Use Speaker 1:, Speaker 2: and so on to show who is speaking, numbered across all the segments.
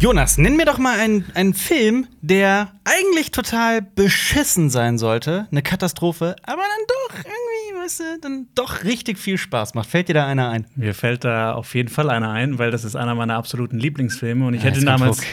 Speaker 1: Jonas, nenn mir doch mal einen, einen Film, der eigentlich total beschissen sein sollte, eine Katastrophe, aber dann doch irgendwie, weißt du, dann doch richtig viel Spaß macht. Fällt dir da einer ein?
Speaker 2: Mir fällt da auf jeden Fall einer ein, weil das ist einer meiner absoluten Lieblingsfilme und ich hätte
Speaker 1: jetzt kommt
Speaker 2: damals.
Speaker 1: Hook.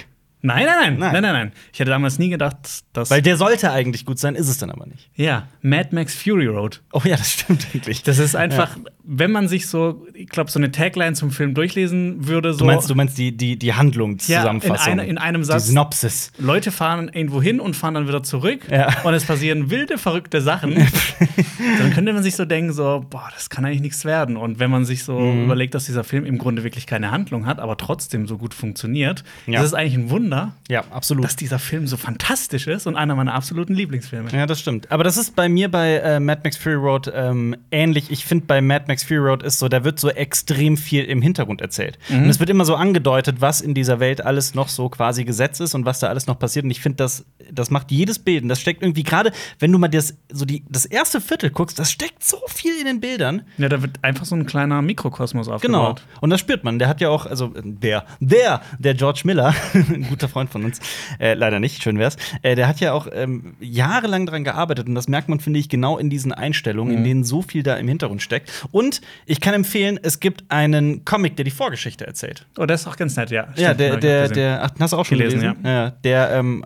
Speaker 2: Nein, nein, nein,
Speaker 1: Nein.
Speaker 2: nein, nein, nein. Ich hätte damals nie gedacht, dass.
Speaker 1: Weil der sollte eigentlich gut sein, ist es dann aber nicht.
Speaker 2: ja, Mad Max Fury Road.
Speaker 1: Oh ja, das stimmt eigentlich.
Speaker 2: Das ist einfach, wenn man sich so, ich glaube, so eine Tagline zum Film durchlesen würde, so.
Speaker 1: du meinst, du meinst die, die, die Handlung,
Speaker 2: Ja, in
Speaker 1: Zusammenfassung.
Speaker 2: einer- in einem Satz.
Speaker 1: Die Synopsis.
Speaker 2: Leute fahren irgendwo hin und fahren dann wieder zurück
Speaker 1: Ja.
Speaker 2: und es passieren wilde, verrückte Sachen, dann könnte man sich so denken, so, boah, das kann eigentlich nichts werden. Und wenn man sich so
Speaker 1: Mhm.
Speaker 2: überlegt, dass dieser Film im Grunde wirklich keine Handlung hat, aber trotzdem so gut funktioniert,
Speaker 1: Ja.
Speaker 2: ist es eigentlich ein Wunder,
Speaker 1: Ja, absolut.
Speaker 2: dass dieser Film so fantastisch ist und einer meiner absoluten Lieblingsfilme.
Speaker 1: Ja, das stimmt. Aber das ist bei mir bei äh, Mad Max Fury Road ähm, ähnlich. Ich finde, bei Mad Max Fury Road ist so, da wird so extrem viel im Hintergrund erzählt. Und es wird immer so angedeutet, was in dieser Welt alles noch so quasi Gesetz ist und was da alles noch passiert. Und ich finde, das, das macht jedes Bild. Und das steckt irgendwie gerade, wenn du mal das, so die, das erste Viertel guckst, das steckt so viel in den Bildern.
Speaker 2: Ja, da wird einfach so ein kleiner Mikrokosmos
Speaker 1: Genau.
Speaker 2: aufgebaut.
Speaker 1: Und das spürt man. Der hat ja auch, also der, der, der George Miller, ein guter Freund von uns, äh, leider nicht, schön wär's, äh, der hat ja auch ähm, jahrelang daran gearbeitet und das merkt man, finde ich, genau in diesen Einstellungen,
Speaker 2: Mhm.
Speaker 1: in denen so viel da im Hintergrund steckt. Und ich kann empfehlen, es gibt einen Comic, der die Vorgeschichte erzählt.
Speaker 2: Oh, das ist auch ganz nett, ja. Stimmt,
Speaker 1: Genau. ja,
Speaker 2: hab
Speaker 1: der,
Speaker 2: ich
Speaker 1: der,
Speaker 2: auch gesehen.
Speaker 1: der, ach, hast du auch schon gelesen?
Speaker 2: Gelesen,
Speaker 1: Ja. der ähm,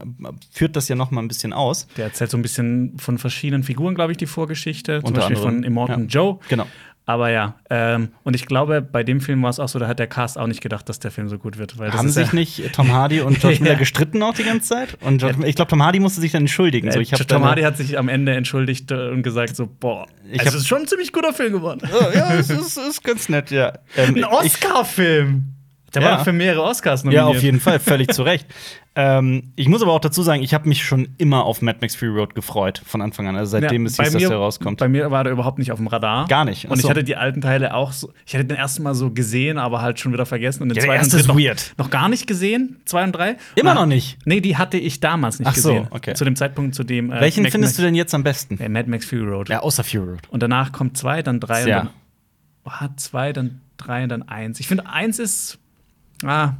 Speaker 1: führt das ja noch mal ein bisschen aus.
Speaker 2: Der erzählt so ein bisschen von verschiedenen Figuren, glaube ich, die Vorgeschichte. Zum
Speaker 1: Unter
Speaker 2: Beispiel
Speaker 1: anderem,
Speaker 2: von Immortan
Speaker 1: ja.
Speaker 2: Joe.
Speaker 1: Genau.
Speaker 2: Aber ja, ähm, und ich glaube, bei dem Film war es auch so, da hat der Cast auch nicht gedacht, dass der Film so gut wird. Weil das
Speaker 1: Haben
Speaker 2: ist
Speaker 1: sich
Speaker 2: ja,
Speaker 1: nicht Tom Hardy und George Miller
Speaker 2: Ja.
Speaker 1: gestritten auch die ganze Zeit? Und George, ich glaube, Tom Hardy musste sich dann entschuldigen. So, also ich hab
Speaker 2: Tom
Speaker 1: da-
Speaker 2: Hardy hat sich am Ende entschuldigt äh, und gesagt so, boah, also
Speaker 1: Ich
Speaker 2: es
Speaker 1: hab-
Speaker 2: ist schon ein ziemlich guter Film geworden.
Speaker 1: Ja, ja, es ist, ist ganz nett, ja. Ähm,
Speaker 2: Ein
Speaker 1: ich-
Speaker 2: Oscar-Film. Der
Speaker 1: Ja.
Speaker 2: war für mehrere Oscars
Speaker 1: Ja,
Speaker 2: nominiert.
Speaker 1: auf jeden Fall, völlig zu Recht. Ähm, ich muss aber auch dazu sagen, ich habe mich schon immer auf Mad Max Fury Road gefreut, von Anfang an. Also seitdem es hieß, dass der rauskommt.
Speaker 2: Bei mir war der überhaupt nicht auf dem Radar.
Speaker 1: Gar nicht,
Speaker 2: Und ich
Speaker 1: achso.
Speaker 2: hatte die alten Teile auch so. Ich hatte den ersten Mal so gesehen, aber halt schon wieder vergessen. Und den
Speaker 1: Ja, der
Speaker 2: zweiten
Speaker 1: erste
Speaker 2: und
Speaker 1: ist
Speaker 2: dritten
Speaker 1: weird.
Speaker 2: Noch, noch gar nicht gesehen, zwei und drei.
Speaker 1: Immer
Speaker 2: Und dann-
Speaker 1: noch nicht?
Speaker 2: Nee, die hatte ich damals nicht
Speaker 1: Ach so,
Speaker 2: gesehen.
Speaker 1: okay.
Speaker 2: Zu dem Zeitpunkt, zu dem. äh,
Speaker 1: Welchen
Speaker 2: Mad
Speaker 1: findest du
Speaker 2: Max,
Speaker 1: denn jetzt am besten?
Speaker 2: du denn? Mad Max Fury Road.
Speaker 1: Ja, außer Fury Road.
Speaker 2: Und danach kommt zwei, dann drei
Speaker 1: Ja.
Speaker 2: und dann. Ah, zwei, dann drei und dann eins. Ich finde, eins ist. Ah,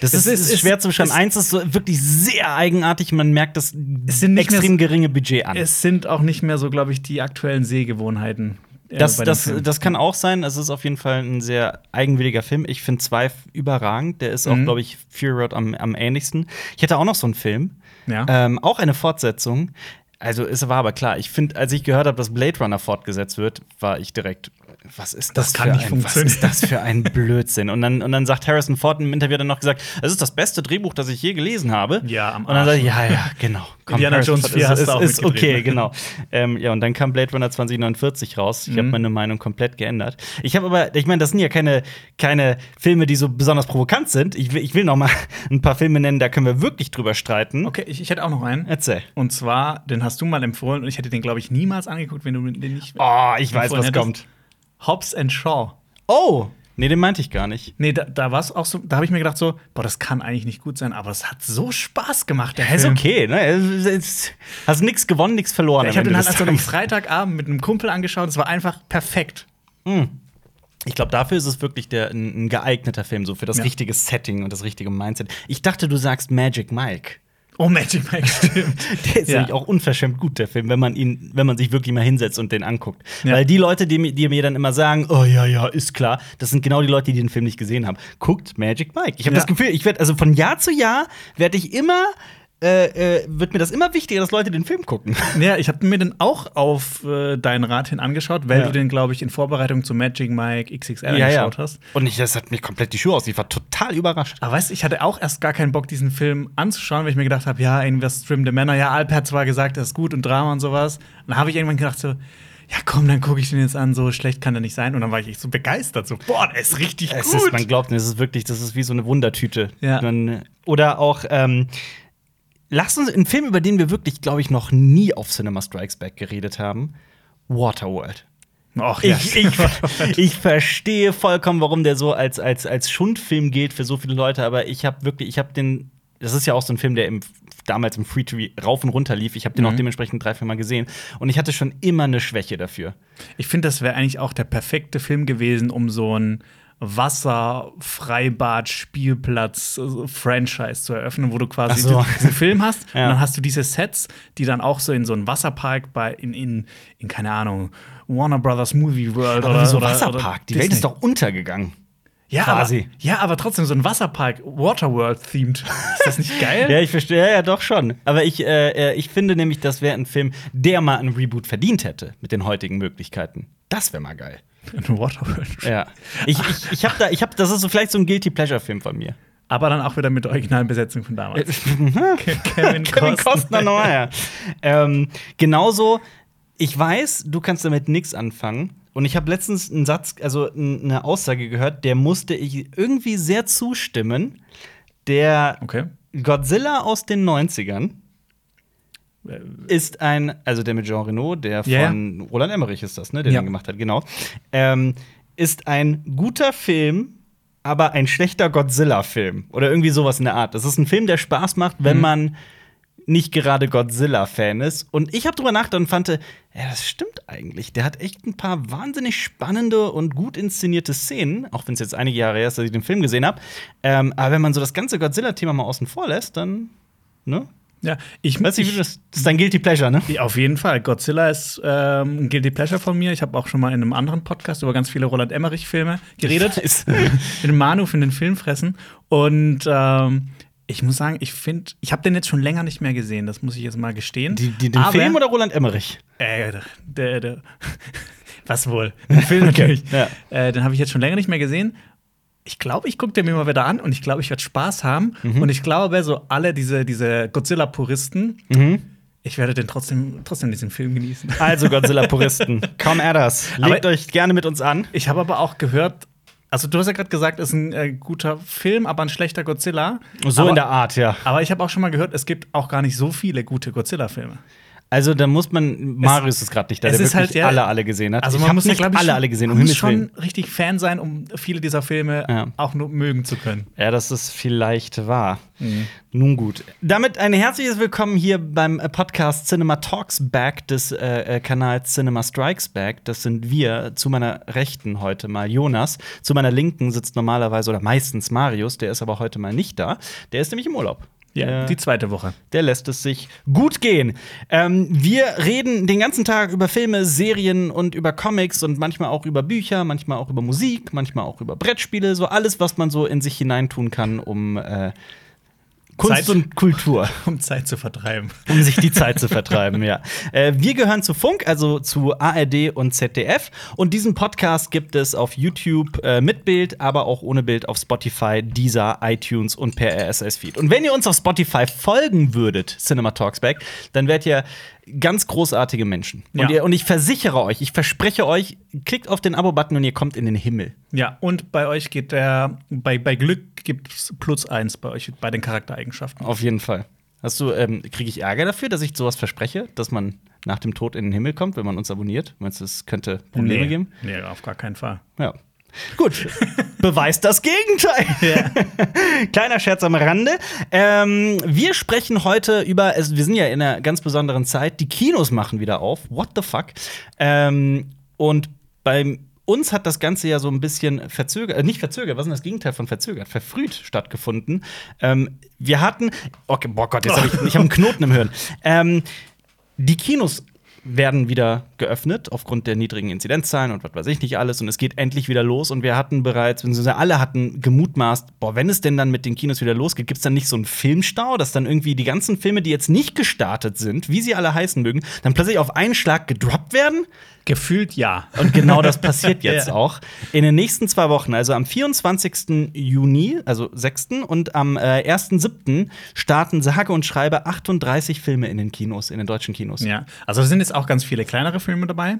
Speaker 1: Das
Speaker 2: Es
Speaker 1: ist,
Speaker 2: ist-
Speaker 1: ist, schwer zu beschreiben.
Speaker 2: es-
Speaker 1: Eins ist so wirklich sehr eigenartig. Man merkt das
Speaker 2: sind nicht mehr
Speaker 1: extrem geringe Budget an.
Speaker 2: es sind auch nicht mehr so, glaube ich, die aktuellen Sehgewohnheiten. äh,
Speaker 1: Das,
Speaker 2: bei dem
Speaker 1: das,
Speaker 2: Film.
Speaker 1: das kann auch sein. Es ist auf jeden Fall ein sehr eigenwilliger Film. Ich finde zwei f- überragend. Der ist auch,
Speaker 2: Mhm.
Speaker 1: glaube ich, Fury Road am, am ähnlichsten. Ich hätte auch noch so einen Film.
Speaker 2: Ja.
Speaker 1: Ähm, auch eine Fortsetzung. Also, es war aber klar. Ich finde, als ich gehört habe, dass Blade Runner fortgesetzt wird, war ich direkt, was ist das,
Speaker 2: Das kann
Speaker 1: für
Speaker 2: nicht
Speaker 1: ein,
Speaker 2: funktionieren.
Speaker 1: Was ist das für ein Blödsinn? Und dann, und dann sagt Harrison Ford im Interview dann noch gesagt, es ist das beste Drehbuch, das ich je gelesen habe.
Speaker 2: Ja, am
Speaker 1: Und dann sage
Speaker 2: Arsch. ne?
Speaker 1: ich, ja, ja, genau.
Speaker 2: Indiana
Speaker 1: Harrison
Speaker 2: Jones
Speaker 1: Ford,
Speaker 2: 4
Speaker 1: ist-
Speaker 2: hast du
Speaker 1: ist-
Speaker 2: auch
Speaker 1: Ist okay,
Speaker 2: mitgedreht, ne?
Speaker 1: genau. Ähm, ja, und dann kam Blade Runner 2049 raus. Ich
Speaker 2: Mhm.
Speaker 1: habe meine Meinung komplett geändert. Ich habe aber, ich meine, das sind ja keine, keine Filme, die so besonders provokant sind. Ich, will- ich will noch mal ein paar Filme nennen, da können wir wirklich drüber streiten.
Speaker 2: okay, ich, ich hätte auch noch einen.
Speaker 1: Erzähl.
Speaker 2: Und zwar, den hast du mal empfohlen und ich hätte den, glaube ich, niemals angeguckt, wenn du den nicht.
Speaker 1: Oh, ich weiß,
Speaker 2: Vorhin
Speaker 1: was
Speaker 2: hättest-
Speaker 1: kommt.
Speaker 2: Hobbs and Shaw.
Speaker 1: Oh, nee, den meinte ich gar nicht.
Speaker 2: Nee, da, da war es auch so, da habe ich mir gedacht, so, boah, das kann eigentlich nicht gut sein, aber es hat so Spaß gemacht. Der
Speaker 1: Ja, ist okay, ne? Es ist- Hast nichts gewonnen, nichts verloren.
Speaker 2: Ich
Speaker 1: am
Speaker 2: habe den
Speaker 1: Ende
Speaker 2: halt
Speaker 1: des
Speaker 2: also am
Speaker 1: Tages.
Speaker 2: Freitagabend mit einem Kumpel angeschaut, es war einfach perfekt.
Speaker 1: Ich glaube, dafür ist es wirklich der, ein, ein geeigneter Film, so für das
Speaker 2: Ja.
Speaker 1: richtige Setting und das richtige Mindset. Ich dachte, du sagst Magic Mike.
Speaker 2: Oh, Magic Mike, stimmt.
Speaker 1: Der ist
Speaker 2: Ja.
Speaker 1: nämlich auch unverschämt gut, der Film, wenn man ihn, wenn man sich wirklich mal hinsetzt und den anguckt.
Speaker 2: Ja.
Speaker 1: Weil die Leute, die, mi- die mir dann immer sagen, oh ja, ja, ist klar, das sind genau die Leute, die den Film nicht gesehen haben. Guckt Magic Mike. Ich habe
Speaker 2: Ja.
Speaker 1: das Gefühl, ich werde, also von Jahr zu Jahr werde ich immer, äh, äh, wird mir das immer wichtiger, dass Leute den Film gucken.
Speaker 2: Ja, ich habe mir den auch auf äh, deinen Rat hin angeschaut, weil
Speaker 1: Ja.
Speaker 2: du den, glaube ich, in Vorbereitung zu Magic Mike XXL angeschaut hast.
Speaker 1: Und ich, das hat mir komplett die Schuhe aus. Ich war total überrascht.
Speaker 2: Aber weißt du, ich hatte auch erst gar keinen Bock, diesen Film anzuschauen, weil ich mir gedacht habe, ja, irgendwas streamende Männer, ja, Alp hat zwar gesagt, das ist gut und Drama und sowas. Und dann habe ich irgendwann gedacht, so, ja komm, dann gucke ich den jetzt an, so schlecht kann der nicht sein. Und dann war ich echt so begeistert, so, boah, der ist richtig
Speaker 1: Es
Speaker 2: gut.
Speaker 1: ist, man glaubt nicht, es ist wirklich, das ist wie so eine Wundertüte.
Speaker 2: Ja.
Speaker 1: Man, oder auch, ähm, lass uns einen Film, über den wir wirklich, glaube ich, noch nie auf Cinema Strikes Back geredet haben: Waterworld.
Speaker 2: Och, ja.
Speaker 1: Ich, ich, ich verstehe vollkommen, warum der so als, als, als Schundfilm gilt für so viele Leute, aber ich habe wirklich, ich habe den. Das ist ja auch so ein Film, der im, damals im Free TV rauf und runter lief. Ich habe den
Speaker 2: Mhm.
Speaker 1: auch dementsprechend drei, vier Mal gesehen. Und ich hatte schon immer eine Schwäche dafür.
Speaker 2: ich finde, das wäre eigentlich auch der perfekte Film gewesen, um so ein Wasser, Freibad, Spielplatz, also Franchise zu eröffnen, wo du quasi
Speaker 1: Ach so.
Speaker 2: diesen, diesen Film hast.
Speaker 1: Ja.
Speaker 2: Und dann hast du diese Sets, die dann auch so in so einen Wasserpark bei, in, in, in keine Ahnung, Warner Brothers Movie World
Speaker 1: Aber
Speaker 2: oder
Speaker 1: wieso
Speaker 2: oder-
Speaker 1: Wasserpark?
Speaker 2: Oder
Speaker 1: Die Welt
Speaker 2: Disney.
Speaker 1: ist doch untergegangen.
Speaker 2: ja,
Speaker 1: quasi.
Speaker 2: Aber, ja, aber trotzdem so ein Wasserpark, Waterworld-themed. Ist das nicht geil?
Speaker 1: Ja, ich verstehe, ja, ja, doch schon. Aber ich, äh, äh, ich finde nämlich, das wäre ein Film, der mal einen Reboot verdient hätte mit den heutigen Möglichkeiten. Das wäre mal geil.
Speaker 2: Ein Waterworld.
Speaker 1: Ja. Ich, ich, ich habe da, ich habe, das ist so vielleicht so ein Guilty Pleasure-Film von mir.
Speaker 2: Aber dann auch wieder mit der Originalbesetzung von damals. Kevin,
Speaker 1: Kevin Costner nochmal, ja. ähm, genauso, ich weiß, du kannst damit nichts anfangen. Und ich habe letztens einen Satz, also n- eine Aussage gehört, der musste ich irgendwie sehr zustimmen. Der
Speaker 2: Okay.
Speaker 1: Godzilla aus den 90ern
Speaker 2: Äh,
Speaker 1: ist ein, also der mit Jean Reno, der von
Speaker 2: Ja,
Speaker 1: Roland Emmerich ist das, ne, der
Speaker 2: Ja.
Speaker 1: den gemacht hat, genau, ähm, ist ein guter Film, aber ein schlechter Godzilla-Film oder irgendwie sowas in der Art. Das ist ein Film, der Spaß macht,
Speaker 2: Mhm.
Speaker 1: wenn man nicht gerade Godzilla-Fan ist. Und ich habe drüber nachgedacht und fand, äh, ja, das stimmt eigentlich. Der hat echt ein paar wahnsinnig spannende und gut inszenierte Szenen, auch wenn es jetzt einige Jahre her ist, dass ich den Film gesehen habe. Ähm, aber wenn man so das ganze Godzilla-Thema mal außen vor lässt, dann, ne?
Speaker 2: Ja, ich
Speaker 1: Weißt du, wie du das das ist dein Guilty Pleasure, ne?
Speaker 2: Ja, Auf jeden Fall. Godzilla ist ähm, ein Guilty Pleasure von mir. Ich habe auch schon mal in einem anderen Podcast über ganz viele Roland Emmerich-Filme geredet.
Speaker 1: Ist.
Speaker 2: mit dem Manu für den Filmfressen. Und ähm, ich muss sagen, ich finde, ich habe den jetzt schon länger nicht mehr gesehen. Das muss ich jetzt mal gestehen.
Speaker 1: Die, die, den
Speaker 2: Aber-
Speaker 1: Film oder Roland Emmerich?
Speaker 2: Äh, der, der, was wohl? Den Film natürlich.
Speaker 1: ja.
Speaker 2: äh, den habe ich jetzt schon länger nicht mehr gesehen. Ich glaube, ich gucke den mir mal wieder an und ich glaube, ich werde Spaß haben.
Speaker 1: Mhm.
Speaker 2: Und ich glaube, so alle diese, diese Godzilla-Puristen,
Speaker 1: Mhm.
Speaker 2: ich werde den trotzdem, trotzdem diesen Film genießen.
Speaker 1: Also, Godzilla-Puristen, come at us. Legt
Speaker 2: Aber-
Speaker 1: euch gerne mit uns an.
Speaker 2: Ich habe aber auch gehört, also du hast ja gerade gesagt, ist ein äh, guter Film, aber ein schlechter Godzilla.
Speaker 1: So
Speaker 2: aber,
Speaker 1: in der Art, ja.
Speaker 2: Aber ich habe auch schon mal gehört, es gibt auch gar nicht so viele gute Godzilla-Filme.
Speaker 1: Also, da muss man. Marius ist gerade nicht da,
Speaker 2: es
Speaker 1: der
Speaker 2: ist
Speaker 1: wirklich
Speaker 2: halt, ja,
Speaker 1: alle, alle gesehen hat.
Speaker 2: Also
Speaker 1: ich
Speaker 2: man
Speaker 1: hab
Speaker 2: muss ja,
Speaker 1: nicht
Speaker 2: glaube ich,
Speaker 1: alle,
Speaker 2: schon-
Speaker 1: alle gesehen, um
Speaker 2: man muss
Speaker 1: Himmels
Speaker 2: schon
Speaker 1: Willen.
Speaker 2: richtig Fan sein, um viele dieser Filme
Speaker 1: Ja.
Speaker 2: auch nur mögen zu können.
Speaker 1: Ja, das ist vielleicht wahr.
Speaker 2: Mhm.
Speaker 1: Nun gut. Damit ein herzliches Willkommen hier beim äh, Podcast Cinema Talks Back des äh, äh, Kanals Cinema Strikes Back. Das sind wir zu meiner Rechten heute mal Jonas. Zu meiner Linken sitzt normalerweise oder meistens Marius, der ist aber heute mal nicht da. Der ist nämlich im Urlaub.
Speaker 2: Ja,
Speaker 1: Äh,
Speaker 2: die zweite Woche.
Speaker 1: der lässt es sich gut gehen. Ähm, wir reden den ganzen Tag über Filme, Serien und über Comics und manchmal auch über Bücher, manchmal auch über Musik, manchmal auch über Brettspiele, so alles, was man so in sich hineintun kann, um äh, Kunst
Speaker 2: Zeit-
Speaker 1: und Kultur
Speaker 2: Um Zeit zu vertreiben.
Speaker 1: um sich die Zeit zu vertreiben, ja. Äh, wir gehören zu Funk, also zu ARD und ZDF. Und diesen Podcast gibt es auf YouTube äh, mit Bild, aber auch ohne Bild auf Spotify, Deezer, iTunes und per RSS-Feed. Und wenn ihr uns auf Spotify folgen würdet, Cinema Talks Back, dann werdet ihr ganz großartige Menschen.
Speaker 2: Ja.
Speaker 1: Und, ihr, und ich versichere euch, ich verspreche euch, klickt auf den Abo-Button und ihr kommt in den Himmel.
Speaker 2: Ja, und bei euch geht der, bei, bei Glück gibt es plus eins bei euch, bei den Charaktereigenschaften.
Speaker 1: Auf jeden Fall. Hast du, ähm, kriege ich Ärger dafür, dass ich sowas verspreche, dass man nach dem Tod in den Himmel kommt, wenn man uns abonniert? Meinst du, es könnte Probleme geben?
Speaker 2: nee, auf gar keinen Fall.
Speaker 1: Ja. Gut. Beweist das Gegenteil. Kleiner Scherz am Rande. Ähm, wir sprechen heute über, es- wir sind ja in einer ganz besonderen Zeit, die Kinos machen wieder auf. What the fuck? Ähm, und bei uns hat das Ganze ja so ein bisschen verzögert, äh, nicht verzögert, was ist denn das Gegenteil von verzögert? Verfrüht stattgefunden. Ähm, wir hatten, okay, boah Gott, jetzt habe ich, ich hab einen Knoten im Hirn. Ähm, die Kinos werden wieder geöffnet aufgrund der niedrigen Inzidenzzahlen und was weiß ich nicht alles und es geht endlich wieder los und wir hatten bereits, beziehungsweise alle hatten gemutmaßt, boah, wenn es denn dann mit den Kinos wieder losgeht, gibt es dann nicht so einen Filmstau, dass dann irgendwie die ganzen Filme, die jetzt nicht gestartet sind, wie sie alle heißen mögen, dann plötzlich auf einen Schlag gedroppt werden?
Speaker 2: Gefühlt ja.
Speaker 1: Und genau das passiert jetzt
Speaker 2: Ja.
Speaker 1: auch. In den nächsten zwei Wochen, also am 24. Juni, also 6. und am äh, 1.7. starten sage und schreibe 38 Filme in den Kinos, in den deutschen Kinos.
Speaker 2: Ja, also da sind jetzt auch ganz viele kleinere Filme dabei,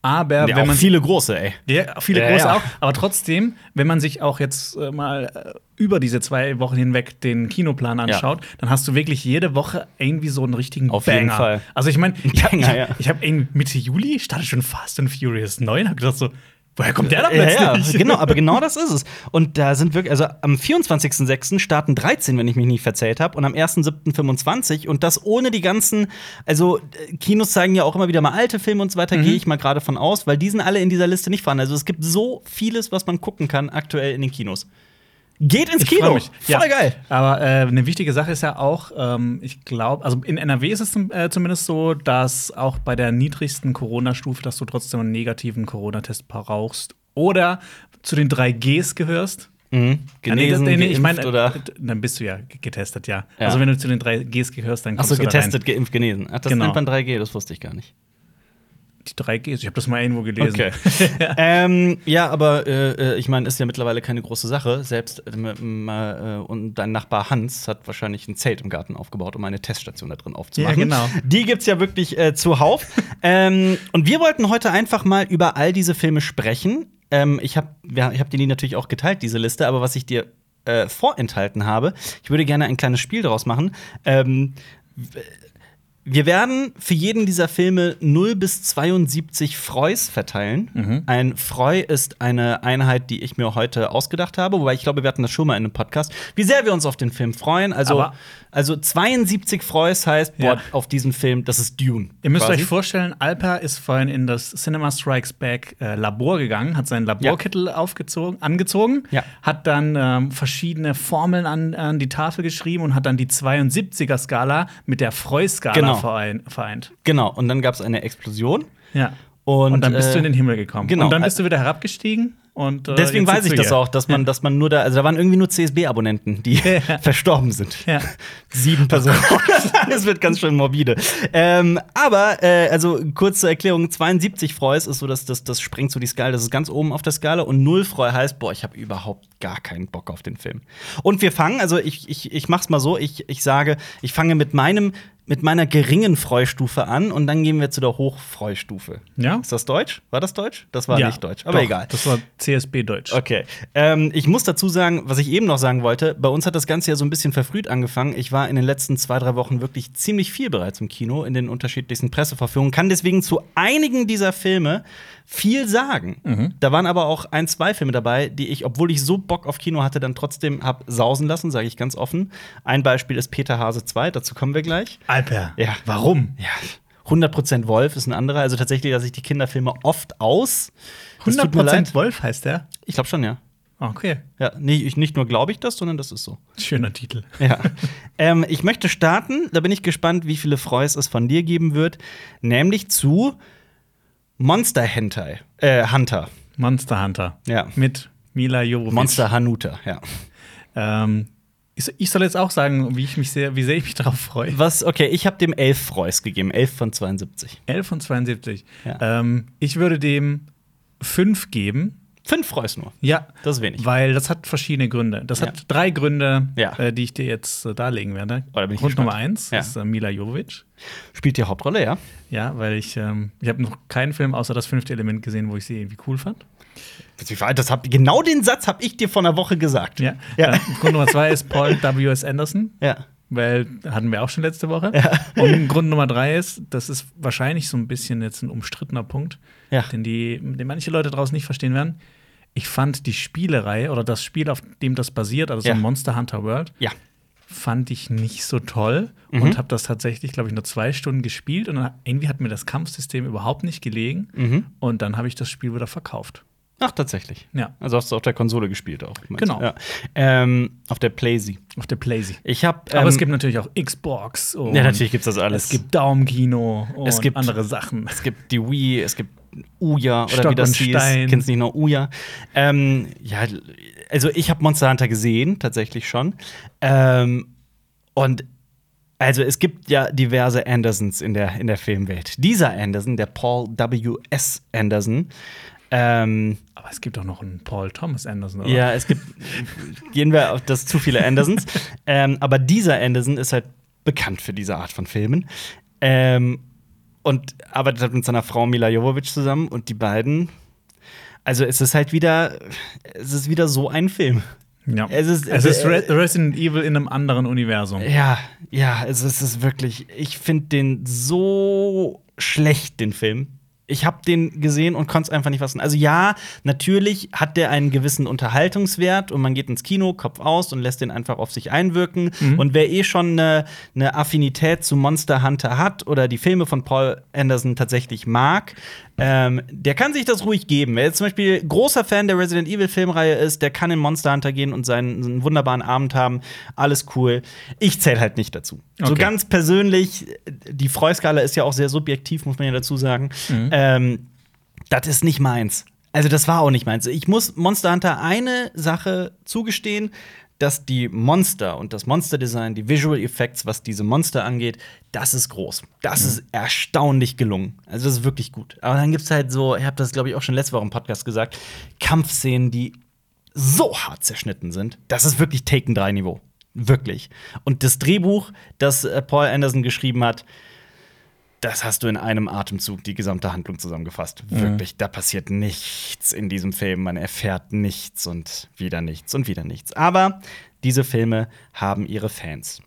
Speaker 2: aber
Speaker 1: Ja,
Speaker 2: wenn
Speaker 1: auch
Speaker 2: man
Speaker 1: viele große, ey.
Speaker 2: ja, viele
Speaker 1: Ja,
Speaker 2: große
Speaker 1: ja.
Speaker 2: auch, aber trotzdem, wenn man sich auch jetzt äh, mal äh, über diese zwei Wochen hinweg den Kinoplan anschaut, dann hast du wirklich jede Woche irgendwie so einen richtigen
Speaker 1: Auf
Speaker 2: Banger.
Speaker 1: jeden Fall.
Speaker 2: Also ich meine, ich habe
Speaker 1: Banger, ja.
Speaker 2: ich hab in Mitte Juli startet schon Fast and Furious 9, habe gedacht so Woher kommt der da
Speaker 1: Ja,
Speaker 2: plötzlich?
Speaker 1: ja, genau, aber genau das ist es. Und da sind wirklich, also am 24.06. starten 13, wenn ich mich nicht verzählt habe, und am 1.07.25 und das ohne die ganzen, also äh, Kinos zeigen ja auch immer wieder mal alte Filme und so
Speaker 2: Mhm.
Speaker 1: weiter, gehe ich mal gerade von aus, weil die sind alle in dieser Liste nicht vorhanden. Also es gibt so vieles, was man gucken kann aktuell in den Kinos. Geht ins
Speaker 2: Ich freu
Speaker 1: Kino!
Speaker 2: mich.
Speaker 1: Voll
Speaker 2: ja.
Speaker 1: geil!
Speaker 2: Aber äh, eine wichtige Sache ist ja auch, ähm, ich glaube, also in NRW ist es zum, äh, zumindest so, dass auch bei der niedrigsten Corona-Stufe, dass du trotzdem einen negativen Corona-Test brauchst oder zu den 3Gs gehörst. Ah,
Speaker 1: Mhm. Genesen,
Speaker 2: nee, das- nee,
Speaker 1: geimpft
Speaker 2: ich meine, äh,
Speaker 1: oder
Speaker 2: dann bist du ja ge- getestet, ja.
Speaker 1: Ja.
Speaker 2: Also wenn du zu den 3Gs gehörst, dann kommst
Speaker 1: Achso,
Speaker 2: du da rein.
Speaker 1: getestet, geimpft, genesen. Ach, das
Speaker 2: Genau.
Speaker 1: nennt man 3G, das wusste ich gar nicht.
Speaker 2: Die 3Gs, ich habe das mal irgendwo gelesen.
Speaker 1: Okay. ähm, ja, aber äh, äh, ich meine, ist ja mittlerweile keine große Sache. Selbst äh, m- m- äh, und dein Nachbar Hans hat wahrscheinlich ein Zelt im Garten aufgebaut, um eine Teststation da drin aufzumachen.
Speaker 2: Ja, genau.
Speaker 1: Die gibt's ja wirklich äh, zuhauf. ähm, und wir wollten heute einfach mal über all diese Filme sprechen. Ähm, ich habe ich hab dir die natürlich auch geteilt, diese Liste, aber was ich dir äh, vorenthalten habe, ich würde gerne ein kleines Spiel daraus machen. Ähm, wir werden für jeden dieser Filme 0 bis 72 Freus verteilen.
Speaker 2: Mhm.
Speaker 1: Ein Freu ist eine Einheit, die ich mir heute ausgedacht habe, wobei ich glaube, wir hatten das schon mal in einem Podcast, wie sehr wir uns auf den Film freuen. Also,
Speaker 2: Aber-
Speaker 1: also 72 Freus heißt, boah,
Speaker 2: Ja.
Speaker 1: auf diesen Film, das ist Dune.
Speaker 2: Ihr müsst
Speaker 1: quasi.
Speaker 2: euch vorstellen, Alper ist vorhin in das Cinema Strikes Back äh, Labor gegangen, hat seinen Laborkittel aufgezogen, angezogen,
Speaker 1: Ja.
Speaker 2: hat dann ähm, verschiedene Formeln an, an die Tafel geschrieben und hat dann die 72er-Skala mit der
Speaker 1: Genau.
Speaker 2: Freu-Skala verein, vereint.
Speaker 1: Genau, und dann gab es eine Explosion.
Speaker 2: Ja.
Speaker 1: Und,
Speaker 2: Und dann bist du in
Speaker 1: äh,
Speaker 2: den Himmel gekommen.
Speaker 1: genau.
Speaker 2: Und dann bist du wieder herabgestiegen und äh,
Speaker 1: Deswegen
Speaker 2: jetzt
Speaker 1: weiß
Speaker 2: sitzt
Speaker 1: ich
Speaker 2: du
Speaker 1: das
Speaker 2: hier.
Speaker 1: auch, dass man, dass man nur da, also da waren irgendwie nur CSB-Abonnenten, die verstorben sind.
Speaker 2: Ja.
Speaker 1: Sieben Personen. das wird ganz schön morbide. Ähm, aber, äh, also kurz zur Erklärung: 72 Freus ist so, dass das, das sprengt so die Skala, das ist ganz oben auf der Skala. Und 0 Freu heißt, boah, ich habe überhaupt gar keinen Bock auf den Film. Und wir fangen, also ich, ich, ich mach's mal so: ich, ich sage, ich fange mit meinem. Mit meiner geringen Freustufe an und dann gehen wir zu der Hochfreustufe.
Speaker 2: Ja.
Speaker 1: Ist das Deutsch? War das Deutsch? Das war
Speaker 2: ja.
Speaker 1: nicht Deutsch, aber
Speaker 2: Doch,
Speaker 1: egal.
Speaker 2: Das war CSB-Deutsch.
Speaker 1: Okay. Ähm, ich muss dazu sagen, was ich eben noch sagen wollte, bei uns hat das Ganze ja so ein bisschen verfrüht angefangen. Ich war in den letzten zwei, drei Wochen wirklich ziemlich viel bereits im Kino, in den unterschiedlichsten Presseverführungen, kann deswegen zu einigen dieser Filme viel sagen. Da waren aber auch ein, zwei Filme dabei, die ich, obwohl ich so Bock auf Kino hatte, dann trotzdem hab sausen lassen, sage ich ganz offen. Ein Beispiel ist Peter Hase 2, dazu kommen wir gleich.
Speaker 2: Alper,
Speaker 1: Ja.
Speaker 2: warum?
Speaker 1: Ja. 100% Wolf ist ein anderer. Also tatsächlich lasse ich die Kinderfilme oft aus. Das tut mir leid.
Speaker 2: Wolf heißt der?
Speaker 1: Ich glaube schon, ja.
Speaker 2: Okay.
Speaker 1: Ja, nicht, ich, nicht nur glaube ich das, sondern das ist so.
Speaker 2: Schöner Titel.
Speaker 1: Ja. ähm, ich möchte starten, da bin ich gespannt, wie viele Freus es von dir geben wird, nämlich zu Monster Hentai, äh, Hunter.
Speaker 2: Monster Hunter.
Speaker 1: Ja.
Speaker 2: Mit Mila Jovovich.
Speaker 1: Monster Hanuta, ja.
Speaker 2: Ähm, ich, ich soll jetzt auch sagen, wie ich mich sehr, wie sehr ich mich darauf freue.
Speaker 1: Was, okay, ich habe dem 11 Freus gegeben, 11 von 72.
Speaker 2: 11 und 72.
Speaker 1: Ja.
Speaker 2: Ähm, ich würde dem 5 geben.
Speaker 1: Fünf Freus nur,
Speaker 2: Ja.
Speaker 1: das ist wenig.
Speaker 2: Weil das hat verschiedene Gründe. Das
Speaker 1: Ja.
Speaker 2: hat drei Gründe,
Speaker 1: Ja.
Speaker 2: äh, die ich dir jetzt äh, darlegen werde.
Speaker 1: Oh, da bin ich
Speaker 2: Grund
Speaker 1: gespannt.
Speaker 2: Nummer eins
Speaker 1: Ja.
Speaker 2: ist äh, Mila Jovovich.
Speaker 1: Spielt die Hauptrolle, ja?
Speaker 2: Ja, weil ich, ähm, ich habe noch keinen Film außer das fünfte Element gesehen, wo ich sie irgendwie cool fand.
Speaker 1: Das hab, genau den Satz habe ich dir vor einer Woche gesagt.
Speaker 2: Ja.
Speaker 1: Ja.
Speaker 2: Äh, Grund Nummer zwei ist Paul W.S. Anderson.
Speaker 1: Ja.
Speaker 2: Weil hatten wir auch schon letzte Woche. Und Grund Nummer drei ist, das ist wahrscheinlich so ein bisschen jetzt ein umstrittener Punkt,
Speaker 1: Ja.
Speaker 2: den, die, den manche Leute draußen nicht verstehen werden. Ich fand die Spielereihe oder das Spiel, auf dem das basiert, also
Speaker 1: Ja.
Speaker 2: so Monster Hunter World,
Speaker 1: Ja. Mhm.
Speaker 2: fand ich nicht so toll und habe das tatsächlich, glaube ich, nur zwei Stunden gespielt und dann, irgendwie hat mir das Kampfsystem überhaupt nicht gelegen
Speaker 1: Mhm.
Speaker 2: und dann habe ich das Spiel wieder verkauft.
Speaker 1: Ach, tatsächlich.
Speaker 2: Ja,
Speaker 1: Also hast du auf der Konsole gespielt auch. meinst du?
Speaker 2: Genau.
Speaker 1: Ja. Ähm, auf der Playsee.
Speaker 2: auf der Playsee.
Speaker 1: Ich habe.
Speaker 2: Aber es gibt natürlich auch Xbox und
Speaker 1: Ähm, Ja, natürlich gibt's das alles.
Speaker 2: es gibt Daumenkino und
Speaker 1: Es gibt-
Speaker 2: andere Sachen.
Speaker 1: Es gibt die Wii, es gibt Uya oder
Speaker 2: Stock
Speaker 1: wie das
Speaker 2: und
Speaker 1: hieß.
Speaker 2: Stein.
Speaker 1: Kennst nicht noch Uya? Ähm, ja, also ich habe Monster Hunter gesehen, tatsächlich schon. Ähm, und also es gibt ja diverse Andersons in der, in der Filmwelt. Dieser Anderson, der Paul W.S. Anderson, ähm,
Speaker 2: Aber es gibt auch noch einen Paul Thomas Anderson, oder?
Speaker 1: ja, es gibt, gehen wir auf das zu viele Andersons. ähm, aber dieser Anderson ist halt bekannt für diese Art von Filmen. Ähm, und arbeitet halt mit seiner Frau Mila Jovovich zusammen und die beiden. Also es ist halt wieder, es ist wieder so ein Film.
Speaker 2: Ja.
Speaker 1: Es
Speaker 2: Es
Speaker 1: ist-
Speaker 2: ist,
Speaker 1: äh,
Speaker 2: Re Resident Evil in einem anderen Universum.
Speaker 1: Ja, ja, also es ist wirklich, ich finde den so schlecht, den Film. ich habe den gesehen und konnte es einfach nicht fassen. Also ja, natürlich hat der einen gewissen Unterhaltungswert und man geht ins Kino, Kopf aus und lässt den einfach auf sich einwirken.
Speaker 2: Mhm.
Speaker 1: Und wer eh schon eine ne Affinität zu Monster Hunter hat oder die Filme von Paul Anderson tatsächlich mag, ähm, der kann sich das ruhig geben. Wer jetzt zum Beispiel großer Fan der Resident Evil Filmreihe ist, der kann in Monster Hunter gehen und seinen, einen wunderbaren Abend haben. Alles cool. Ich zähle halt nicht dazu. So
Speaker 2: Okay.
Speaker 1: ganz persönlich, die Freuskala ist ja auch sehr subjektiv, muss man ja dazu sagen. Ähm, das ist nicht meins. Also, das war auch nicht meins. Ich muss Monster Hunter eine Sache zugestehen, dass die Monster und das Monsterdesign, die Visual Effects, was diese Monster angeht, das ist groß. Das ist erstaunlich gelungen. Also, das ist wirklich gut. Aber dann gibt es halt so, ich habe das, glaube ich, auch schon letzte Woche im Podcast gesagt, Kampfszenen, die so hart zerschnitten sind. Das ist wirklich Taken 3 Niveau. Wirklich. Und das Drehbuch, das äh, Paul Anderson geschrieben hat, das hast du in einem Atemzug die gesamte Handlung zusammengefasst. Wirklich, da passiert nichts in diesem Film. Man erfährt nichts und wieder nichts und wieder nichts. Aber diese Filme haben ihre Fans.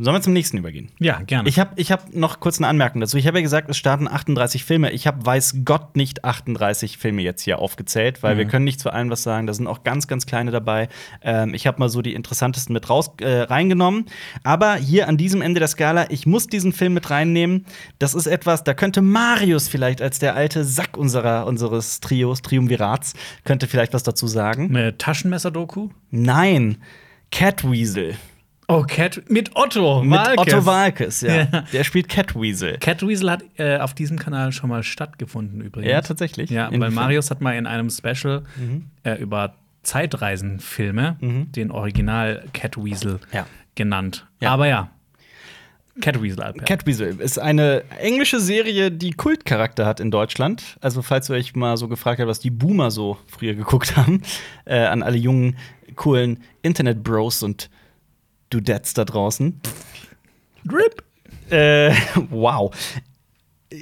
Speaker 1: Sollen wir zum nächsten übergehen?
Speaker 2: Ja, gerne.
Speaker 1: Ich habe ich hab noch kurz eine Anmerkung dazu. Ich habe ja gesagt, es starten 38 Filme. Ich habe weiß Gott nicht 38 Filme jetzt hier aufgezählt, weil wir
Speaker 2: Mhm.
Speaker 1: können nicht zu allem was sagen. Da sind auch ganz, ganz kleine dabei. Ähm, ich habe mal so die interessantesten mit raus, äh, reingenommen. Aber hier an diesem Ende der Skala, ich muss diesen Film mit reinnehmen. Das ist etwas, da könnte Marius vielleicht als der alte Sack unserer, unseres Trios, Triumvirats, könnte vielleicht was dazu sagen.
Speaker 2: eine Taschenmesser-Doku?
Speaker 1: Nein, Catweasel.
Speaker 2: Oh, Cat. Mit Otto.
Speaker 1: Mit
Speaker 2: Walkes.
Speaker 1: Otto Walkes, ja.
Speaker 2: Ja.
Speaker 1: Der spielt Catweasel.
Speaker 2: Catweasel hat äh, auf diesem Kanal schon mal stattgefunden übrigens.
Speaker 1: Ja, tatsächlich.
Speaker 2: Ja, weil
Speaker 1: Inwiefern?
Speaker 2: Marius hat mal in einem Special
Speaker 1: Mhm.
Speaker 2: äh, über Zeitreisenfilme den Original Catweasel
Speaker 1: Ja.
Speaker 2: genannt.
Speaker 1: Ja.
Speaker 2: Aber ja. Catweasel Alper.
Speaker 1: Catweasel ist eine englische Serie, die Kultcharakter hat in Deutschland. Also, falls ihr euch mal so gefragt habt, was die Boomer so früher geguckt haben, äh, an alle jungen, coolen Internet-Bros und Dudettes da draußen.
Speaker 2: Rip.
Speaker 1: Äh, wow.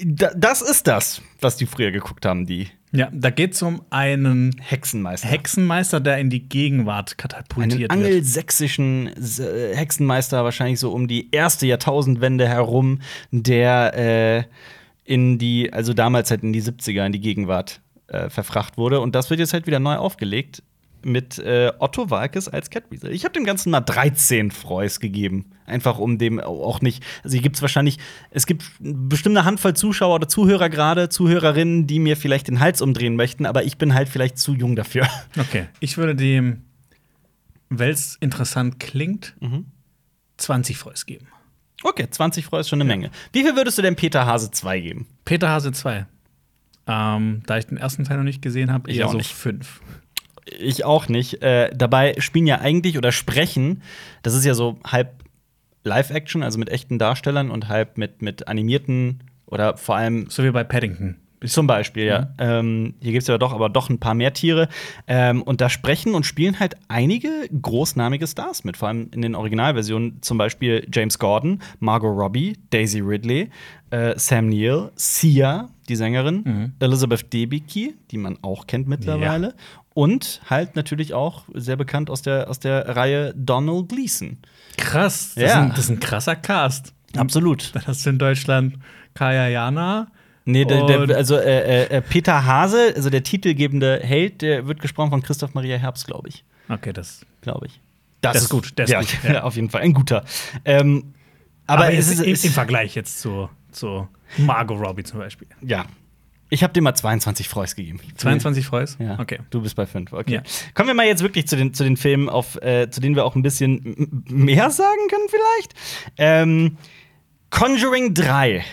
Speaker 1: Da, das ist das, was die früher geguckt haben, die
Speaker 2: Ja, da geht es um einen
Speaker 1: Hexenmeister.
Speaker 2: Hexenmeister, der in die Gegenwart
Speaker 1: einen
Speaker 2: katapultiert wird.
Speaker 1: angelsächsischen S- äh, Hexenmeister, wahrscheinlich so um die erste Jahrtausendwende herum, der äh, in die, also damals halt in die 70er, in die Gegenwart äh, verfracht wurde. Und das wird jetzt halt wieder neu aufgelegt mit äh, Otto Walkes als Catweasel. Ich habe dem Ganzen mal 13 Freus gegeben. Einfach um dem auch nicht. Also hier gibt es wahrscheinlich, es gibt bestimmt eine Handvoll Zuschauer oder Zuhörer gerade, Zuhörerinnen, die mir vielleicht den Hals umdrehen möchten, aber ich bin halt vielleicht zu jung dafür.
Speaker 2: Okay. Ich würde dem, weil es interessant klingt,
Speaker 1: Mhm.
Speaker 2: 20 Freus geben.
Speaker 1: Okay, 20 Freu ist schon eine Menge. Wie viel würdest du denn Peter Hase 2 geben?
Speaker 2: Peter Hase 2. Ähm, da ich den ersten Teil noch nicht gesehen habe,
Speaker 1: Ich
Speaker 2: eher
Speaker 1: auch
Speaker 2: so
Speaker 1: nicht.
Speaker 2: fünf.
Speaker 1: Ich auch nicht. Äh, dabei spielen ja eigentlich oder sprechen, das ist ja so halb Live-Action, also mit echten Darstellern und halb mit, mit animierten oder vor allem
Speaker 2: So wie bei Paddington.
Speaker 1: zum Beispiel, ja. Ähm, hier gibt es ja doch, aber doch ein paar mehr Tiere. Ähm, und da sprechen und spielen halt einige großnamige Stars mit, vor allem in den Originalversionen, zum Beispiel James Gordon, Margot Robbie, Daisy Ridley, äh, Sam Neill, Sia, die Sängerin, Elizabeth Debicki, die man auch kennt mittlerweile. Und halt natürlich auch sehr bekannt aus der, aus der Reihe Donald Gleason.
Speaker 2: Krass. Das,
Speaker 1: Ja.
Speaker 2: ist ein, das ist ein krasser Cast.
Speaker 1: Absolut.
Speaker 2: Dann hast du in Deutschland Kaya Jana.
Speaker 1: Nee, der,
Speaker 2: Und-
Speaker 1: der, also äh, äh, äh, Peter Hase, also der titelgebende Held, der wird gesprochen von Christoph Maria Herbst, glaube ich.
Speaker 2: Okay, das.
Speaker 1: glaube ich.
Speaker 2: Das ist gut, das ist
Speaker 1: ja,
Speaker 2: gut,
Speaker 1: ja.
Speaker 2: ja.
Speaker 1: auf jeden Fall. Ein guter. Ähm, aber, es
Speaker 2: jetzt
Speaker 1: ist,
Speaker 2: im,
Speaker 1: es-
Speaker 2: im Vergleich jetzt zu, zu Margot Robbie zum Beispiel.
Speaker 1: ja. Ich habe dir mal 22 Freus gegeben.
Speaker 2: 22 Freus?
Speaker 1: Ja.
Speaker 2: Okay.
Speaker 1: Du bist bei 5. Okay.
Speaker 2: Ja.
Speaker 1: Kommen wir mal jetzt wirklich zu den, zu den Filmen, auf, äh, zu denen wir auch ein bisschen m- m- mehr sagen können, vielleicht. Ähm, Conjuring 3.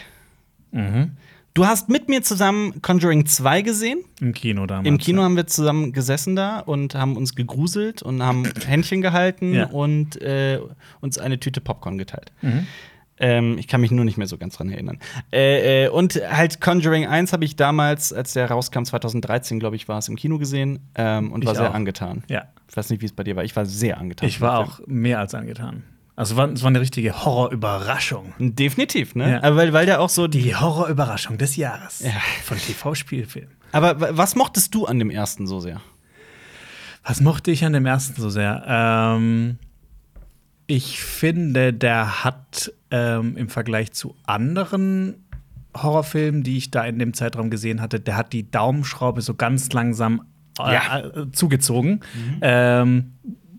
Speaker 2: Mhm.
Speaker 1: Du hast mit mir zusammen Conjuring 2 gesehen.
Speaker 2: Im Kino damals.
Speaker 1: Im Kino haben wir zusammen gesessen da und haben uns gegruselt und haben Händchen gehalten
Speaker 2: Ja. Mhm.
Speaker 1: und äh, uns eine Tüte Popcorn geteilt. Ähm, ich kann mich nur nicht mehr so ganz dran erinnern. Äh, äh, und halt Conjuring 1 habe ich damals, als der rauskam, 2013, glaube ich, war es im Kino gesehen ähm, und
Speaker 2: Ich
Speaker 1: war sehr
Speaker 2: auch.
Speaker 1: angetan.
Speaker 2: Ja.
Speaker 1: Ich weiß nicht, wie es bei dir war. Ich war sehr angetan.
Speaker 2: Ich war
Speaker 1: von dem
Speaker 2: auch mehr als angetan. Also war- es war eine richtige Horrorüberraschung.
Speaker 1: Film. Definitiv, ne?
Speaker 2: Ja.
Speaker 1: Aber weil, weil der auch so.
Speaker 2: Die Horrorüberraschung des Jahres
Speaker 1: Ja.
Speaker 2: von TV-Spielfilm.
Speaker 1: Aber wa- was mochtest du an dem ersten so sehr?
Speaker 2: Was mochte ich an dem ersten so sehr? Ähm, ich finde, der hat ähm, im Vergleich zu anderen Horrorfilmen, die ich da in dem Zeitraum gesehen hatte, der hat die Daumenschraube so ganz langsam äh,
Speaker 1: Ja.
Speaker 2: äh, zugezogen. Ähm,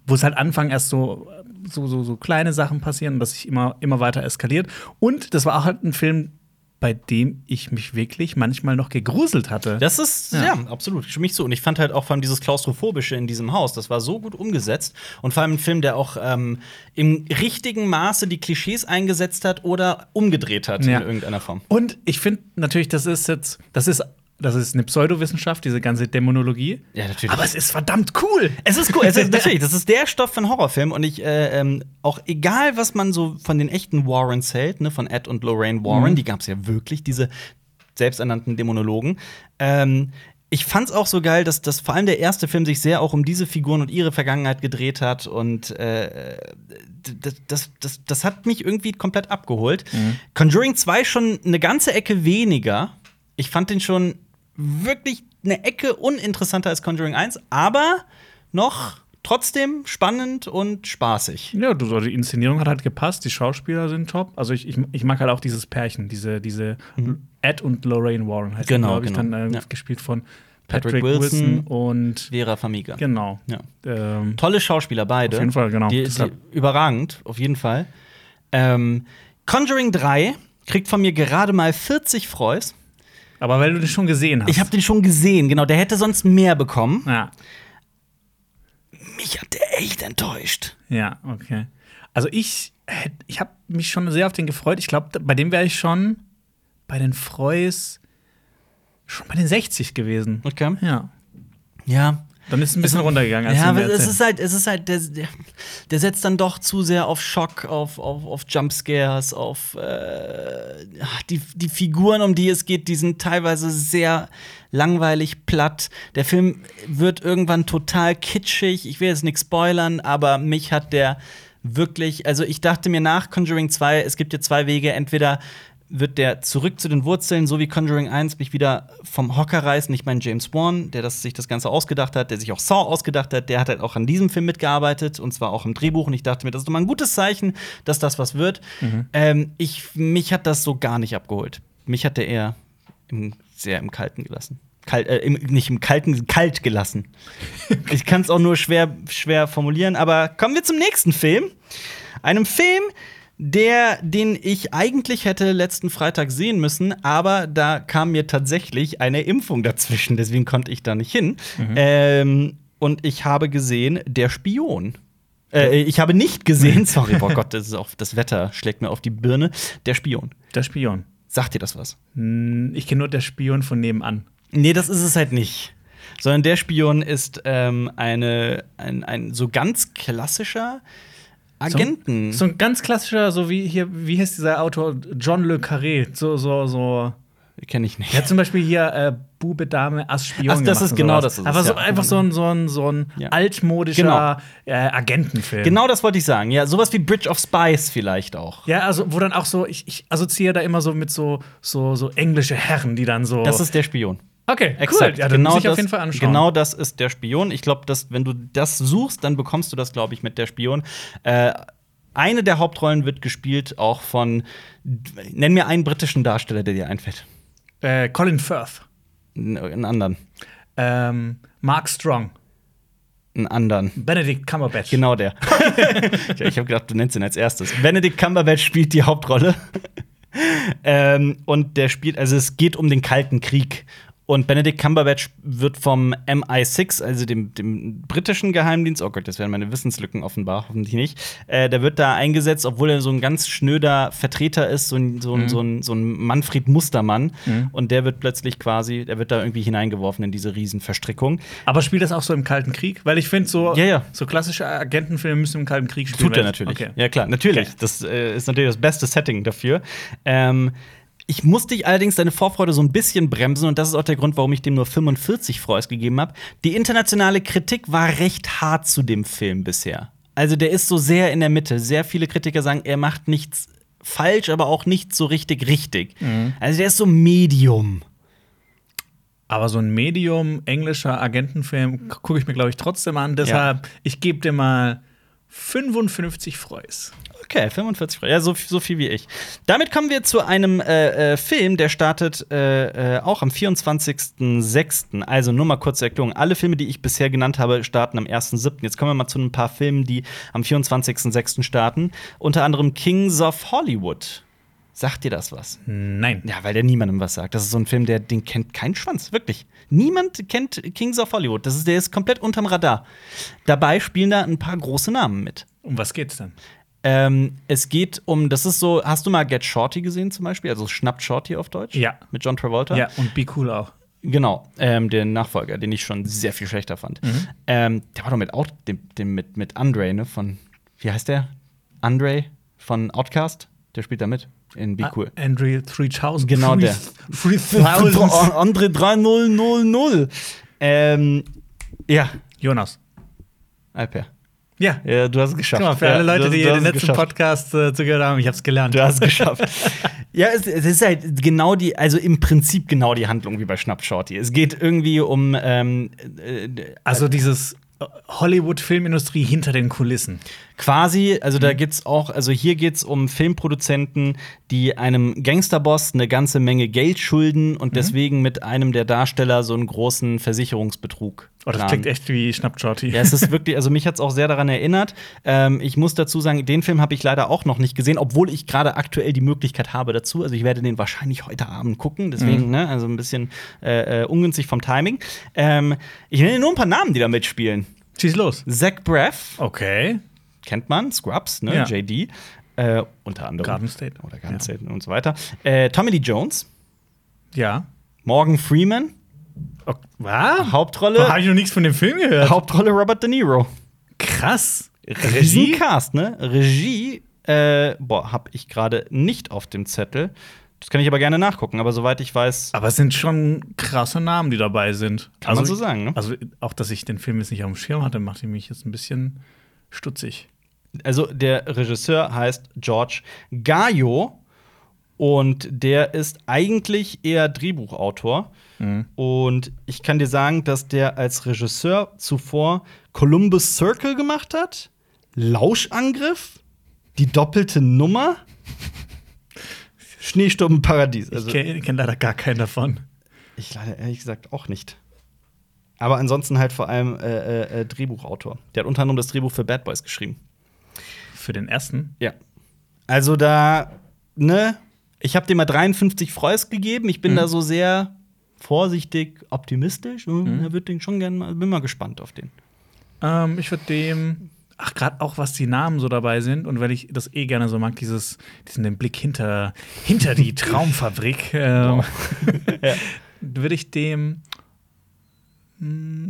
Speaker 2: wo es halt Anfang erst so, so, so, so kleine Sachen passieren und das sich immer, immer weiter eskaliert. Und das war auch halt ein Film, bei dem ich mich wirklich manchmal noch gegruselt hatte.
Speaker 1: Das ist, ja, absolut. Stimme ich zu. Und ich fand halt auch vor allem dieses Klaustrophobische in diesem Haus, das war so gut umgesetzt. Und vor allem ein Film, der auch ähm, im richtigen Maße die Klischees eingesetzt hat oder umgedreht hat
Speaker 2: Ja.
Speaker 1: in irgendeiner Form.
Speaker 2: Und ich finde natürlich, das ist jetzt, das ist, das ist eine Pseudowissenschaft, diese ganze Dämonologie.
Speaker 1: Ja, natürlich.
Speaker 2: Aber es ist verdammt cool.
Speaker 1: Es ist cool, es ist, natürlich, das ist der Stoff für einen Horrorfilm und ich, äh, ähm, auch egal, was man so von den echten Warrens hält, ne, von Ed und Lorraine Warren, die gab es ja wirklich, diese selbsternannten Dämonologen. Ähm, ich fand's auch so geil, dass, dass vor allem der erste Film sich sehr auch um diese Figuren und ihre Vergangenheit gedreht hat und äh, d- das, das, das, das hat mich irgendwie komplett abgeholt.
Speaker 2: Mhm.
Speaker 1: Conjuring 2 schon eine ganze Ecke weniger. Ich fand den schon wirklich eine Ecke uninteressanter als Conjuring 1, aber noch trotzdem spannend und spaßig.
Speaker 2: Ja, du, die Inszenierung hat halt gepasst, die Schauspieler sind top. Also ich, ich, ich mag halt auch dieses Pärchen, diese, diese Ed und Lorraine Warren heißt
Speaker 1: Mhm. Genau,
Speaker 2: glaube ich,
Speaker 1: genau.
Speaker 2: dann äh,
Speaker 1: Ja.
Speaker 2: gespielt von
Speaker 1: Patrick
Speaker 2: Patrick,
Speaker 1: Wilson.
Speaker 2: Wilson. und
Speaker 1: Vera Famiga.
Speaker 2: genau.
Speaker 1: Ja.
Speaker 2: Ähm,
Speaker 1: Tolle Schauspieler beide.
Speaker 2: Auf jeden Fall, genau.
Speaker 1: Die, die,
Speaker 2: Deshalb-
Speaker 1: überragend, auf jeden Fall. Ähm, Conjuring 3 kriegt von mir gerade mal 40 Freus.
Speaker 2: aber weil du das schon gesehen hast.
Speaker 1: Ich habe den schon gesehen, genau. Der hätte sonst mehr bekommen.
Speaker 2: ja,
Speaker 1: Mich hat der echt enttäuscht.
Speaker 2: ja, okay. Also ich, hätt- ich habe mich schon sehr auf den gefreut. Ich glaube, bei dem wäre ich schon bei den Freus schon bei den 60 gewesen.
Speaker 1: Okay.
Speaker 2: Ja.
Speaker 1: Ja.
Speaker 2: Dann ist es ein bisschen runtergegangen. Als
Speaker 1: Ja,
Speaker 2: du mir
Speaker 1: aber es
Speaker 2: erzählt
Speaker 1: ist halt, es ist halt, der, der, der setzt dann doch zu sehr auf Schock, auf, auf, auf Jumpscares, auf äh, ach, die, die Figuren, um die es geht, die sind teilweise sehr langweilig, platt. Der Film wird irgendwann total kitschig. Ich will jetzt nichts spoilern, aber mich hat der wirklich, also ich dachte mir nach Conjuring 2, es gibt ja zwei Wege, entweder wird der zurück zu den Wurzeln, so wie Conjuring 1, mich wieder vom Hocker reißen. Ich meine, James Wan, der das, sich das Ganze ausgedacht hat, der sich auch Saw ausgedacht hat, der hat halt auch an diesem Film mitgearbeitet und zwar auch im Drehbuch. Und ich dachte mir, das ist doch mal ein gutes Zeichen, dass das was wird. Ähm, ich, mich hat das so gar nicht abgeholt. Mich hat der eher im, sehr im Kalten gelassen. Kal äh, im, nicht im Kalten, kalt gelassen. ich kann es auch nur schwer, schwer formulieren, aber kommen wir zum nächsten Film. Einem Film, der, den ich eigentlich hätte letzten Freitag sehen müssen, aber da kam mir tatsächlich eine Impfung dazwischen, deswegen konnte ich da nicht hin. Ähm, und ich habe gesehen, der Spion. Äh, ich habe nicht gesehen, sorry, boah Gott, das, ist auf, das Wetter schlägt mir auf die Birne. Der Spion.
Speaker 2: Der Spion.
Speaker 1: Sagt dir das was?
Speaker 2: Hm, Ich kenne nur der Spion von nebenan.
Speaker 1: Nee, das ist es halt nicht. Sondern der Spion ist ähm, eine, ein, ein so ganz klassischer Agenten.
Speaker 2: So ein ganz klassischer, so wie hier, wie hieß dieser Autor? John Le Carré. So, so, so.
Speaker 1: Kenne ich nicht.
Speaker 2: Der hat zum Beispiel hier äh, Bube, Dame, Ass, Spion.
Speaker 1: Ach, das
Speaker 2: gemacht
Speaker 1: ist
Speaker 2: und
Speaker 1: genau
Speaker 2: sowas.
Speaker 1: das ist es,
Speaker 2: Aber so,
Speaker 1: ja.
Speaker 2: einfach so ein, so ein, so ein
Speaker 1: Ja.
Speaker 2: altmodischer
Speaker 1: Genau.
Speaker 2: äh, Agentenfilm.
Speaker 1: Genau das wollte ich sagen. Ja, sowas wie Bridge of Spies vielleicht auch.
Speaker 2: Ja, also wo dann auch so, ich, ich assoziiere da immer so mit so, so, so englische Herren, die dann so.
Speaker 1: Das ist der Spion.
Speaker 2: okay,
Speaker 1: Exakt.
Speaker 2: cool. Ja, dann
Speaker 1: genau
Speaker 2: muss ich
Speaker 1: das,
Speaker 2: auf jeden Fall anschauen.
Speaker 1: Genau das ist der Spion. Ich glaube, dass wenn du das suchst, dann bekommst du das, glaube ich, mit der Spion. Äh, eine der Hauptrollen wird gespielt auch von nenn mir einen britischen Darsteller, der dir einfällt.
Speaker 2: Äh, Colin Firth,
Speaker 1: N- Einen anderen,
Speaker 2: ähm, Mark Strong,
Speaker 1: einen anderen.
Speaker 2: Benedict Cumberbatch.
Speaker 1: Genau der. ja, ich habe gedacht, du nennst ihn als erstes. Benedict Cumberbatch spielt die Hauptrolle. ähm, und der spielt, also es geht um den Kalten Krieg. Und Benedict Cumberbatch wird vom MI6, also dem, dem britischen Geheimdienst, oh Gott, das werden meine Wissenslücken offenbar, hoffentlich nicht, äh, der wird da eingesetzt, obwohl er so ein ganz schnöder Vertreter ist, so ein, so ein, so ein, so ein Manfred Mustermann. Und der wird plötzlich quasi, der wird da irgendwie hineingeworfen in diese Riesenverstrickung.
Speaker 2: Aber spielt das auch so im Kalten Krieg? Weil ich finde, so,
Speaker 1: Ja, ja.
Speaker 2: so klassische Agentenfilme müssen im Kalten Krieg spielen.
Speaker 1: Tut er
Speaker 2: weil-
Speaker 1: natürlich.
Speaker 2: Okay.
Speaker 1: Ja, klar, natürlich.
Speaker 2: Okay.
Speaker 1: Das äh, ist natürlich das beste Setting dafür. Ähm, ich musste dich allerdings deine Vorfreude so ein bisschen bremsen und das ist auch der Grund, warum ich dem nur 45 Freus gegeben habe. Die internationale Kritik war recht hart zu dem Film bisher. Also der ist so sehr in der Mitte. Sehr viele Kritiker sagen, er macht nichts falsch, aber auch nicht so richtig richtig.
Speaker 2: Mhm.
Speaker 1: Also der ist so Medium.
Speaker 2: Aber so ein Medium englischer Agentenfilm gucke ich mir, glaube ich, trotzdem an. Deshalb, ich gebe dir mal 55 Freus.
Speaker 1: Okay, 45 Fragen. Ja, so, so viel wie ich. Damit kommen wir zu einem äh, äh, Film, der startet äh, äh, auch am 24.06. Also nur mal kurze Erklärung. Alle Filme, die ich bisher genannt habe, starten am 1.07. Jetzt kommen wir mal zu ein paar Filmen, die am 24.06. starten. Unter anderem Kings of Hollywood. Sagt dir das was?
Speaker 2: Nein.
Speaker 1: Hm. Ja, weil der niemandem was sagt. Das ist so ein Film, der den kennt kein Schwanz, wirklich. Niemand kennt Kings of Hollywood. Das ist, der ist komplett unterm Radar. Dabei spielen da ein paar große Namen mit.
Speaker 2: Um was geht's denn?
Speaker 1: Ähm, es geht um, das ist so, hast du mal Get Shorty gesehen zum Beispiel? Also schnappt Shorty auf Deutsch?
Speaker 2: Ja.
Speaker 1: Mit John Travolta?
Speaker 2: Ja, und Be Cool auch.
Speaker 1: Genau, ähm, den Nachfolger, den ich schon sehr viel schlechter fand. Ähm, der war doch mit, Out, dem, dem, mit, mit Andre, ne? Von, wie heißt der? Andre von Outcast? Der spielt da mit in Be Cool.
Speaker 2: Ah, Andrew 3000.
Speaker 1: Genau der.
Speaker 2: 3000.
Speaker 1: Andre 3000. Ähm, ja,
Speaker 2: Jonas.
Speaker 1: Alper.
Speaker 2: Ja.
Speaker 1: Ja, du hast es geschafft.
Speaker 2: Guck mal, für
Speaker 1: ja,
Speaker 2: alle
Speaker 1: du
Speaker 2: Leute,
Speaker 1: hast-
Speaker 2: die
Speaker 1: du hast
Speaker 2: den
Speaker 1: es
Speaker 2: letzten
Speaker 1: geschafft.
Speaker 2: Podcast äh, zugehört haben, ich hab's gelernt.
Speaker 1: Du hast es geschafft. ja, es, es ist halt genau die, also im Prinzip genau die Handlung wie bei Schnapp Shorty. Es geht irgendwie um ähm, äh,
Speaker 2: Also dieses äh, Hollywood-Filmindustrie hinter den Kulissen.
Speaker 1: quasi, also
Speaker 2: Mhm.
Speaker 1: da geht's auch, also hier geht's um Filmproduzenten, die einem Gangsterboss eine ganze Menge Geld schulden
Speaker 2: Mhm.
Speaker 1: und deswegen mit einem der Darsteller so einen großen Versicherungsbetrug.
Speaker 2: Oh, das
Speaker 1: planen.
Speaker 2: klingt echt wie Schnappschorti.
Speaker 1: Ja, es ist wirklich, also mich hat es auch sehr daran erinnert. Ähm, ich muss dazu sagen, den Film habe ich leider auch noch nicht gesehen, obwohl ich gerade aktuell die Möglichkeit habe dazu. Also ich werde den wahrscheinlich heute Abend gucken,
Speaker 2: Mhm.
Speaker 1: deswegen, ne, also ein bisschen äh, äh, ungünstig vom Timing. Ähm, ich nenne nur ein paar Namen, die da mitspielen.
Speaker 2: Schieß los.
Speaker 1: Zach Braff,
Speaker 2: Okay.
Speaker 1: kennt man, Scrubs, ne,
Speaker 2: Ja.
Speaker 1: JD, äh, unter anderem.
Speaker 2: Garden State.
Speaker 1: Oder Garden State und so weiter. Äh, Tommy Lee Jones,
Speaker 2: Ja.
Speaker 1: Morgan Freeman,
Speaker 2: Okay. Was? Habe
Speaker 1: Hauptrolle,
Speaker 2: ich noch nichts von dem Film gehört?
Speaker 1: Hauptrolle Robert De Niro.
Speaker 2: Krass.
Speaker 1: Regie? Cast, ne? Regie, äh, boah, hab ich gerade nicht auf dem Zettel. Das kann ich aber gerne nachgucken, aber soweit ich weiß,
Speaker 2: Aber es sind schon krasse Namen, die dabei sind.
Speaker 1: Kann man so sagen, ne?
Speaker 2: Also auch, dass ich den Film jetzt nicht auf dem Schirm hatte, macht mich jetzt ein bisschen stutzig.
Speaker 1: also der Regisseur heißt George Gayo und der ist eigentlich eher Drehbuchautor. Und ich kann dir sagen, dass der als Regisseur zuvor Columbus Circle gemacht hat, Lauschangriff, die doppelte Nummer, Schneesturm im Paradies. Also
Speaker 2: Ich kenne kenn leider gar keinen davon.
Speaker 1: Ich leider ehrlich gesagt auch nicht. Aber ansonsten halt vor allem äh, äh, äh, Drehbuchautor. Der hat unter anderem das Drehbuch für Bad Boys geschrieben.
Speaker 2: Für den ersten.
Speaker 1: Ja. Also da, ne, ich habe dem mal 53 Freus gegeben. Ich bin da so sehr vorsichtig optimistisch. Mhm. Er wird den schon gerne mal, bin mal gespannt auf den.
Speaker 2: Ähm, ich würde dem. Ach, gerade auch, was die Namen so dabei sind und weil ich das eh gerne so mag, dieses, diesen den Blick hinter, hinter die Traumfabrik, ähm, würde ich dem mm,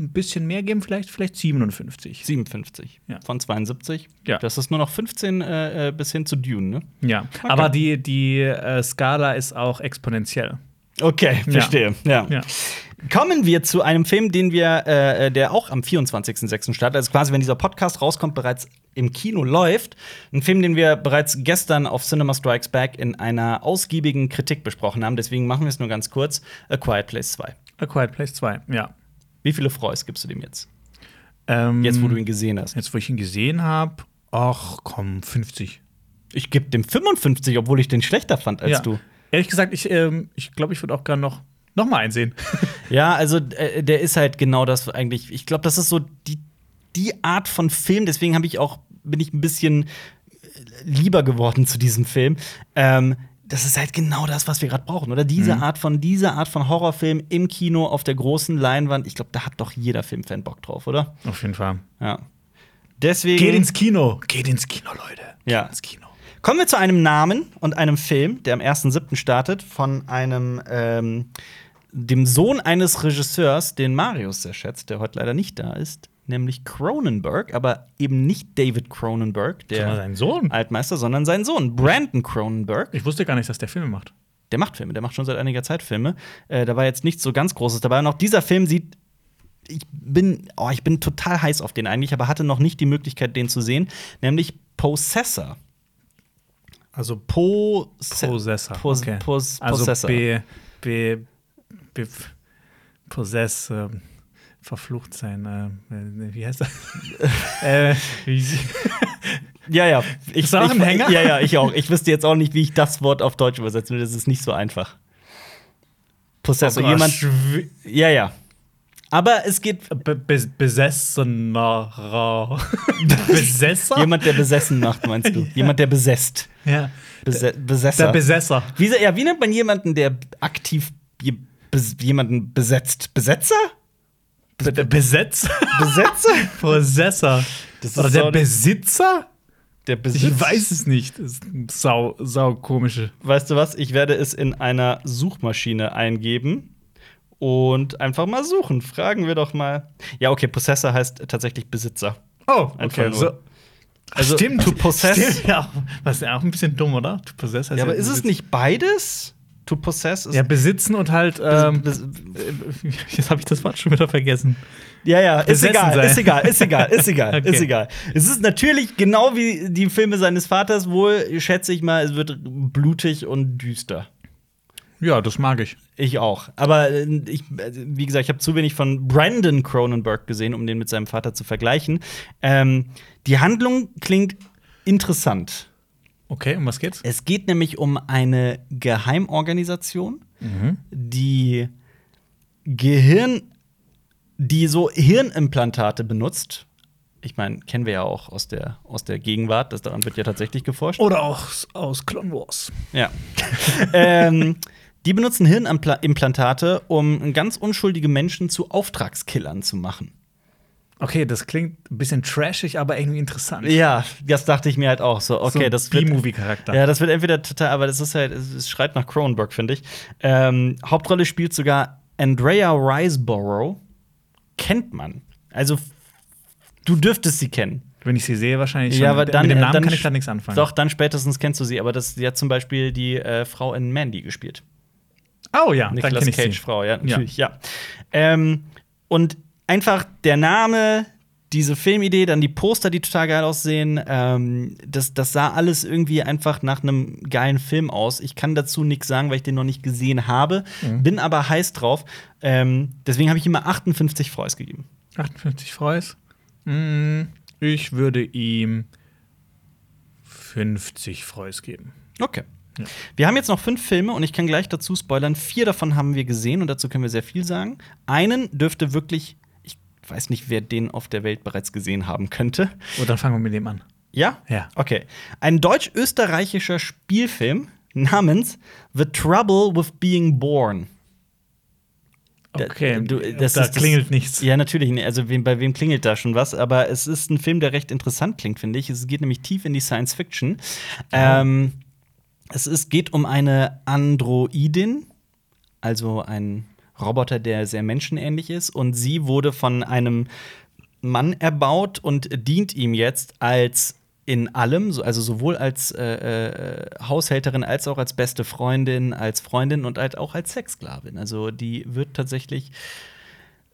Speaker 2: ein bisschen mehr geben, vielleicht, vielleicht 57.
Speaker 1: 57
Speaker 2: Ja.
Speaker 1: von 72.
Speaker 2: Ja.
Speaker 1: Das ist nur noch 15 äh, äh, bis hin zu Dune, ne?
Speaker 2: Ja, aber die, die äh, Skala ist auch exponentiell.
Speaker 1: Okay, verstehe. Ja.
Speaker 2: Ja.
Speaker 1: Kommen wir zu einem Film, den wir, äh, äh, der auch am 24.06. startet, also quasi, wenn dieser Podcast rauskommt, bereits im Kino läuft. Ein Film, den wir bereits gestern auf Cinema Strikes Back in einer ausgiebigen Kritik besprochen haben. Deswegen machen wir es nur ganz kurz. A Quiet Place 2.
Speaker 2: A Quiet Place 2, ja.
Speaker 1: Wie viele Freus gibst du dem jetzt?
Speaker 2: Ähm,
Speaker 1: Jetzt, wo du ihn gesehen hast.
Speaker 2: jetzt, wo ich ihn gesehen habe, ach komm, 50.
Speaker 1: Ich gebe dem 55, obwohl ich den schlechter fand als
Speaker 2: ja.
Speaker 1: du.
Speaker 2: Ehrlich gesagt, ich ähm, ich, glaub, ich würde auch gerne noch, noch mal einsehen.
Speaker 1: Ja, also äh, der ist halt genau das eigentlich. Ich glaube, das ist so die, die Art von Film, deswegen habe ich auch, bin ich ein bisschen äh, lieber geworden zu diesem Film. Ähm, das ist halt genau das, was wir gerade brauchen, oder? Diese
Speaker 2: Mhm.
Speaker 1: Art von diese Art von Horrorfilm im Kino auf der großen Leinwand. Ich glaube, da hat doch jeder Filmfan Bock drauf, oder?
Speaker 2: Auf jeden Fall.
Speaker 1: Ja. Deswegen
Speaker 2: Geht ins Kino. Geht ins Kino, Leute. Geht
Speaker 1: Ja.
Speaker 2: ins Kino.
Speaker 1: kommen wir zu einem Namen und einem Film, der am 1.7. startet, von einem ähm, dem Sohn eines Regisseurs, den Marius sehr schätzt, der heute leider nicht da ist, nämlich Cronenberg, aber eben nicht David Cronenberg,
Speaker 2: Sondern
Speaker 1: der
Speaker 2: sein Sohn.
Speaker 1: Altmeister, sondern sein Sohn, Brandon Cronenberg.
Speaker 2: Ich wusste gar nicht, dass der Filme macht.
Speaker 1: Der macht Filme, der macht schon seit einiger Zeit Filme. Äh, da war jetzt nichts so ganz Großes dabei. Und auch dieser Film sieht. Ich bin, oh, ich bin total heiß auf den eigentlich, aber hatte noch nicht die Möglichkeit, den zu sehen, nämlich Possessor. Also Possessor.
Speaker 2: Possessor.
Speaker 1: Pos
Speaker 2: okay.
Speaker 1: Pos
Speaker 2: also
Speaker 1: Possessor.
Speaker 2: Be, be, be, Possess. ähm, verflucht sein. Äh, wie heißt das? äh, wie,
Speaker 1: Ja, ja. Ich,
Speaker 2: Bist du auch ein
Speaker 1: ich,
Speaker 2: Hänger?
Speaker 1: Ja, ja, ich auch. Ich wüsste jetzt auch nicht, wie ich das Wort auf Deutsch übersetzen würde. Das ist nicht so einfach. Possessor.
Speaker 2: Oh Gott.
Speaker 1: jemand. Ja, ja. Aber es geht
Speaker 2: Be Be- Besessener. Besesser?
Speaker 1: jemand, der besessen macht, meinst du? Jemand, der besesst.
Speaker 2: ja.
Speaker 1: Bese
Speaker 2: Der
Speaker 1: Besesser.
Speaker 2: Besesser.
Speaker 1: wie, se- ja, wie nennt man jemanden, der aktiv je- bes jemanden besetzt? Besetzer?
Speaker 2: Be der Besetzer?
Speaker 1: Besetzer?
Speaker 2: Possessor.
Speaker 1: Das ist
Speaker 2: Oder
Speaker 1: so
Speaker 2: der
Speaker 1: ein-
Speaker 2: Besitzer?
Speaker 1: Der Besitz.
Speaker 2: Ich weiß es nicht. Das ist ein sau, sau komische.
Speaker 1: Weißt du was? Ich werde es in einer Suchmaschine eingeben und einfach mal suchen. Fragen wir doch mal. Ja, okay, Possessor heißt tatsächlich Besitzer.
Speaker 2: Oh,
Speaker 1: Einfach nur.
Speaker 2: So.
Speaker 1: Also,
Speaker 2: Also, stimmt,
Speaker 1: to possess-
Speaker 2: Stimmt, ja. Was ja auch ein bisschen dumm, oder? To possess heißt
Speaker 1: Ja, aber ist es
Speaker 2: besitz-
Speaker 1: nicht beides? To possess ist.
Speaker 2: Ja, besitzen und halt. Ähm,
Speaker 1: Bes-
Speaker 2: jetzt habe ich das Wort schon wieder vergessen.
Speaker 1: ja, ja, ist
Speaker 2: besessen
Speaker 1: egal,
Speaker 2: sein.
Speaker 1: ist egal, ist egal, ist egal,
Speaker 2: Okay.
Speaker 1: ist egal. Es ist natürlich genau wie die Filme seines Vaters wohl, schätze ich mal, es wird blutig und düster.
Speaker 2: Ja, das mag ich.
Speaker 1: Ich auch. Aber äh, ich, äh, wie gesagt, ich habe zu wenig von Brandon Cronenberg gesehen, um den mit seinem Vater zu vergleichen. Ähm, die Handlung klingt interessant.
Speaker 2: Okay, um was geht's?
Speaker 1: Es geht nämlich um eine Geheimorganisation, die Gehirn, die so Hirnimplantate benutzt. Ich meine, kennen wir ja auch aus der, aus der Gegenwart, das daran wird ja tatsächlich geforscht.
Speaker 2: Oder auch aus Clone Wars.
Speaker 1: Ja. ähm, die benutzen Hirnimplantate, um ganz unschuldige Menschen zu Auftragskillern zu machen.
Speaker 2: Okay, das klingt ein bisschen trashig, aber irgendwie interessant.
Speaker 1: Ja, das dachte ich mir halt auch so. Okay,
Speaker 2: so
Speaker 1: das wird
Speaker 2: B-Movie-Charakter.
Speaker 1: Ja, das wird entweder total, aber das ist halt, es es schreit nach Cronenberg, finde ich. Ähm, Hauptrolle spielt sogar Andrea Riseborough. Kennt man. Also, f- du dürftest sie kennen.
Speaker 2: Wenn ich sie sehe, wahrscheinlich.
Speaker 1: ja,
Speaker 2: schon.
Speaker 1: aber dann, äh,
Speaker 2: mit dem Namen
Speaker 1: dann
Speaker 2: kann ich da nichts anfangen.
Speaker 1: Doch, dann spätestens kennst du sie, aber das, sie hat zum Beispiel die äh, Frau in Mandy gespielt.
Speaker 2: Oh ja, dann
Speaker 1: Nicolas
Speaker 2: kenn ich
Speaker 1: Cage
Speaker 2: sie.
Speaker 1: Frau, ja, natürlich, ja. Ähm, und einfach der Name, diese Filmidee, dann die Poster, die total geil aussehen, ähm, das, das sah alles irgendwie einfach nach einem geilen Film aus. Ich kann dazu nichts sagen, weil ich den noch nicht gesehen habe, bin aber heiß drauf. Ähm, deswegen habe ich immer 58 Freus gegeben.
Speaker 2: 58 Freus. Mm, ich würde ihm 50 Freus geben.
Speaker 1: Okay. Wir haben jetzt noch fünf Filme und ich kann gleich dazu spoilern. Vier davon haben wir gesehen und dazu können wir sehr viel sagen. Einen dürfte wirklich, ich weiß nicht, wer den auf der Welt bereits gesehen haben könnte.
Speaker 2: Und Oh, dann fangen wir mit dem an.
Speaker 1: Ja?
Speaker 2: Ja.
Speaker 1: Okay. Ein deutsch-österreichischer Spielfilm namens The Trouble with Being Born. Da- äh,
Speaker 2: Okay,
Speaker 1: du- das
Speaker 2: da
Speaker 1: ist das-
Speaker 2: klingelt nichts.
Speaker 1: Ja, natürlich. nicht. Also wem, bei wem klingelt da schon was? Aber es ist ein Film, der recht interessant klingt, finde ich. Es geht nämlich tief in die Science Fiction. Ähm, es ist, geht um eine Androidin, also ein Roboter, der sehr menschenähnlich ist. Und sie wurde von einem Mann erbaut und dient ihm jetzt als in allem, so- also sowohl als äh, äh, Haushälterin als auch als beste Freundin, als Freundin und halt auch als Sexsklavin. Also die wird tatsächlich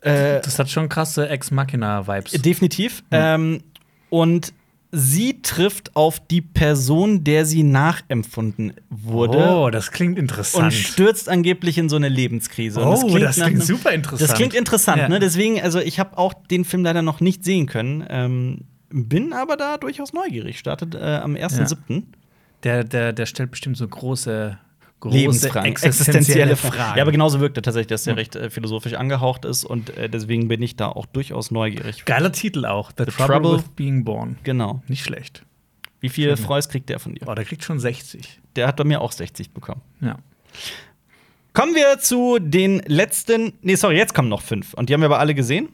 Speaker 1: äh,
Speaker 2: Das hat schon krasse Ex Machina Vibes.
Speaker 1: definitiv. Ähm, und sie trifft auf die Person, der sie nachempfunden wurde.
Speaker 2: oh, das klingt
Speaker 1: Und
Speaker 2: interessant.
Speaker 1: stürzt angeblich in so eine Lebenskrise. Und
Speaker 2: Oh, das
Speaker 1: nach
Speaker 2: klingt
Speaker 1: einem-
Speaker 2: super interessant.
Speaker 1: Das klingt interessant,
Speaker 2: Ja.
Speaker 1: ne? Deswegen, also ich habe auch den Film leider noch nicht sehen können. Ähm, bin aber da durchaus neugierig. Startet äh, am 1.7.
Speaker 2: Der, der, der stellt bestimmt so große, große
Speaker 1: Lebensfragen,
Speaker 2: existenzielle Fragen. genau.
Speaker 1: Ja, aber genauso wirkt er tatsächlich, dass der recht äh, philosophisch angehaucht ist und äh, deswegen bin ich da auch durchaus neugierig.
Speaker 2: Geiler Titel auch. The, Trouble,
Speaker 1: Trouble-
Speaker 2: with Being Born.
Speaker 1: Genau.
Speaker 2: Nicht schlecht.
Speaker 1: Wie viel Freus kriegt der von dir?
Speaker 2: Oh, der kriegt schon 60.
Speaker 1: Der hat bei mir auch 60 bekommen.
Speaker 2: Ja.
Speaker 1: Kommen wir zu den letzten. Nee, sorry, jetzt kommen noch fünf. Und die haben wir aber alle gesehen.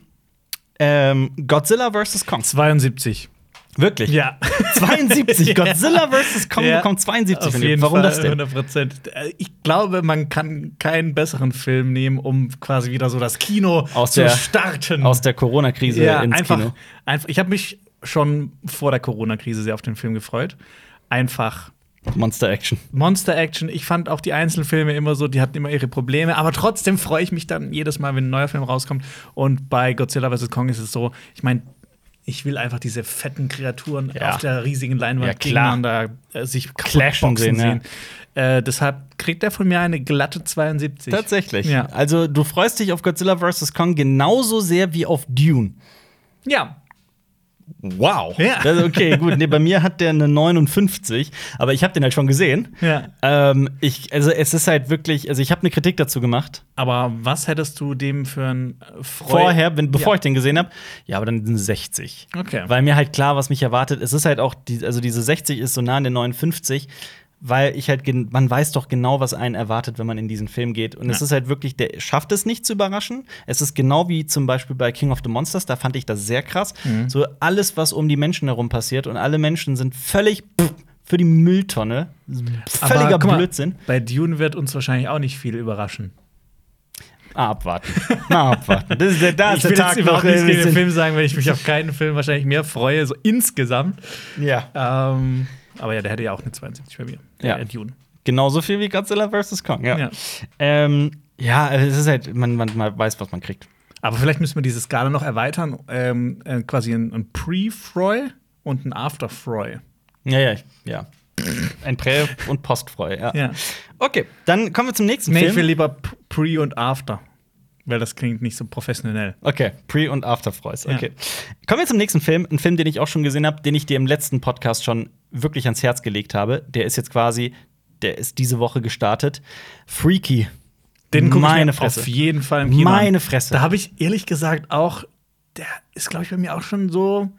Speaker 1: Ähm, Godzilla vs. Kong.
Speaker 2: 72.
Speaker 1: Wirklich?
Speaker 2: Ja.
Speaker 1: 72. Godzilla vs. Kong
Speaker 2: Ja.
Speaker 1: bekommt 72.
Speaker 2: Auf
Speaker 1: von dir.
Speaker 2: jeden
Speaker 1: Warum
Speaker 2: Fall,
Speaker 1: das denn?
Speaker 2: 100%. Äh, Ich glaube, man kann keinen besseren Film nehmen, um quasi wieder so das Kino
Speaker 1: Aus
Speaker 2: zu
Speaker 1: der-
Speaker 2: starten.
Speaker 1: Aus der Corona-Krise
Speaker 2: ja,
Speaker 1: ins
Speaker 2: einfach,
Speaker 1: Kino.
Speaker 2: einfach. Ich habe mich schon vor der Corona-Krise sehr auf den Film gefreut. Einfach
Speaker 1: Monster Action.
Speaker 2: Monster-Action. Ich fand auch die Einzelfilme immer so, die hatten immer ihre Probleme. Aber trotzdem freue ich mich dann jedes Mal, wenn ein neuer Film rauskommt. Und bei Godzilla vs. Kong ist es so, ich meine, ich will einfach diese fetten Kreaturen
Speaker 1: Ja.
Speaker 2: auf der riesigen Leinwand
Speaker 1: Ja, klar.
Speaker 2: gegeneinander äh, sich kaputt
Speaker 1: Clashen
Speaker 2: boxen
Speaker 1: sehen,
Speaker 2: sehen. Äh, deshalb kriegt er von mir eine glatte 72.
Speaker 1: Tatsächlich.
Speaker 2: Ja.
Speaker 1: Also du freust dich auf Godzilla vs. Kong genauso sehr wie auf Dune.
Speaker 2: Ja,
Speaker 1: Wow.
Speaker 2: Ja.
Speaker 1: Das, Also, okay, gut. Nee, bei mir hat der eine 59, aber ich habe den halt schon gesehen.
Speaker 2: Ja.
Speaker 1: Ähm, ich, also es ist halt wirklich, also ich habe eine Kritik dazu gemacht.
Speaker 2: aber was hättest du dem für ein Freu
Speaker 1: Vorher, wenn, bevor ich den gesehen habe, ja, aber dann sind es 60.
Speaker 2: Okay.
Speaker 1: Weil mir halt klar, was mich erwartet. Es ist halt auch, die, also diese 60 ist so nah an den 59, weil ich halt, gen- man weiß doch genau, was einen erwartet, wenn man in diesen Film geht. Und es
Speaker 2: Ja.
Speaker 1: ist halt wirklich, der schafft es nicht zu überraschen. Es ist genau wie zum Beispiel bei King of the Monsters, da fand ich das sehr krass.
Speaker 2: Mhm.
Speaker 1: So alles, was um die Menschen herum passiert und alle Menschen sind völlig pff, für die Mülltonne.
Speaker 2: Aber
Speaker 1: Völliger
Speaker 2: guck mal,
Speaker 1: Blödsinn.
Speaker 2: Bei Dune wird uns wahrscheinlich auch nicht viel überraschen.
Speaker 1: Mal Ah, abwarten. Mal abwarten. Das ist der, da ist Ah, der Tag, eh
Speaker 2: überhaupt
Speaker 1: noch-
Speaker 2: nicht gegen den Film sagen, weil ich mich auf keinen Film wahrscheinlich mehr freue, so insgesamt.
Speaker 1: Ja.
Speaker 2: Ähm, aber ja, der hätte ja auch eine 72 bei mir.
Speaker 1: Ja.
Speaker 2: Äh, Dune.
Speaker 1: Genauso viel wie Godzilla vs. Kong, ja. Ja,
Speaker 2: Ja.
Speaker 1: ähm, ja also es ist halt, man, man, man weiß, was man kriegt.
Speaker 2: Aber vielleicht müssen wir diese Skala noch erweitern, ähm, äh, quasi ein, ein Pre-Froy und ein After-Froy.
Speaker 1: Ja, ja, ich- ja. Ein Prä- und Postfreu, ja.
Speaker 2: Ja.
Speaker 1: Okay, dann kommen wir zum nächsten
Speaker 2: Nee, ich will
Speaker 1: Film.
Speaker 2: lieber P- Pre und After, weil das klingt nicht so professionell.
Speaker 1: Okay, Pre- und Afterfreus.
Speaker 2: Ja.
Speaker 1: Okay. Kommen wir zum nächsten Film. Ein Film, den ich auch schon gesehen habe, den ich dir im letzten Podcast schon wirklich ans Herz gelegt habe. Der ist jetzt quasi, der ist diese Woche gestartet. Freaky.
Speaker 2: Den gucke ich
Speaker 1: Meine
Speaker 2: mir
Speaker 1: Fresse.
Speaker 2: auf jeden Fall im Kino. an.
Speaker 1: Meine Fresse.
Speaker 2: Da habe ich ehrlich gesagt auch, der ist, glaube ich, bei mir auch schon so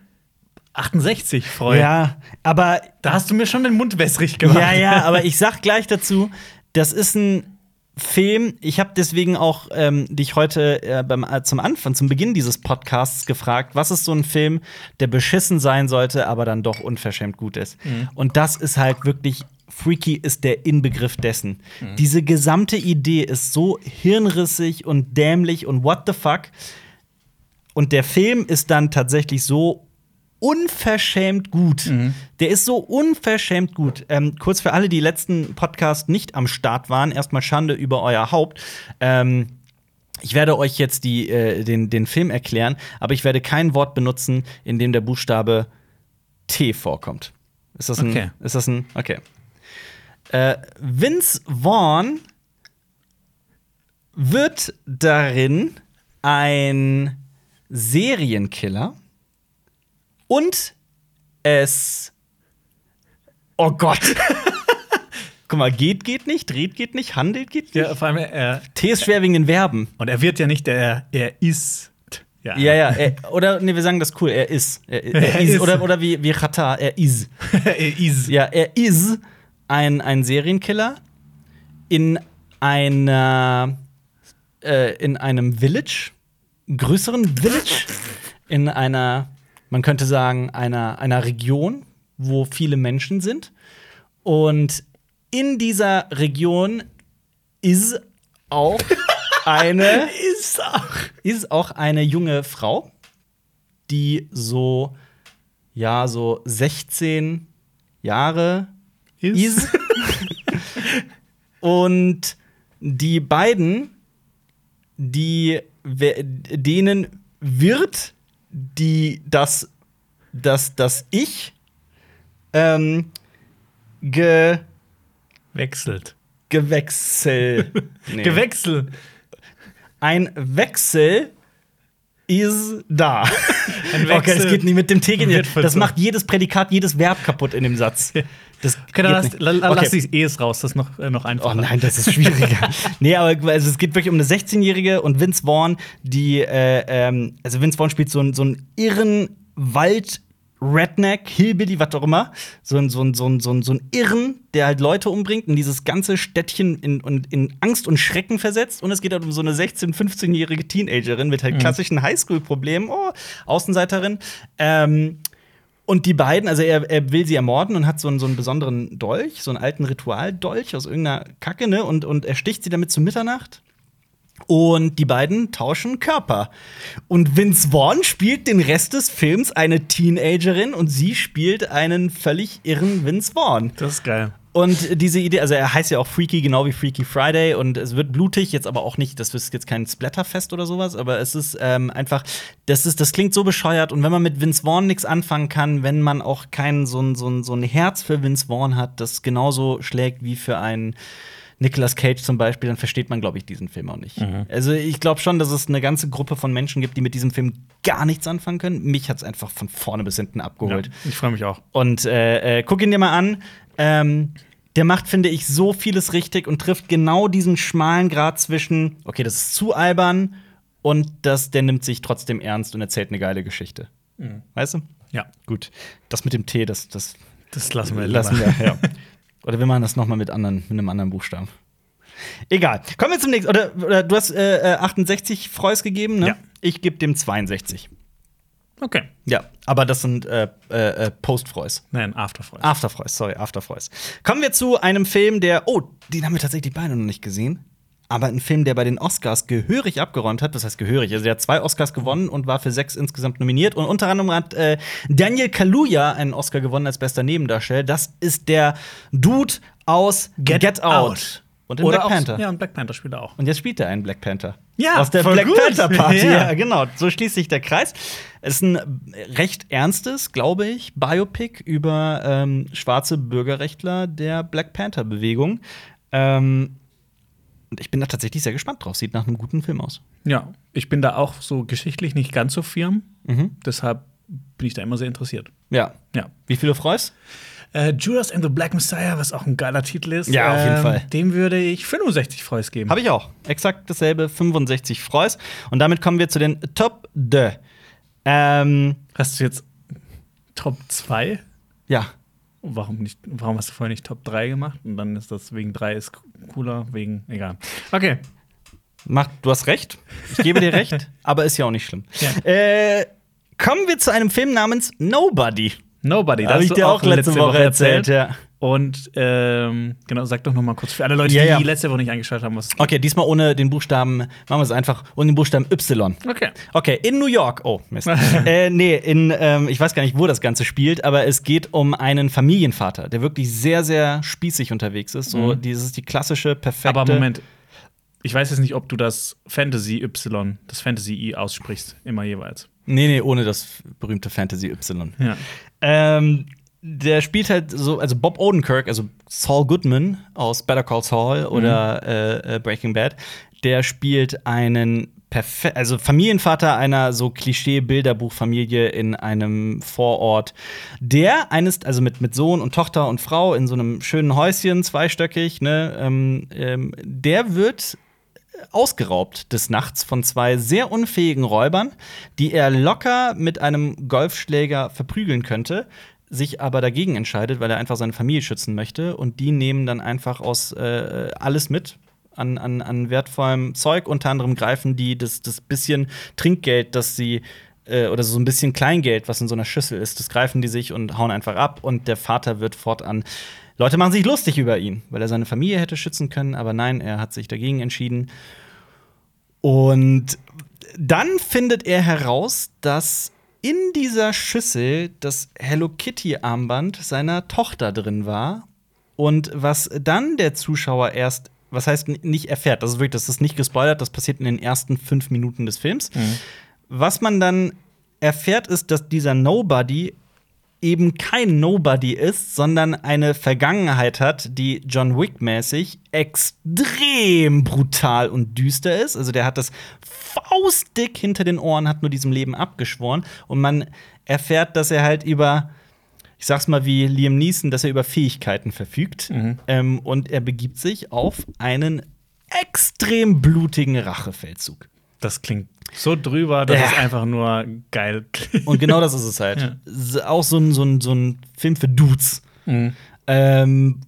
Speaker 2: 68 Freund.
Speaker 1: Ja, aber
Speaker 2: Da hast du mir schon den Mund wässrig gemacht.
Speaker 1: Ja, ja, aber ich sag gleich dazu, das ist ein Film. Ich habe deswegen auch ähm, dich heute äh, beim, äh, zum Anfang, zum Beginn dieses Podcasts gefragt, was ist so ein Film, der beschissen sein sollte, aber dann doch unverschämt gut ist. Und das ist halt wirklich. Freaky ist der Inbegriff dessen. Diese gesamte Idee ist so hirnrissig und dämlich und what the fuck. Und der Film ist dann tatsächlich so unverschämt gut. Der ist so unverschämt gut. Ähm, kurz für alle, die letzten Podcast nicht am Start waren, erstmal Schande über euer Haupt. Ähm, ich werde euch jetzt die, äh, den, den Film erklären, aber ich werde kein Wort benutzen, in dem der Buchstabe T vorkommt. Ist das ein?
Speaker 2: Okay.
Speaker 1: Ist das ein? Okay. Äh, Vince Vaughn wird darin ein Serienkiller und es. Oh Gott! Guck mal, geht, geht nicht, dreht, geht nicht, handelt, geht nicht.
Speaker 2: Ja, vor allem, er,
Speaker 1: T ist schwer wegen den Verben.
Speaker 2: und er wird ja nicht, der, er ist.
Speaker 1: Ja, ja. Er, oder, nee, wir sagen das cool, er ist. Er, er,
Speaker 2: Er
Speaker 1: is.
Speaker 2: is.
Speaker 1: Oder, oder wie, wie Chata, er ist.
Speaker 2: er ist.
Speaker 1: Ja, er ist ein, ein Serienkiller in einer äh, in einem Village, größeren Village, in einer, man könnte sagen, einer, einer Region, wo viele Menschen sind. Und in dieser Region ist auch eine
Speaker 2: Ist auch.
Speaker 1: ist auch eine junge Frau, die so ja, so 16 Jahre
Speaker 2: Ist.
Speaker 1: ist. Und die beiden, die we- denen wird die das das das ich ähm, ge,
Speaker 2: Wechselt.
Speaker 1: gewechselt
Speaker 2: Gewechselt.
Speaker 1: ein Wechsel ist da.
Speaker 2: Ein
Speaker 1: Okay, das geht nicht mit dem T. geht
Speaker 2: wird
Speaker 1: nicht. Das
Speaker 2: vollzogen.
Speaker 1: macht jedes Prädikat, jedes Verb kaputt in dem Satz. Das
Speaker 2: Okay, dann
Speaker 1: geht
Speaker 2: Genau, lass,
Speaker 1: nicht.
Speaker 2: la, la,
Speaker 1: Okay.
Speaker 2: lass die E's raus, das ist noch, äh, noch
Speaker 1: Oh
Speaker 2: einfacher.
Speaker 1: nein, das ist schwieriger. nee, aber also, es geht wirklich um eine 16-Jährige und Vince Vaughn, die, äh, ähm, also Vince Vaughn spielt so einen, so einen irren Wald- Redneck, Hillbilly, was auch immer, so ein, so, ein, so, ein, so, ein, so ein Irren, der halt Leute umbringt und dieses ganze Städtchen in, und in Angst und Schrecken versetzt. Und es geht halt um so eine 16-, 15-jährige Teenagerin mit halt klassischen Highschool-Problemen, oh, Außenseiterin. Ähm, und die beiden, also er, er will sie ermorden und hat so einen, so einen besonderen Dolch, so einen alten Ritualdolch aus irgendeiner Kacke, ne? Und, und er sticht sie damit zu Mitternacht. Und die beiden tauschen Körper. Und Vince Vaughn spielt den Rest des Films eine Teenagerin und sie spielt einen völlig irren Vince Vaughn.
Speaker 2: Das ist geil.
Speaker 1: Und diese Idee, also er heißt ja auch Freaky, genau wie Freaky Friday, und es wird blutig, jetzt aber auch nicht, das ist jetzt kein Splatterfest oder sowas, aber es ist ähm, einfach, das, ist, das klingt so bescheuert, und wenn man mit Vince Vaughn nichts anfangen kann, wenn man auch kein so ein, so ein, so ein Herz für Vince Vaughn hat, das genauso schlägt wie für einen Nicolas Cage zum Beispiel, dann versteht man, glaube ich, diesen Film auch nicht. Also ich glaube schon, dass es eine ganze Gruppe von Menschen gibt, die mit diesem Film gar nichts anfangen können. Mich hat es einfach von vorne bis hinten abgeholt.
Speaker 2: Ich freue mich auch.
Speaker 1: Und äh, äh, guck ihn dir mal an. Ähm, der macht, finde ich, so vieles richtig und trifft genau diesen schmalen Grat zwischen, okay, das ist zu albern und das, der nimmt sich trotzdem ernst und erzählt eine geile Geschichte.
Speaker 2: Mhm.
Speaker 1: Weißt du?
Speaker 2: Ja,
Speaker 1: Gut. Das mit dem T, das, das
Speaker 2: das lassen wir.
Speaker 1: lassen
Speaker 2: lieber.
Speaker 1: wir. Ja. Oder wir machen das noch mal mit, anderen, mit einem anderen Buchstaben. Egal. Kommen wir zum nächsten. Oder, oder du hast äh, äh, 68 Freus gegeben, ne?
Speaker 2: Ja.
Speaker 1: Ich gebe dem 62.
Speaker 2: Okay.
Speaker 1: Ja, aber das sind äh, äh, äh, Post-Freus.
Speaker 2: Nein, Afterfreud.
Speaker 1: Afterfreus, sorry, Afterfreus. Kommen wir zu einem Film, der, oh, den haben wir tatsächlich beide noch nicht gesehen. Aber ein Film, der bei den Oscars gehörig abgeräumt hat, das heißt gehörig, also der hat zwei Oscars gewonnen und war für sechs insgesamt nominiert. Und unter anderem hat äh, Daniel Kaluuya einen Oscar gewonnen als bester Nebendarsteller. Das ist der Dude aus Get, Out.
Speaker 2: Out.
Speaker 1: Und in Black
Speaker 2: auch,
Speaker 1: Panther.
Speaker 2: Ja, und Black Panther spielt er auch.
Speaker 1: Und jetzt spielt er einen Black Panther.
Speaker 2: Ja,
Speaker 1: aus der
Speaker 2: voll
Speaker 1: Black
Speaker 2: gut.
Speaker 1: Panther Party.
Speaker 2: Ja.
Speaker 1: Ja, genau. So schließt sich der Kreis. Es ist ein recht ernstes, glaube ich, Biopic über ähm, schwarze Bürgerrechtler der Black Panther Bewegung. Ähm, und ich bin da tatsächlich sehr gespannt drauf. Sieht nach einem guten Film aus.
Speaker 2: Ja, ich bin da auch so geschichtlich nicht ganz so firm.
Speaker 1: Mhm.
Speaker 2: Deshalb bin ich da immer sehr interessiert.
Speaker 1: Ja.
Speaker 2: Ja.
Speaker 1: Wie viele freust?
Speaker 2: Äh, Judas and the Black Messiah, was auch ein geiler Titel ist.
Speaker 1: Ja, auf jeden
Speaker 2: ähm,
Speaker 1: Fall.
Speaker 2: Dem würde ich 65 Freus geben.
Speaker 1: Habe ich auch. Exakt dasselbe, 65 Freus. Und damit kommen wir zu den Top de. Ähm,
Speaker 2: Hast du jetzt Top 2?
Speaker 1: ja.
Speaker 2: Warum, nicht, warum hast du vorher nicht Top 3 gemacht? Und dann ist das wegen 3 ist cooler, wegen. Egal. Okay.
Speaker 1: Macht, du hast recht. Ich gebe dir recht, aber ist ja auch nicht schlimm.
Speaker 2: Ja.
Speaker 1: Äh, kommen wir zu einem Film namens Nobody.
Speaker 2: Nobody,
Speaker 1: Hab ich dir auch letzte Woche erzählt, ja.
Speaker 2: Und ähm, genau, sag doch noch mal kurz für alle Leute,
Speaker 1: Ja, ja.
Speaker 2: die letzte Woche nicht eingeschaltet haben, was.
Speaker 1: Okay, diesmal ohne den Buchstaben, machen wir es einfach, ohne den Buchstaben Y.
Speaker 2: Okay.
Speaker 1: Okay, in New York. Oh, Mist. äh, nee, in, ähm, ich weiß gar nicht, wo das Ganze spielt, aber es geht um einen Familienvater, der wirklich sehr, sehr spießig unterwegs ist. So,
Speaker 2: Mhm.
Speaker 1: dieses die klassische, perfekte.
Speaker 2: Aber Moment. Ich weiß jetzt nicht, ob du das Fantasy Y, das Fantasy I aussprichst, immer jeweils.
Speaker 1: Nee, nee, ohne das berühmte Fantasy Y.
Speaker 2: Ja.
Speaker 1: Ähm, der spielt halt so, also Bob Odenkirk, also Saul Goodman aus Better Call Saul oder äh, äh, Breaking Bad, der spielt einen perfekt, also Familienvater einer so Klischee-Bilderbuchfamilie in einem Vorort, der eines, also mit, mit Sohn und Tochter und Frau in so einem schönen Häuschen, zweistöckig, ne, ähm, ähm, der wird ausgeraubt des Nachts von zwei sehr unfähigen Räubern, die er locker mit einem Golfschläger verprügeln könnte, sich aber dagegen entscheidet, weil er einfach seine Familie schützen möchte. Und die nehmen dann einfach aus äh, alles mit. An, an, an wertvollem Zeug. Unter anderem greifen die das, das bisschen Trinkgeld, das sie äh, oder so ein bisschen Kleingeld, was in so einer Schüssel ist, das greifen die sich und hauen einfach ab. Und der Vater wird fortan Leute machen sich lustig über ihn, weil er seine Familie hätte schützen können, aber nein, er hat sich dagegen entschieden. Und dann findet er heraus, dass in dieser Schüssel das Hello Kitty-Armband seiner Tochter drin war. Und was dann der Zuschauer erst, was heißt n- nicht erfährt, das ist wirklich, das ist nicht gespoilert, das passiert in den ersten fünf Minuten des Films. Was man dann erfährt, ist, dass dieser Nobody eben kein Nobody ist, sondern eine Vergangenheit hat, die John Wick-mäßig extrem brutal und düster ist. Also der hat das faustdick hinter den Ohren, hat nur diesem Leben abgeschworen. Und man erfährt, dass er halt über, ich sag's mal wie Liam Neeson, dass er über Fähigkeiten verfügt. Ähm, und er begibt sich auf einen extrem blutigen Rachefeldzug.
Speaker 2: Das klingt so drüber, dass
Speaker 1: Ja.
Speaker 2: es einfach nur geil klingt.
Speaker 1: Und genau das ist es halt.
Speaker 2: Ja. Mhm.
Speaker 1: S- Auch so ein, so, ein, so ein Film für Dudes. Ähm,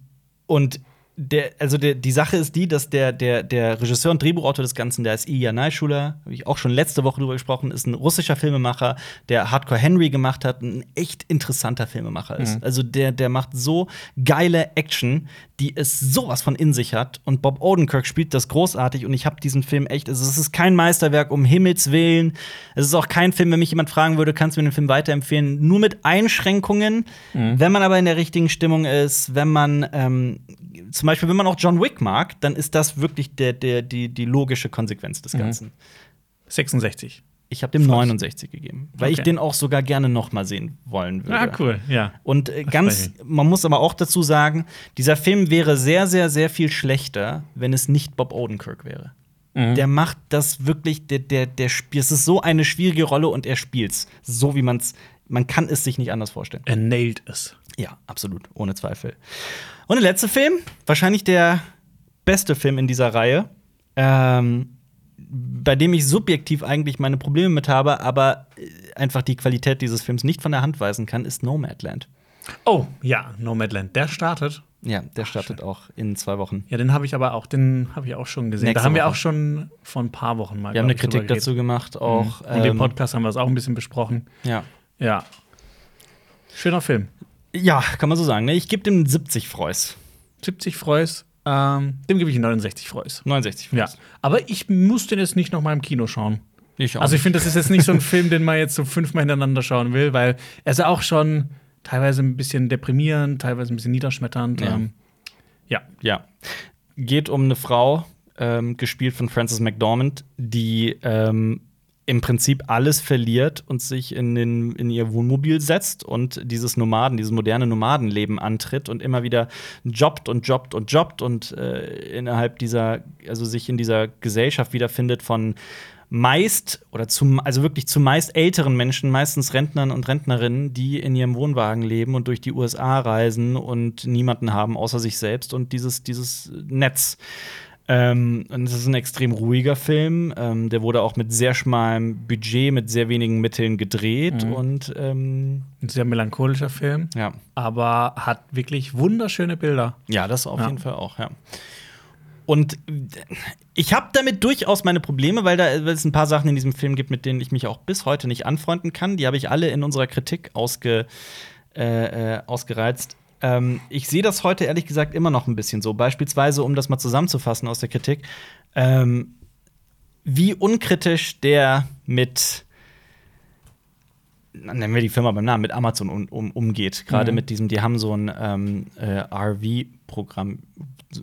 Speaker 1: und der, also der, die Sache ist die, dass der, der, der Regisseur und Drehbuchautor des Ganzen, der ist Ilya Naischuler, habe ich auch schon letzte Woche drüber gesprochen, ist ein russischer Filmemacher, der Hardcore Henry gemacht hat, ein echt interessanter Filmemacher ist.
Speaker 2: Mhm.
Speaker 1: Also der, der macht so geile Action, die es sowas von in sich hat. Und Bob Odenkirk spielt das großartig und ich habe diesen Film echt, also es ist kein Meisterwerk, um Himmels Willen. Es ist auch kein Film, wenn mich jemand fragen würde, kannst du mir den Film weiterempfehlen? Nur mit Einschränkungen.
Speaker 2: Mhm.
Speaker 1: Wenn man aber in der richtigen Stimmung ist, wenn man ähm, zum Beispiel, wenn man auch John Wick mag, dann ist das wirklich der, der, die, die logische Konsequenz
Speaker 2: Mhm.
Speaker 1: des Ganzen.
Speaker 2: 66.
Speaker 1: Ich habe dem 69 gegeben, weil ich
Speaker 2: Okay.
Speaker 1: den auch sogar gerne noch mal sehen wollen würde.
Speaker 2: Ah, cool, ja.
Speaker 1: Und äh, ganz,
Speaker 2: weiß
Speaker 1: man muss aber auch dazu sagen, dieser Film wäre sehr, sehr, sehr viel schlechter, wenn es nicht Bob Odenkirk wäre. Der macht das wirklich, der, der, der spielt, es ist so eine schwierige Rolle und er spielt's. So wie man's, man kann es sich nicht anders vorstellen.
Speaker 2: Er nailed es.
Speaker 1: Ja, absolut, ohne Zweifel. Und der letzte Film, wahrscheinlich der beste Film in dieser Reihe, ähm, bei dem ich subjektiv eigentlich meine Probleme mit habe, aber äh, einfach die Qualität dieses Films nicht von der Hand weisen kann, ist Nomadland.
Speaker 2: Oh, ja, Nomadland. Der startet.
Speaker 1: Ja, der startet auch in zwei Wochen.
Speaker 2: Ja, den habe ich aber auch, den habe ich auch schon gesehen.
Speaker 1: Nächste
Speaker 2: da haben wir
Speaker 1: Woche.
Speaker 2: auch schon vor ein paar Wochen mal.
Speaker 1: Wir haben eine
Speaker 2: glaub ich,
Speaker 1: Kritik
Speaker 2: drüber
Speaker 1: dazu gemacht,
Speaker 2: geredet.
Speaker 1: auch. ähm,
Speaker 2: Mhm. Und den Podcast haben wir es auch ein bisschen besprochen.
Speaker 1: ja.
Speaker 2: Ja. Schöner Film.
Speaker 1: ja, kann man so sagen. Ne? Ich gebe dem 70 Freus.
Speaker 2: 70 Freus. Ähm, dem gebe ich 69 Freus.
Speaker 1: 69
Speaker 2: Ja.
Speaker 1: Freus.
Speaker 2: Aber ich muss den jetzt nicht noch mal im Kino schauen.
Speaker 1: Ich auch.
Speaker 2: Also ich finde, das ist jetzt nicht so ein Film, den man jetzt so fünfmal hintereinander schauen will, weil er ist ja auch schon teilweise ein bisschen deprimierend, teilweise ein bisschen niederschmetternd.
Speaker 1: Ja.
Speaker 2: Ähm, ja.
Speaker 1: Ja. Geht um eine Frau, ähm, gespielt von Frances McDormand, die ähm, im Prinzip alles verliert und sich in, den, in ihr Wohnmobil setzt und dieses Nomaden, dieses moderne Nomadenleben antritt und immer wieder jobbt und jobbt und jobbt und äh, innerhalb dieser, also sich in dieser Gesellschaft wiederfindet von meist oder zum, also wirklich zumeist älteren Menschen, meistens Rentnern und Rentnerinnen, die in ihrem Wohnwagen leben und durch die USA reisen und niemanden haben außer sich selbst und dieses, dieses Netz. Ähm, und es ist ein extrem ruhiger Film. Ähm, der wurde auch mit sehr schmalem Budget, mit sehr wenigen Mitteln gedreht und ähm,
Speaker 2: Ein sehr melancholischer Film,
Speaker 1: ja.
Speaker 2: aber hat wirklich wunderschöne Bilder.
Speaker 1: Ja, das auf
Speaker 2: Ja.
Speaker 1: jeden Fall auch, ja. Und äh, ich habe damit durchaus meine Probleme, weil da weil es ein paar Sachen in diesem Film gibt, mit denen ich mich auch bis heute nicht anfreunden kann. Die habe ich alle in unserer Kritik ausge, äh, äh, ausgereizt. Ähm, ich sehe das heute ehrlich gesagt immer noch ein bisschen so. Beispielsweise, um das mal zusammenzufassen aus der Kritik, ähm, wie unkritisch der mit na, nennen wir die Firma beim Namen, mit Amazon um, um, umgeht. Gerade
Speaker 2: Mhm.
Speaker 1: mit diesem, die haben so ein ähm, äh, RV-Programm,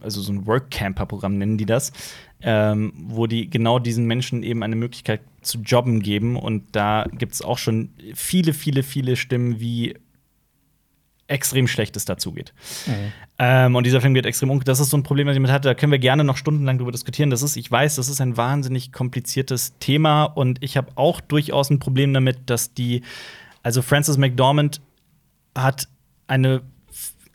Speaker 1: also so ein Workcamper-Programm nennen die das, ähm, wo die genau diesen Menschen eben eine Möglichkeit zu jobben geben. Und da gibt es auch schon viele, viele, viele Stimmen, wie extrem Schlechtes dazu geht. Ähm, und dieser Film geht extrem um. Das ist so ein Problem, das ich damit hatte. Da können wir gerne noch stundenlang drüber diskutieren. Das ist, ich weiß, das ist ein wahnsinnig kompliziertes Thema und ich habe auch durchaus ein Problem damit, dass die, also Frances McDormand hat eine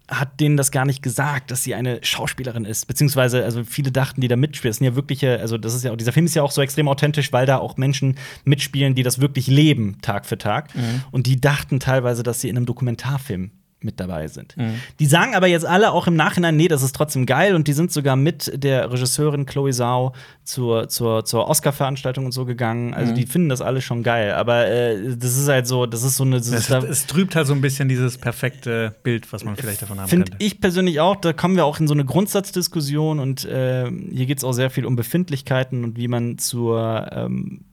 Speaker 1: hat denen das gar nicht gesagt, dass sie eine Schauspielerin ist. Beziehungsweise, also viele dachten, die da mitspielen. Das sind ja wirkliche, also das ist ja auch, dieser Film ist ja auch so extrem authentisch, weil da auch Menschen mitspielen, die das wirklich leben, Tag für Tag. Und die dachten teilweise, dass sie in einem Dokumentarfilm mit dabei sind. Die sagen aber jetzt alle auch im Nachhinein, nee, das ist trotzdem geil und die sind sogar mit der Regisseurin Chloe Zhao zur, zur, zur Oscar-Veranstaltung und so gegangen. Also die finden das alle schon geil, aber äh, das ist halt so, das ist so eine das
Speaker 2: Es,
Speaker 1: da-
Speaker 2: es trübt halt so ein bisschen dieses perfekte Bild, was man vielleicht davon haben
Speaker 1: Finde
Speaker 2: könnte.
Speaker 1: ich persönlich auch, da kommen wir auch in so eine Grundsatzdiskussion und äh, hier geht es auch sehr viel um Befindlichkeiten und wie man zur, ähm,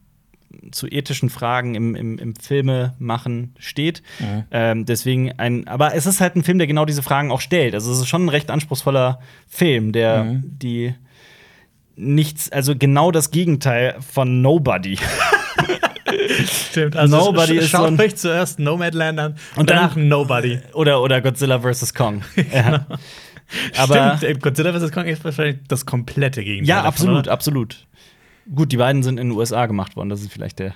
Speaker 1: zu ethischen Fragen im, im, im Filme machen steht. Ähm, deswegen ein, aber es ist halt ein Film, der genau diese Fragen auch stellt. Also es ist schon ein recht anspruchsvoller Film, der die nichts, also genau das Gegenteil von Nobody.
Speaker 2: Stimmt. also
Speaker 1: Nobody ist so
Speaker 2: schaut
Speaker 1: ein-
Speaker 2: euch zuerst Nomadland an
Speaker 1: Und
Speaker 2: und
Speaker 1: dann-
Speaker 2: danach Nobody.
Speaker 1: oder, oder Godzilla vs. Kong. ja.
Speaker 2: Stimmt, ey, Godzilla vs. Kong ist wahrscheinlich das komplette Gegenteil.
Speaker 1: Ja,
Speaker 2: davon,
Speaker 1: absolut,
Speaker 2: oder?
Speaker 1: absolut. Gut, die beiden sind in den USA gemacht worden, das ist vielleicht der,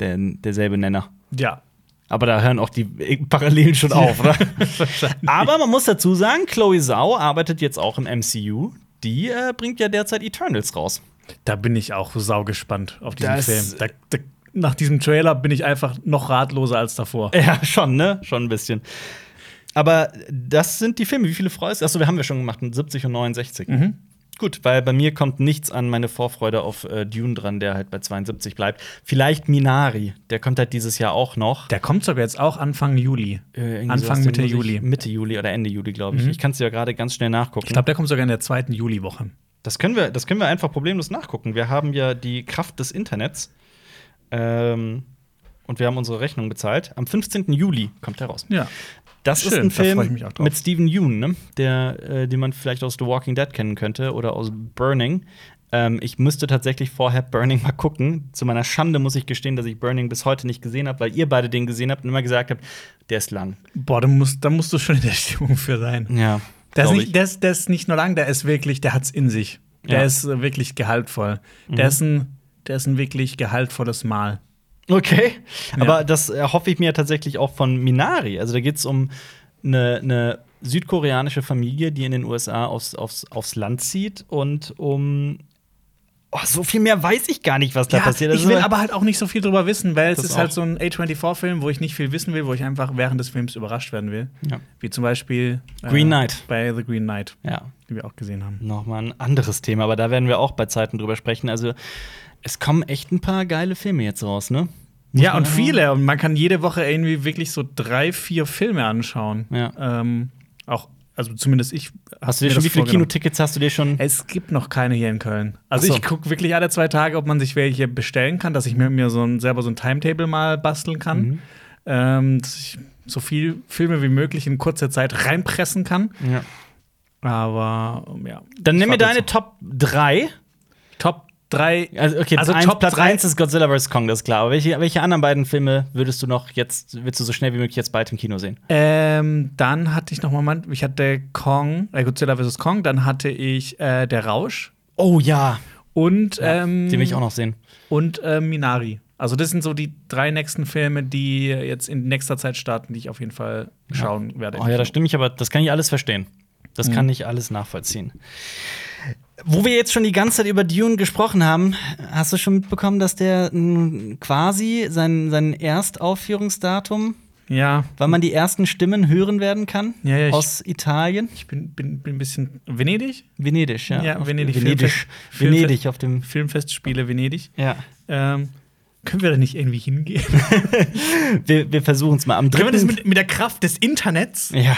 Speaker 1: der, derselbe Nenner.
Speaker 2: Ja,
Speaker 1: Aber da hören auch die äh, Parallelen schon auf, oder?
Speaker 2: wahrscheinlich.
Speaker 1: Aber man muss dazu sagen, Chloe Zhao arbeitet jetzt auch im MCU. Die äh, bringt ja derzeit Eternals raus.
Speaker 2: Da bin ich auch saugespannt auf diesen
Speaker 1: Das-
Speaker 2: Film. Da, da, nach diesem Trailer bin ich einfach noch ratloser als davor.
Speaker 1: Ja, schon, ne? Schon ein bisschen. Aber das sind die Filme. Wie viele freust du? Achso, wir haben wir schon gemacht, 70 und 69.
Speaker 2: Mhm.
Speaker 1: Gut, weil bei mir kommt nichts an meine Vorfreude auf äh, Dune dran, der halt bei 72 bleibt. Vielleicht Minari, der kommt halt dieses Jahr auch noch.
Speaker 2: Der kommt sogar jetzt auch Anfang Juli.
Speaker 1: Äh, irgendwie
Speaker 2: Anfang,
Speaker 1: sowas, den
Speaker 2: Mitte
Speaker 1: muss ich-
Speaker 2: Juli. Mhm.
Speaker 1: Mitte Juli oder Ende Juli, glaube ich. Ich kann es ja gerade ganz schnell nachgucken.
Speaker 2: Ich glaube, der kommt sogar in der zweiten Juliwoche.
Speaker 1: Das können wir, das können wir einfach problemlos nachgucken. Wir haben ja die Kraft des Internets. Ähm, und wir haben unsere Rechnung bezahlt. Am 15. Juli kommt er raus.
Speaker 2: Ja.
Speaker 1: Das ist
Speaker 2: Schön,
Speaker 1: ein
Speaker 2: da freu ich
Speaker 1: Film
Speaker 2: mich auch drauf.
Speaker 1: mit Stephen Yeun, ne? der, äh, den man vielleicht aus The Walking Dead kennen könnte oder aus Burning. Ähm, ich müsste tatsächlich vorher Burning mal gucken. Zu meiner Schande muss ich gestehen, dass ich Burning bis heute nicht gesehen habe, weil ihr beide den gesehen habt und immer gesagt habt, der ist lang.
Speaker 2: Boah, da musst, da musst du schon in der Stimmung für sein.
Speaker 1: Ja.
Speaker 2: Der ist,
Speaker 1: Mhm, glaub
Speaker 2: nicht, der, ist, der ist nicht nur lang, der ist wirklich, der hat's in sich. Der
Speaker 1: Ja. Mhm.
Speaker 2: ist äh, wirklich gehaltvoll. Der, ist ein, der ist ein wirklich gehaltvolles Mal.
Speaker 1: Okay.
Speaker 2: Ja.
Speaker 1: Aber das erhoffe ich mir tatsächlich auch von Minari. Also da geht es um eine, eine südkoreanische Familie, die in den USA aufs, aufs, aufs Land zieht und um. Oh, so viel mehr weiß ich gar nicht, was da passiert. Also, Das
Speaker 2: ich will
Speaker 1: ist-
Speaker 2: aber halt auch nicht so viel drüber wissen, weil es
Speaker 1: Das
Speaker 2: ist
Speaker 1: auch.
Speaker 2: halt so ein A24-Film, wo ich nicht viel wissen will, wo ich einfach während des Films überrascht werden will.
Speaker 1: Ja.
Speaker 2: Wie zum Beispiel äh,
Speaker 1: Green Knight.
Speaker 2: bei The Green Knight,
Speaker 1: ja,
Speaker 2: die wir auch gesehen haben.
Speaker 1: nochmal ein anderes Thema, aber da werden wir auch bei Zeiten drüber sprechen. Also, es kommen echt ein paar geile Filme jetzt raus, ne? Muss
Speaker 2: Ja,
Speaker 1: man
Speaker 2: und
Speaker 1: sagen.
Speaker 2: viele. Und man kann jede Woche irgendwie wirklich so drei, vier Filme anschauen.
Speaker 1: Ja.
Speaker 2: Ähm, auch, also zumindest ich.
Speaker 1: Hast du dir
Speaker 2: mir
Speaker 1: schon,
Speaker 2: das
Speaker 1: wie viele
Speaker 2: vorgenommen.
Speaker 1: Kinotickets hast du dir schon?
Speaker 2: Es gibt noch keine hier in Köln. Also
Speaker 1: Ach so.
Speaker 2: ich gucke wirklich alle zwei Tage, ob man sich welche bestellen kann, dass ich mir, mir so ein, selber so ein Timetable mal basteln kann.
Speaker 1: Mhm.
Speaker 2: Ähm, dass ich so viel Filme wie möglich in kurzer Zeit reinpressen kann.
Speaker 1: Ja.
Speaker 2: Aber ähm, ja.
Speaker 1: Dann nimm mir
Speaker 2: Ich warte
Speaker 1: deine
Speaker 2: jetzt
Speaker 1: Top 3.
Speaker 2: noch. Top 3.
Speaker 1: Also, okay,
Speaker 2: Also
Speaker 1: eins,
Speaker 2: Top
Speaker 1: Platz
Speaker 2: drei-
Speaker 1: 1 ist Godzilla vs. Kong, das ist klar. Aber welche, welche anderen beiden Filme würdest du noch jetzt, willst du so schnell wie möglich jetzt bald im Kino sehen?
Speaker 2: Ähm, dann hatte ich noch mal, mein- ich hatte Kong, äh, Godzilla vs. Kong, dann hatte ich äh, Der Rausch
Speaker 1: Oh ja.
Speaker 2: und, ähm,
Speaker 1: Die will ich auch noch sehen.
Speaker 2: und äh, Minari. Also, das sind so die drei nächsten Filme, die jetzt in nächster Zeit starten, die ich auf jeden Fall schauen werde.
Speaker 1: Oh ja, da stimme ich, aber das kann ich alles verstehen. Das
Speaker 2: Mhm.
Speaker 1: kann ich alles nachvollziehen. Wo wir jetzt schon die ganze Zeit über Dune gesprochen haben, hast du schon mitbekommen, dass der mh, quasi sein, sein Erstaufführungsdatum,
Speaker 2: Ja,
Speaker 1: wann man die ersten Stimmen hören werden kann?
Speaker 2: Ja, ja, ich-
Speaker 1: aus Italien?
Speaker 2: ich bin, bin, bin ein bisschen. Venedig?
Speaker 1: Venedig, ja.
Speaker 2: Ja,
Speaker 1: Auf-
Speaker 2: Venedig.
Speaker 1: Venedig.
Speaker 2: Filmfest-
Speaker 1: Venedig auf dem.
Speaker 2: Filmfestspiele Venedig.
Speaker 1: Ja.
Speaker 2: Ähm, können wir da nicht irgendwie hingehen?
Speaker 1: Wir, wir versuchen es mal. Am
Speaker 2: können wir das
Speaker 1: dritten-
Speaker 2: mit, mit der Kraft des Internets?
Speaker 1: Ja.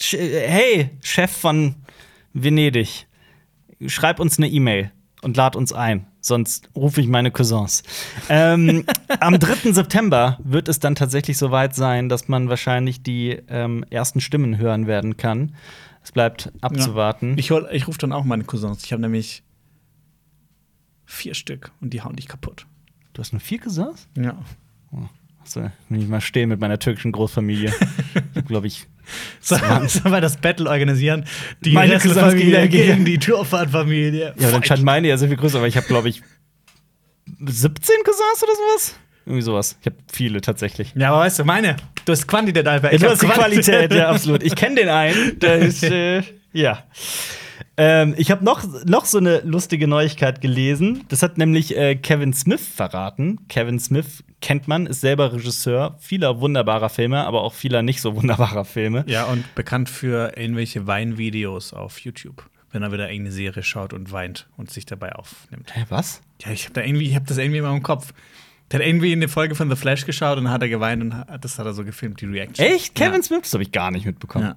Speaker 1: Sch äh, hey, Chef von Venedig, schreib uns eine E-Mail und lad uns ein. Sonst rufe ich meine Cousins. Ähm, am 3. September wird es dann tatsächlich soweit sein, dass man wahrscheinlich die ähm, ersten Stimmen hören werden kann. Es bleibt abzuwarten.
Speaker 2: Ich, hol- ich rufe dann auch meine Cousins. Ich habe nämlich vier Stück und die hauen dich kaputt.
Speaker 1: Du hast nur vier Cousins?
Speaker 2: Ja.
Speaker 1: Also, wenn ich mal stehe mit meiner türkischen Großfamilie, glaube ich.
Speaker 2: Sollen so, wir das Battle organisieren? Die
Speaker 1: Meine
Speaker 2: meine
Speaker 1: Cousins
Speaker 2: Familie
Speaker 1: gegen-
Speaker 2: gegen die Turfahrt-Familie.
Speaker 1: Ja, dann scheint meine ja so viel größer, aber ich habe, glaube ich, 17 Cousins oder sowas? Irgendwie sowas. Ich habe viele tatsächlich.
Speaker 2: Ja, aber weißt du, meine, du hast Quantität, Alper.
Speaker 1: Ja, du hast die Qualität, ja, absolut. Ich kenne den einen. Der ist, äh, ja. Ähm, ich habe noch, noch so eine lustige Neuigkeit gelesen. Das hat nämlich äh, Kevin Smith verraten. Kevin Smith kennt man, ist selber Regisseur vieler wunderbarer Filme, aber auch vieler nicht so wunderbarer Filme.
Speaker 2: Ja, und bekannt für irgendwelche Weinvideos auf YouTube. Wenn er wieder irgendeine Serie schaut und weint und sich dabei aufnimmt.
Speaker 1: Hä, was?
Speaker 2: Ja, ich habe da irgendwie, ich habe das irgendwie immer im Kopf. Der hat irgendwie eine Folge von The Flash geschaut und hat er geweint und hat, das hat er so gefilmt, die Reaction.
Speaker 1: Echt? Kevin
Speaker 2: Ja.
Speaker 1: Smith? Das habe ich gar nicht mitbekommen.
Speaker 2: Ja.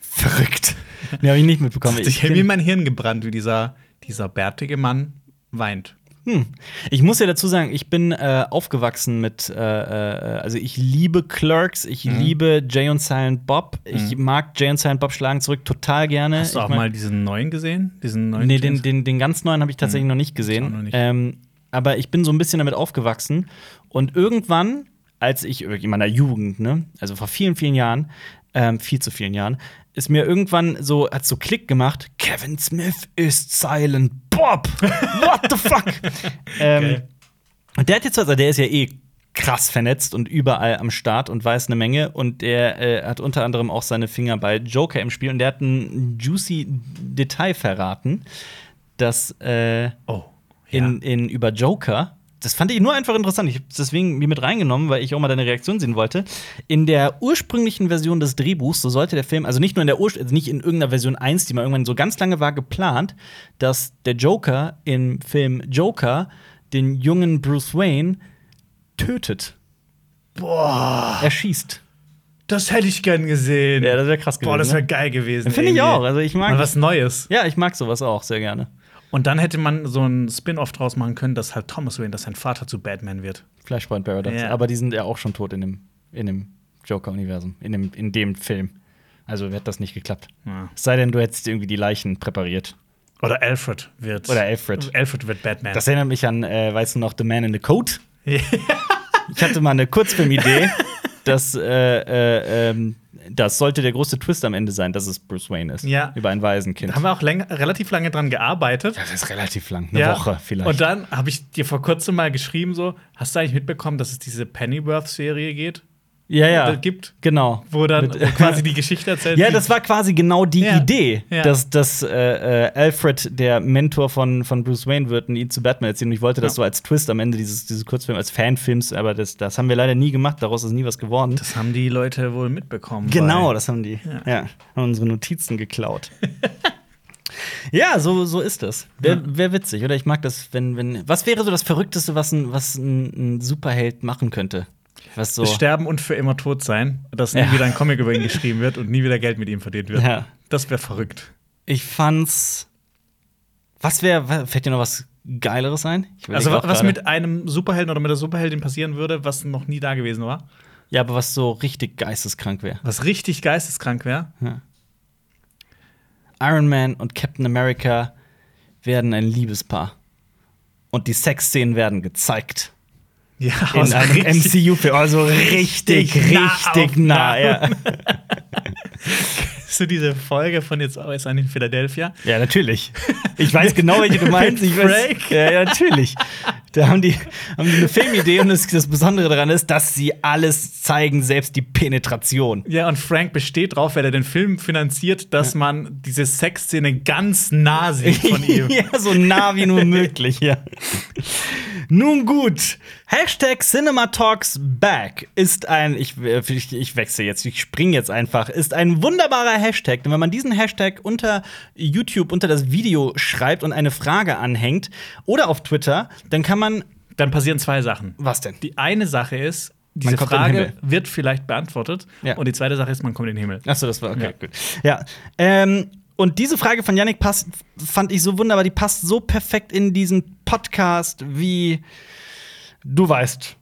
Speaker 1: Verrückt. Nee, habe ich nicht mitbekommen.
Speaker 2: Ich
Speaker 1: kenn-
Speaker 2: habe mir mein Hirn gebrannt, wie dieser, dieser bärtige Mann weint.
Speaker 1: Hm. Ich muss ja dazu sagen, ich bin äh, aufgewachsen mit, äh, äh, also ich liebe Clerks, ich
Speaker 2: Mhm.
Speaker 1: liebe Jay und Silent Bob, ich mag Jay und Silent Bob schlagen zurück total gerne.
Speaker 2: Hast du
Speaker 1: ich
Speaker 2: auch
Speaker 1: mein-
Speaker 2: mal diesen neuen gesehen? Diesen neuen
Speaker 1: Nee, den,
Speaker 2: James-
Speaker 1: den, den ganz neuen habe ich tatsächlich noch nicht gesehen.
Speaker 2: Ich auch noch nicht.
Speaker 1: Ähm, aber ich bin so ein bisschen damit aufgewachsen. Und irgendwann, als ich in meiner Jugend, ne, also vor vielen, vielen Jahren, ähm, viel zu vielen Jahren, ist mir irgendwann so, hat so Klick gemacht, Kevin Smith ist Silent Bob. What the fuck? ähm,
Speaker 2: Geil.
Speaker 1: und der hat jetzt was, der ist ja eh krass vernetzt und überall am Start und weiß eine Menge. Und der äh, hat unter anderem auch seine Finger bei Joker im Spiel und der hat ein juicy Detail verraten, dass äh,
Speaker 2: oh, ja.
Speaker 1: in, in über Joker das fand ich nur einfach interessant. Ich habe deswegen mir mit reingenommen, weil ich auch mal deine Reaktion sehen wollte. In der ursprünglichen Version des Drehbuchs, so sollte der Film, also nicht nur in der Ur also nicht in irgendeiner Version 1, die mal irgendwann so ganz lange war, geplant, dass der Joker im Film Joker den jungen Bruce Wayne tötet.
Speaker 2: Boah,
Speaker 1: Er schießt.
Speaker 2: das hätte ich gern gesehen.
Speaker 1: Ja, das wäre krass gewesen.
Speaker 2: Boah, das wäre
Speaker 1: ne?
Speaker 2: geil gewesen.
Speaker 1: Finde ich
Speaker 2: irgendwie.
Speaker 1: auch. Also ich
Speaker 2: Mal
Speaker 1: mag
Speaker 2: was Neues.
Speaker 1: Ja, ich mag sowas auch sehr gerne.
Speaker 2: Und dann hätte man so ein Spin-off draus machen können, dass halt Thomas Wayne, dass sein Vater zu Batman wird.
Speaker 1: Flashpoint Paradox.
Speaker 2: Ja.
Speaker 1: Aber die sind ja auch schon tot in dem, in dem Joker-Universum, in dem, in dem Film. Also hätte das nicht geklappt.
Speaker 2: Ja.
Speaker 1: Es sei denn, du hättest irgendwie die Leichen präpariert.
Speaker 2: Oder Alfred wird.
Speaker 1: Oder Alfred.
Speaker 2: Alfred wird Batman.
Speaker 1: Das erinnert mich an, äh, weißt du noch, The Man in the Coat? Ich hatte mal eine Kurzfilmidee, dass äh, äh, ähm, das sollte der große Twist am Ende sein, dass es Bruce Wayne ist.
Speaker 2: Ja.
Speaker 1: Über ein Waisenkind.
Speaker 2: da haben wir auch länger, relativ lange dran gearbeitet.
Speaker 1: das ist relativ lang, eine Woche vielleicht.
Speaker 2: Und dann habe ich dir vor kurzem mal geschrieben: so, hast du eigentlich mitbekommen, dass es diese Pennyworth-Serie geht?
Speaker 1: ja, ja.
Speaker 2: Das gibt,
Speaker 1: Genau.
Speaker 2: wo dann
Speaker 1: Mit-
Speaker 2: wo quasi Äh, die Geschichte erzählt
Speaker 1: Ja,
Speaker 2: wird.
Speaker 1: das war quasi genau die
Speaker 2: Ja.
Speaker 1: Idee,
Speaker 2: Ja.
Speaker 1: dass, dass äh, äh, Alfred der Mentor von, von Bruce Wayne wird und ihn zu Batman erzieht. Und ich wollte das
Speaker 2: Ja.
Speaker 1: so als Twist am Ende dieses, dieses Kurzfilms, als Fanfilms, aber das, das haben wir leider nie gemacht, daraus ist nie was geworden.
Speaker 2: Das haben die Leute wohl mitbekommen.
Speaker 1: genau,
Speaker 2: weil-
Speaker 1: das haben die.
Speaker 2: Ja.
Speaker 1: Ja. haben unsere Notizen geklaut. ja, so, so ist das. Wäre wär witzig, oder? Ich mag das, wenn, wenn. Was wäre so das Verrückteste, was ein, was ein, ein Superheld machen könnte? Was so.
Speaker 2: Sterben und für immer tot sein, dass nie
Speaker 1: Ja.
Speaker 2: wieder ein Comic über ihn geschrieben wird und nie wieder Geld mit ihm verdient wird.
Speaker 1: Ja.
Speaker 2: Das wäre verrückt.
Speaker 1: Ich fand's. Was wäre, fällt dir noch was Geileres ein? Ich überleg
Speaker 2: Also, wa-
Speaker 1: auch
Speaker 2: was
Speaker 1: gerade.
Speaker 2: mit einem Superhelden oder mit einer Superheldin passieren würde, was noch nie da gewesen war,
Speaker 1: Ja, aber was so richtig geisteskrank wäre.
Speaker 2: was richtig geisteskrank wäre.
Speaker 1: Ja. Iron Man und Captain America werden ein Liebespaar. Und die Sexszenen werden gezeigt.
Speaker 2: Ja,
Speaker 1: In
Speaker 2: was
Speaker 1: einem
Speaker 2: richtig-
Speaker 1: MCU-Film. Also Oh, richtig,
Speaker 2: richtig nah
Speaker 1: richtig nah. ja.
Speaker 2: Hast du diese Folge von jetzt aus an in Philadelphia?
Speaker 1: Ja, natürlich. Ich weiß genau, welche du meinst. Ich weiß,
Speaker 2: Frank?
Speaker 1: ja, ja, natürlich. Da haben die, haben die eine Filmidee und das, das Besondere daran ist, dass sie alles zeigen, selbst die Penetration.
Speaker 2: Ja, und Frank besteht drauf, weil er den Film finanziert, dass man diese Sexszene ganz nah sieht von ihm.
Speaker 1: ja, so nah wie nur möglich, ja. Nun gut. Hashtag Cinematalks Back ist ein, ich, ich, ich wechsle jetzt, ich springe jetzt einfach, ist ein wunderbarer Hashtag. Denn wenn man diesen Hashtag unter YouTube, unter das Video schreibt und eine Frage anhängt oder auf Twitter, dann kann man.
Speaker 2: Dann passieren zwei Sachen.
Speaker 1: Was denn?
Speaker 2: Die eine Sache ist, diese
Speaker 1: kommt in den
Speaker 2: Frage
Speaker 1: Himmel.
Speaker 2: wird vielleicht beantwortet.
Speaker 1: Ja.
Speaker 2: Und die zweite Sache ist, man kommt in den Himmel.
Speaker 1: Achso, das war okay,
Speaker 2: Ja.
Speaker 1: gut. Ja. Ähm, und diese Frage von Yannick passt, fand ich so wunderbar, die passt so perfekt in diesen Podcast wie du weißt.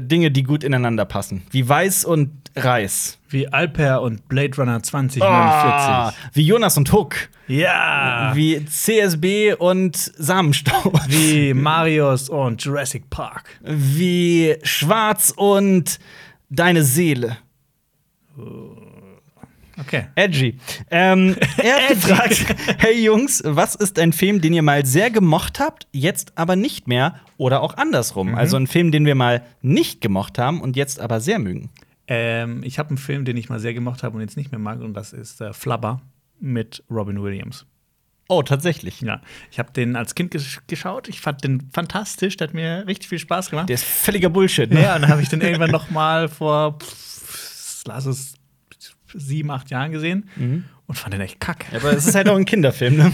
Speaker 1: Dinge, die gut ineinander passen. Wie Weiß und Reis.
Speaker 2: Wie Alper und Blade Runner 2049.
Speaker 1: Ah, wie Jonas und Hook.
Speaker 2: Ja! Wie,
Speaker 1: Wie CSB und Samenstau.
Speaker 2: Marius und Jurassic Park.
Speaker 1: Wie Schwarz und Deine Seele.
Speaker 2: Okay.
Speaker 1: Edgy. Ähm, er hat gefragt, hey Jungs, was ist ein Film, den ihr mal sehr gemocht habt, jetzt aber nicht mehr oder auch andersrum?
Speaker 2: Mhm.
Speaker 1: Also ein Film, den wir mal nicht gemocht haben und jetzt aber sehr mögen.
Speaker 2: Ähm, ich habe einen Film, den ich mal sehr gemocht habe und jetzt nicht mehr mag, und das ist äh, Flubber mit Robin Williams.
Speaker 1: Oh, tatsächlich.
Speaker 2: Ja, ich habe den als Kind gesch geschaut. Ich fand den fantastisch. Der hat mir richtig viel Spaß gemacht.
Speaker 1: Der ist völliger Bullshit, ne?
Speaker 2: Ja, und dann habe ich den irgendwann noch mal vor, pff, lass es sieben, acht Jahren gesehen und fand den echt kacke.
Speaker 1: Aber es ist halt auch ein Kinderfilm, ne?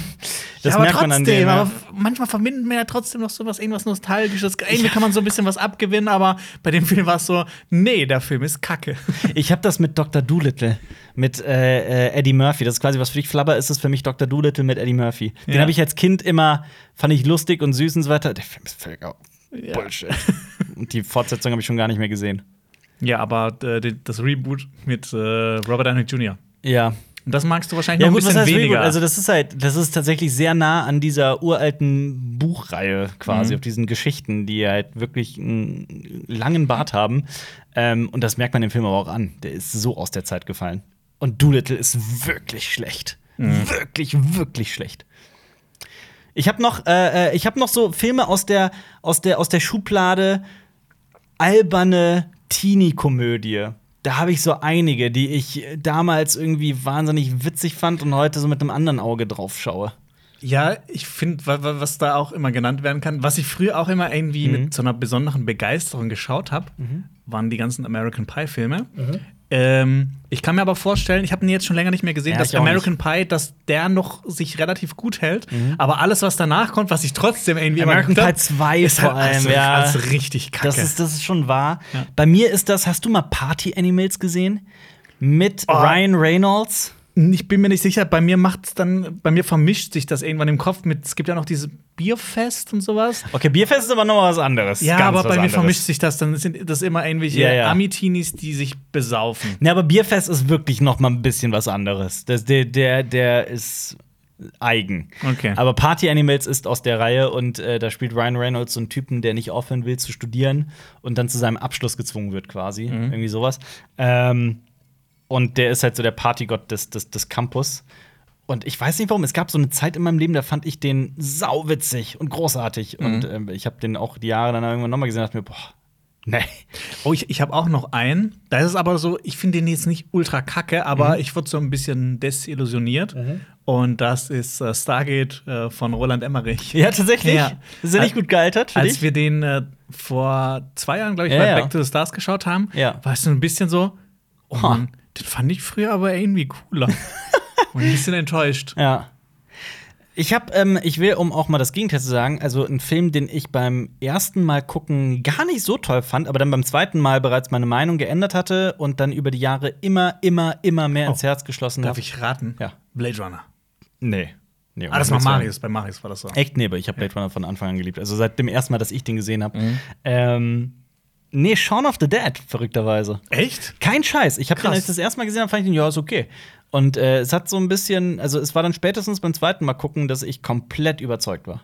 Speaker 1: Das
Speaker 2: ja, aber
Speaker 1: merkt
Speaker 2: trotzdem,
Speaker 1: man an dem.
Speaker 2: aber
Speaker 1: Ja.
Speaker 2: f- manchmal verbinden wir ja trotzdem noch so was, irgendwas Nostalgisches. Irgendwie kann man so ein bisschen was abgewinnen, aber bei dem Film war es so, nee, der Film ist kacke.
Speaker 1: Ich habe das mit Dr. Doolittle, mit äh, äh, Eddie Murphy. Das ist quasi, was für dich Flabber ist, ist für mich Dr. Doolittle mit Eddie Murphy. Den
Speaker 2: Ja.
Speaker 1: habe ich als Kind immer, fand ich lustig und süß und so weiter. Der Film ist völliger
Speaker 2: Ja.
Speaker 1: Bullshit. und die Fortsetzung habe ich schon gar nicht mehr gesehen.
Speaker 2: Ja, aber äh, die- das Reboot mit äh, Robert Downey Jr.
Speaker 1: Ja.
Speaker 2: Und das magst du wahrscheinlich
Speaker 1: Ja,
Speaker 2: noch ein
Speaker 1: gut, was
Speaker 2: bisschen
Speaker 1: heißt weniger.
Speaker 2: weniger.
Speaker 1: Also, das ist halt, das ist tatsächlich sehr nah an dieser uralten Buchreihe
Speaker 2: Mhm.
Speaker 1: quasi, auf diesen Geschichten, die halt wirklich einen langen Bart haben. Ähm, und das merkt man dem Film aber auch an. Der ist so aus der Zeit gefallen. Und Doolittle ist wirklich schlecht.
Speaker 2: Mhm.
Speaker 1: Wirklich, wirklich schlecht. Ich habe noch, äh, äh, ich hab noch so Filme aus der, aus der, aus der Schublade alberne Teenie-Komödie. Da habe ich so einige, die ich damals irgendwie wahnsinnig witzig fand und heute so mit einem anderen Auge drauf schaue.
Speaker 2: Ja, ich finde, was da auch immer genannt werden kann, was ich früher auch immer irgendwie
Speaker 1: Mhm.
Speaker 2: mit so einer besonderen Begeisterung geschaut habe, waren die ganzen American Pie-Filme.
Speaker 1: Mhm.
Speaker 2: Ähm, ich kann mir aber vorstellen, ich habe ihn jetzt schon länger nicht mehr gesehen,
Speaker 1: Ja,
Speaker 2: dass
Speaker 1: ich auch
Speaker 2: American Pie, dass der noch sich relativ gut hält. Aber alles, was danach kommt, was ich trotzdem irgendwie
Speaker 1: Mhm. American
Speaker 2: immer
Speaker 1: Pie 2 vor allem,
Speaker 2: also,
Speaker 1: ja.
Speaker 2: also richtig kacke.
Speaker 1: Das ist, das ist schon wahr.
Speaker 2: Ja.
Speaker 1: Bei mir ist das, hast du mal Party Animals gesehen? Mit
Speaker 2: Oh.
Speaker 1: Ryan Reynolds?
Speaker 2: ich bin mir nicht sicher, bei mir macht's dann, bei mir vermischt sich das irgendwann im Kopf mit, es gibt ja noch dieses Bierfest und sowas.
Speaker 1: Okay, Bierfest ist aber noch mal was anderes.
Speaker 2: Ja,
Speaker 1: Ganz
Speaker 2: aber
Speaker 1: was
Speaker 2: bei mir
Speaker 1: anderes.
Speaker 2: vermischt sich das. Dann sind das immer irgendwelche
Speaker 1: Ja, ja.
Speaker 2: Ami-Teenies, die sich besaufen.
Speaker 1: Ne, aber Bierfest ist wirklich noch mal ein bisschen was anderes. Das, der, der, der ist eigen.
Speaker 2: Okay.
Speaker 1: Aber Party Animals ist aus der Reihe und äh, da spielt Ryan Reynolds so einen Typen, der nicht aufhören will zu studieren und dann zu seinem Abschluss gezwungen wird, quasi.
Speaker 2: Mhm.
Speaker 1: Irgendwie sowas. Ähm, und der ist halt so der Partygott des, des, des Campus. Und ich weiß nicht warum, es gab so eine Zeit in meinem Leben, da fand ich den sauwitzig und großartig.
Speaker 2: Mhm.
Speaker 1: Und ähm, ich habe den auch die Jahre dann irgendwann nochmal gesehen und dachte mir, boah, nee.
Speaker 2: Oh, ich, ich habe auch noch einen. Da ist es aber so, ich finde den jetzt nicht ultra kacke, aber
Speaker 1: Mhm.
Speaker 2: ich wurde so ein bisschen desillusioniert. Und das ist äh, Stargate äh, von Roland Emmerich.
Speaker 1: Ja, tatsächlich.
Speaker 2: Ja.
Speaker 1: Ist ja nicht gut gealtert für
Speaker 2: Als
Speaker 1: dich?
Speaker 2: wir den äh, vor zwei Jahren, glaube ich,
Speaker 1: Ja,
Speaker 2: bei
Speaker 1: ja.
Speaker 2: Back to the Stars geschaut haben,
Speaker 1: Ja.
Speaker 2: war es so ein bisschen so, oh
Speaker 1: Ha.
Speaker 2: Mann, den fand ich früher aber irgendwie cooler. Und ein bisschen enttäuscht.
Speaker 1: Ja. Ich habe, ähm, ich will, um auch mal das Gegenteil zu sagen, also einen Film, den ich beim ersten Mal gucken gar nicht so toll fand, aber dann beim zweiten Mal bereits meine Meinung geändert hatte und dann über die Jahre immer, immer, immer mehr ins Herz geschlossen
Speaker 2: Oh. Darf
Speaker 1: habe.
Speaker 2: ich raten?
Speaker 1: Ja.
Speaker 2: Blade Runner.
Speaker 1: Nee. nee
Speaker 2: Ah, das war
Speaker 1: um Himmels Willen.
Speaker 2: Marius. Bei Marius war das so.
Speaker 1: Echt? Nee, aber ich habe Blade Runner von Anfang an geliebt. Also seit dem ersten Mal, dass ich den gesehen habe.
Speaker 2: Mhm.
Speaker 1: Ähm, nee, Shaun of the Dead, verrückterweise.
Speaker 2: Echt?
Speaker 1: Kein Scheiß. Ich habe den,
Speaker 2: Krass.
Speaker 1: als ich das erste Mal gesehen habe, fand ich den, ja, ist okay. Und äh, es hat so ein bisschen, also es war dann spätestens beim zweiten Mal gucken, dass ich komplett überzeugt war.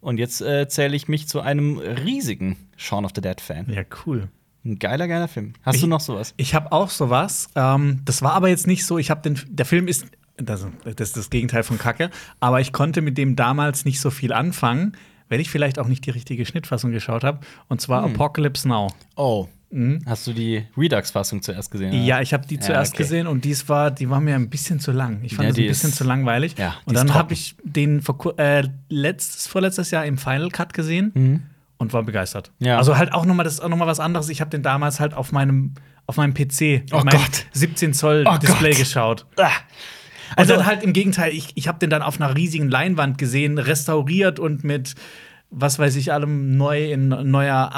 Speaker 1: Und jetzt äh, zähle ich mich zu einem riesigen Shaun of the Dead-Fan.
Speaker 2: Ja, cool.
Speaker 1: Ein geiler, geiler Film. Hast
Speaker 2: Ich-
Speaker 1: du noch sowas?
Speaker 2: Ich habe auch sowas. Ähm, das war aber jetzt nicht so. Ich habe den. Der Film ist. Das, das ist das Gegenteil von Kacke. Aber ich konnte mit dem damals nicht so viel anfangen, wenn ich vielleicht auch nicht die richtige Schnittfassung geschaut habe. Und zwar Apocalypse Now.
Speaker 1: Oh. Hast du die Redux-Fassung zuerst gesehen? oder?
Speaker 2: mhm. Ja, ich habe die
Speaker 1: Ja,
Speaker 2: zuerst
Speaker 1: okay.
Speaker 2: gesehen und dies war, die war mir ein bisschen zu lang. Ich fand
Speaker 1: Ja,
Speaker 2: das ein
Speaker 1: die
Speaker 2: bisschen
Speaker 1: ist-
Speaker 2: zu langweilig.
Speaker 1: Ja, die
Speaker 2: und
Speaker 1: ist
Speaker 2: dann
Speaker 1: trocken.
Speaker 2: habe ich den vor, kur- äh, letztes, vorletztes Jahr im Final Cut gesehen und war begeistert.
Speaker 1: Mhm. Ja.
Speaker 2: Also halt auch nochmal, das ist auch noch mal was anderes. Ich habe den damals halt auf meinem, auf meinem PC,
Speaker 1: Oh
Speaker 2: auf meinem
Speaker 1: Gott.
Speaker 2: 17 Zoll
Speaker 1: Oh
Speaker 2: Display
Speaker 1: Gott.
Speaker 2: geschaut.
Speaker 1: Ah. Also-
Speaker 2: Also und dann halt im Gegenteil, ich, ich habe den dann auf einer riesigen Leinwand gesehen, restauriert und mit was weiß ich allem neu in neuer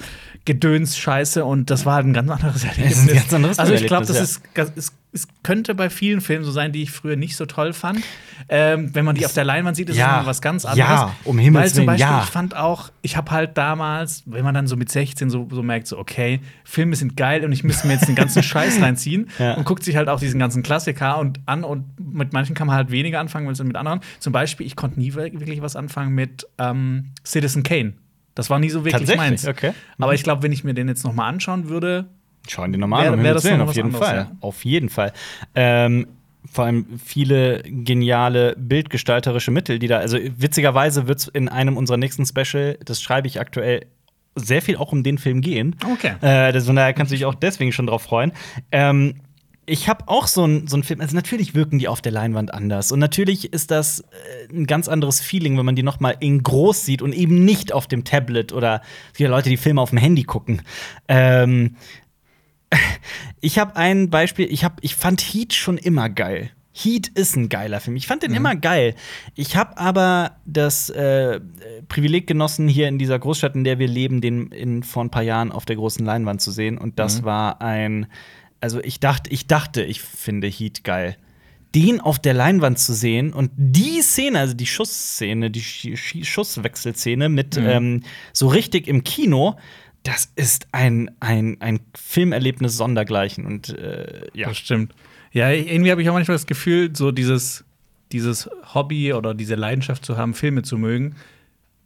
Speaker 2: Abtastungsgedöns Scheiße und das war halt ein ganz anderes Erlebnis.
Speaker 1: ein ganz anderes
Speaker 2: also ich glaube, das
Speaker 1: Erlebnis,
Speaker 2: ist, das ist es könnte bei vielen Filmen so sein, die ich früher nicht so toll fand. Ähm, wenn man die auf der Leinwand sieht, ist
Speaker 1: Ja.
Speaker 2: es immer was ganz anderes.
Speaker 1: Ja, um Himmels
Speaker 2: Weil zum
Speaker 1: Willen,
Speaker 2: Beispiel,
Speaker 1: ja.
Speaker 2: ich fand auch, ich habe halt damals, wenn man dann so mit 16 so, so merkt, so okay, Filme sind geil und ich müsste mir jetzt den ganzen Scheiß reinziehen
Speaker 1: Ja.
Speaker 2: und guckt sich halt auch diesen ganzen Klassiker und an und mit manchen kann man halt weniger anfangen als mit anderen. Zum Beispiel, ich konnte nie wir- wirklich was anfangen mit ähm, Citizen Kane. Das war nie so wirklich
Speaker 1: Tatsächlich?
Speaker 2: meins.
Speaker 1: Okay. Mhm.
Speaker 2: Aber ich glaube, wenn ich mir den jetzt noch mal anschauen würde,
Speaker 1: Schauen die normal
Speaker 2: Wär-
Speaker 1: an, um
Speaker 2: wär
Speaker 1: Himmels
Speaker 2: das
Speaker 1: Willen,
Speaker 2: noch
Speaker 1: auf
Speaker 2: was
Speaker 1: jeden
Speaker 2: anderes,
Speaker 1: Fall.
Speaker 2: ja.
Speaker 1: Auf jeden Fall. Ähm, vor allem viele geniale bildgestalterische Mittel, die da, also witzigerweise wird es in einem unserer nächsten Special, das schreibe ich aktuell, sehr viel auch um den Film gehen.
Speaker 2: Okay.
Speaker 1: Äh, das, von daher kannst du dich auch deswegen schon drauf freuen. Ähm, ich habe auch so einen so einen Film, also natürlich wirken die auf der Leinwand anders. Und natürlich ist das äh, ein ganz anderes Feeling, wenn man die noch mal in groß sieht und eben nicht auf dem Tablet oder viele Leute, die Filme auf dem Handy gucken. Ähm, ich habe ein Beispiel, ich, hab, ich fand Heat schon immer geil. Heat ist ein geiler Film. Ich fand den immer geil. Ich habe aber das äh, Privileg genossen, hier in dieser Großstadt, in der wir leben, den in, vor ein paar Jahren auf der großen Leinwand zu sehen. Und das war ein. Also ich dachte, ich dachte, ich finde Heat geil. Den auf der Leinwand zu sehen und die Szene, also die Schussszene, die Schi- Schi- Schusswechselszene mit ähm, so richtig im Kino, das ist ein, ein, ein Filmerlebnis sondergleichen. Und äh, ja.
Speaker 2: das stimmt. Ja, irgendwie habe ich auch manchmal das Gefühl, so dieses, dieses Hobby oder diese Leidenschaft zu haben, Filme zu mögen,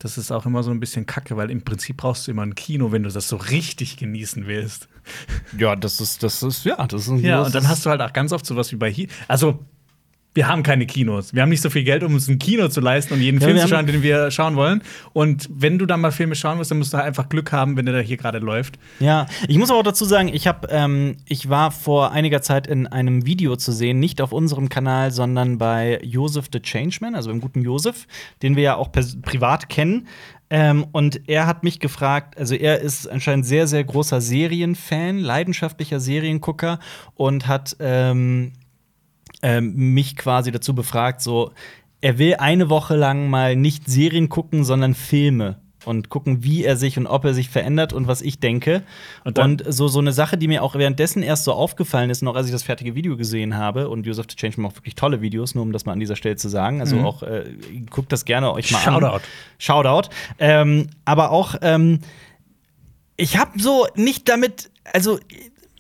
Speaker 2: das ist auch immer so ein bisschen kacke, weil im Prinzip brauchst du immer ein Kino, wenn du das so richtig genießen willst.
Speaker 1: Ja, das ist, das ist, ja, das ist ein
Speaker 2: Ja, und dann hast du halt auch ganz oft sowas wie bei Heat. Also, wir haben keine Kinos. Wir haben nicht so viel Geld, um uns ein Kino zu leisten und jeden
Speaker 1: Ja,
Speaker 2: Film
Speaker 1: wir
Speaker 2: zu schauen,
Speaker 1: haben-
Speaker 2: den wir schauen wollen. Und wenn du dann mal Filme schauen willst, dann musst du halt einfach Glück haben, wenn der da hier gerade läuft.
Speaker 1: Ja, ich muss aber auch dazu sagen, ich habe, ähm, ich war vor einiger Zeit in einem Video zu sehen, nicht auf unserem Kanal, sondern bei Josef the Changeman, also beim guten Josef, den wir ja auch pers- privat kennen. Ähm, und er hat mich gefragt, also er ist anscheinend sehr, sehr großer Serienfan, leidenschaftlicher Seriengucker und hat ähm, ähm, mich quasi dazu befragt, so er will eine Woche lang mal nicht Serien gucken, sondern Filme und gucken, wie er sich und ob er sich verändert und was ich denke.
Speaker 2: Und
Speaker 1: Und,
Speaker 2: dann-
Speaker 1: so, so eine Sache, die mir auch währenddessen erst so aufgefallen ist, noch als ich das fertige Video gesehen habe, und Joseph the Change macht wirklich tolle Videos, nur um das mal an dieser Stelle zu sagen. Also auch äh, guckt das gerne euch mal an.
Speaker 2: Shoutout.
Speaker 1: Shoutout. Ähm, aber auch, ähm, ich habe so nicht damit, also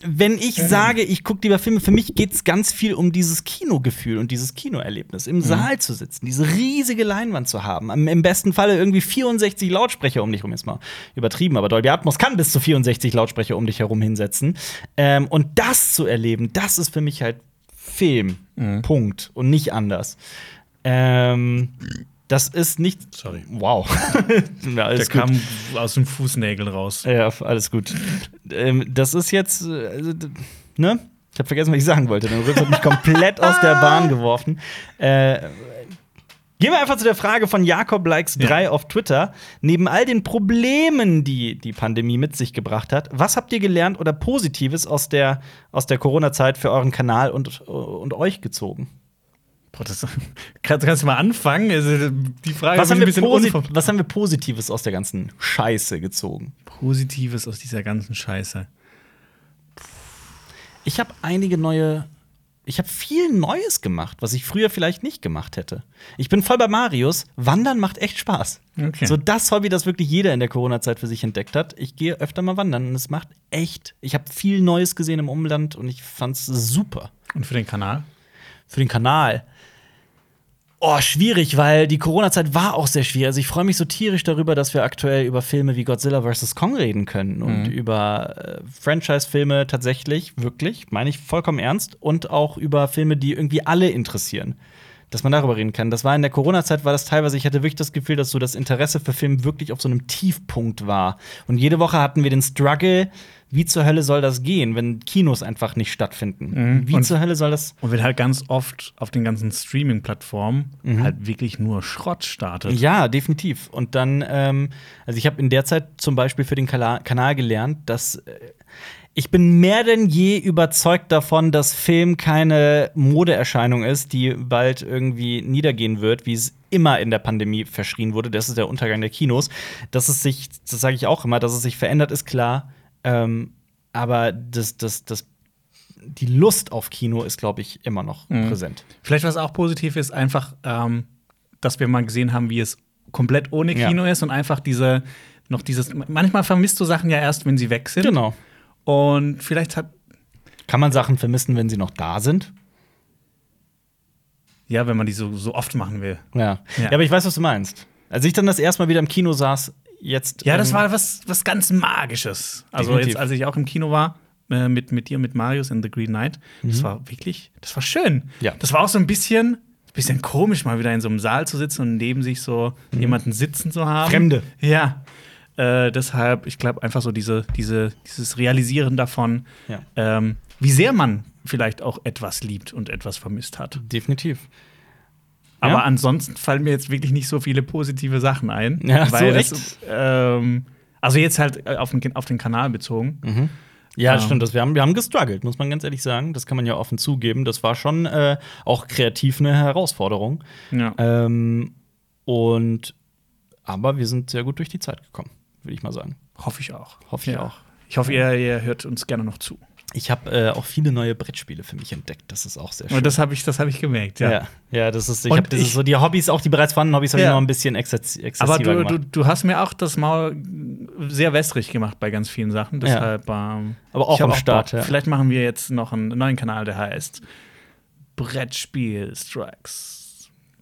Speaker 1: wenn ich sage, ich gucke lieber Filme, für mich geht es ganz viel um dieses Kinogefühl und dieses Kinoerlebnis, im Saal zu sitzen, diese riesige Leinwand zu haben. Am, Im besten Falle irgendwie 64 Lautsprecher um dich herum. Ist mal übertrieben, aber Dolby Atmos kann bis zu 64 Lautsprecher um dich herum hinsetzen. Ähm, und das zu erleben, das ist für mich halt Film. Punkt. Und nicht anders. Ähm, das ist nicht.
Speaker 2: Sorry.
Speaker 1: Wow. ja,
Speaker 2: Der
Speaker 1: alles gut.
Speaker 2: kam aus den Fußnägeln raus.
Speaker 1: Ja, alles gut. ähm, das ist jetzt, äh, also, d- ne? Ich habe vergessen, was ich sagen wollte. Dann hat mich komplett aus der Bahn geworfen. Äh, gehen wir einfach zu der Frage von Jakob Likes 3 auf Twitter. Neben all den Problemen, die die Pandemie mit sich gebracht hat, was habt ihr gelernt oder Positives aus der, aus der Corona-Zeit für euren Kanal und, und euch gezogen?
Speaker 2: Boah, das, kannst, kannst du mal anfangen? Also, die Frage
Speaker 1: Was
Speaker 2: ist
Speaker 1: haben,
Speaker 2: ein
Speaker 1: wir
Speaker 2: bisschen
Speaker 1: posi-
Speaker 2: unver-
Speaker 1: was haben wir Positives aus der ganzen Scheiße gezogen?
Speaker 2: Positives aus dieser ganzen Scheiße.
Speaker 1: Ich habe einige neue. Ich habe viel Neues gemacht, was ich früher vielleicht nicht gemacht hätte. Ich bin voll bei Marius. Wandern macht echt Spaß.
Speaker 2: Okay.
Speaker 1: So das Hobby, das wirklich jeder in der Corona-Zeit für sich entdeckt hat. Ich gehe öfter mal wandern und es macht echt. Ich habe viel Neues gesehen im Umland und ich fand's super
Speaker 2: Und für den Kanal?
Speaker 1: für den Kanal. Oh, schwierig, weil die Corona-Zeit war auch sehr schwierig. Also ich freue mich so tierisch darüber, dass wir aktuell über Filme wie Godzilla vs. Kong reden können und über äh, Franchise-Filme tatsächlich, wirklich, meine ich vollkommen ernst, und auch über Filme, die irgendwie alle interessieren. Dass man darüber reden kann. Das war in der Corona-Zeit, war das teilweise, ich hatte wirklich das Gefühl, dass so das Interesse für Filme wirklich auf so einem Tiefpunkt war. Und jede Woche hatten wir den Struggle, wie zur Hölle soll das gehen, wenn Kinos einfach nicht stattfinden? Wie
Speaker 2: Und-
Speaker 1: zur Hölle soll das
Speaker 2: Und wenn halt ganz oft auf den ganzen Streaming-Plattformen halt wirklich nur Schrott startet.
Speaker 1: Mhm. Ja, definitiv. Und dann, ähm, also ich habe in der Zeit zum Beispiel für den Kala Kanal gelernt, dass äh, ich bin mehr denn je überzeugt davon, dass Film keine Modeerscheinung ist, die bald irgendwie niedergehen wird, wie es immer in der Pandemie verschrien wurde. Das ist der Untergang der Kinos. Dass es sich, das sage ich auch immer, dass es sich verändert, ist klar. Ähm, aber das, das, das, die Lust auf Kino ist, glaube ich, immer noch präsent.
Speaker 2: Vielleicht was auch positiv ist, einfach, ähm, dass wir mal gesehen haben, wie es komplett ohne
Speaker 1: Ja.
Speaker 2: Kino ist und einfach diese, noch dieses, manchmal vermisst du Sachen ja erst, wenn sie weg sind.
Speaker 1: Genau.
Speaker 2: Und vielleicht hat,
Speaker 1: Kann man Sachen vermissen, wenn sie noch da sind?
Speaker 2: ja, wenn man die so, so oft machen will.
Speaker 1: Ja.
Speaker 2: Ja.
Speaker 1: ja. aber ich weiß, was du meinst. Als ich dann das erste Mal wieder im Kino saß, jetzt.
Speaker 2: Ja, das
Speaker 1: ähm,
Speaker 2: war was, was ganz Magisches. Also
Speaker 1: Definitiv.
Speaker 2: jetzt, als ich auch im Kino war, äh, mit, mit dir, mit Marius in The Green Knight, das war wirklich, das war schön.
Speaker 1: Mhm. Ja.
Speaker 2: Das war auch so ein bisschen, bisschen komisch, mal wieder in so einem Saal zu sitzen und neben sich so jemanden sitzen zu haben.
Speaker 1: Mhm. Fremde.
Speaker 2: Ja. Äh, deshalb, ich glaube, einfach so diese, diese, dieses Realisieren davon,
Speaker 1: Ja.
Speaker 2: ähm, wie sehr man vielleicht auch etwas liebt und etwas vermisst hat.
Speaker 1: Definitiv.
Speaker 2: Aber
Speaker 1: Ja.
Speaker 2: ansonsten fallen mir jetzt wirklich nicht so viele positive Sachen ein.
Speaker 1: Ja, so
Speaker 2: das,
Speaker 1: echt?
Speaker 2: ähm, also jetzt halt äh, auf den, auf den Kanal bezogen.
Speaker 1: Ja,
Speaker 2: Ja.
Speaker 1: stimmt. Das, wir, haben, wir haben gestruggelt, muss man ganz ehrlich sagen. Das kann man ja offen zugeben. Das war schon äh, auch kreativ eine Herausforderung.
Speaker 2: Ja.
Speaker 1: Ähm, und aber wir sind sehr gut durch die Zeit gekommen, würde ich mal sagen.
Speaker 2: Hoffe ich auch.
Speaker 1: Hoffe ich
Speaker 2: ja.
Speaker 1: auch.
Speaker 2: Ich hoffe, ihr, ihr hört uns gerne noch zu.
Speaker 1: Ich habe äh, auch viele neue Brettspiele für mich entdeckt. Das ist auch sehr schön.
Speaker 2: Und das habe ich, das hab ich gemerkt, ja.
Speaker 1: ja. ja, das ist. Ich
Speaker 2: Und
Speaker 1: habe das
Speaker 2: ich-
Speaker 1: ist so die Hobbys, auch die bereits vorhandenen Hobbys, habe
Speaker 2: Ja.
Speaker 1: ich noch ein bisschen exzess exzessiver
Speaker 2: Aber du,
Speaker 1: gemacht.
Speaker 2: du, du hast mir auch das Maul sehr wässrig gemacht bei ganz vielen Sachen. Deshalb, ähm,
Speaker 1: Aber auch
Speaker 2: ich hab
Speaker 1: am Start,
Speaker 2: Bock.
Speaker 1: ja.
Speaker 2: Vielleicht machen wir jetzt noch einen neuen Kanal, der heißt Brettspiel Strikes.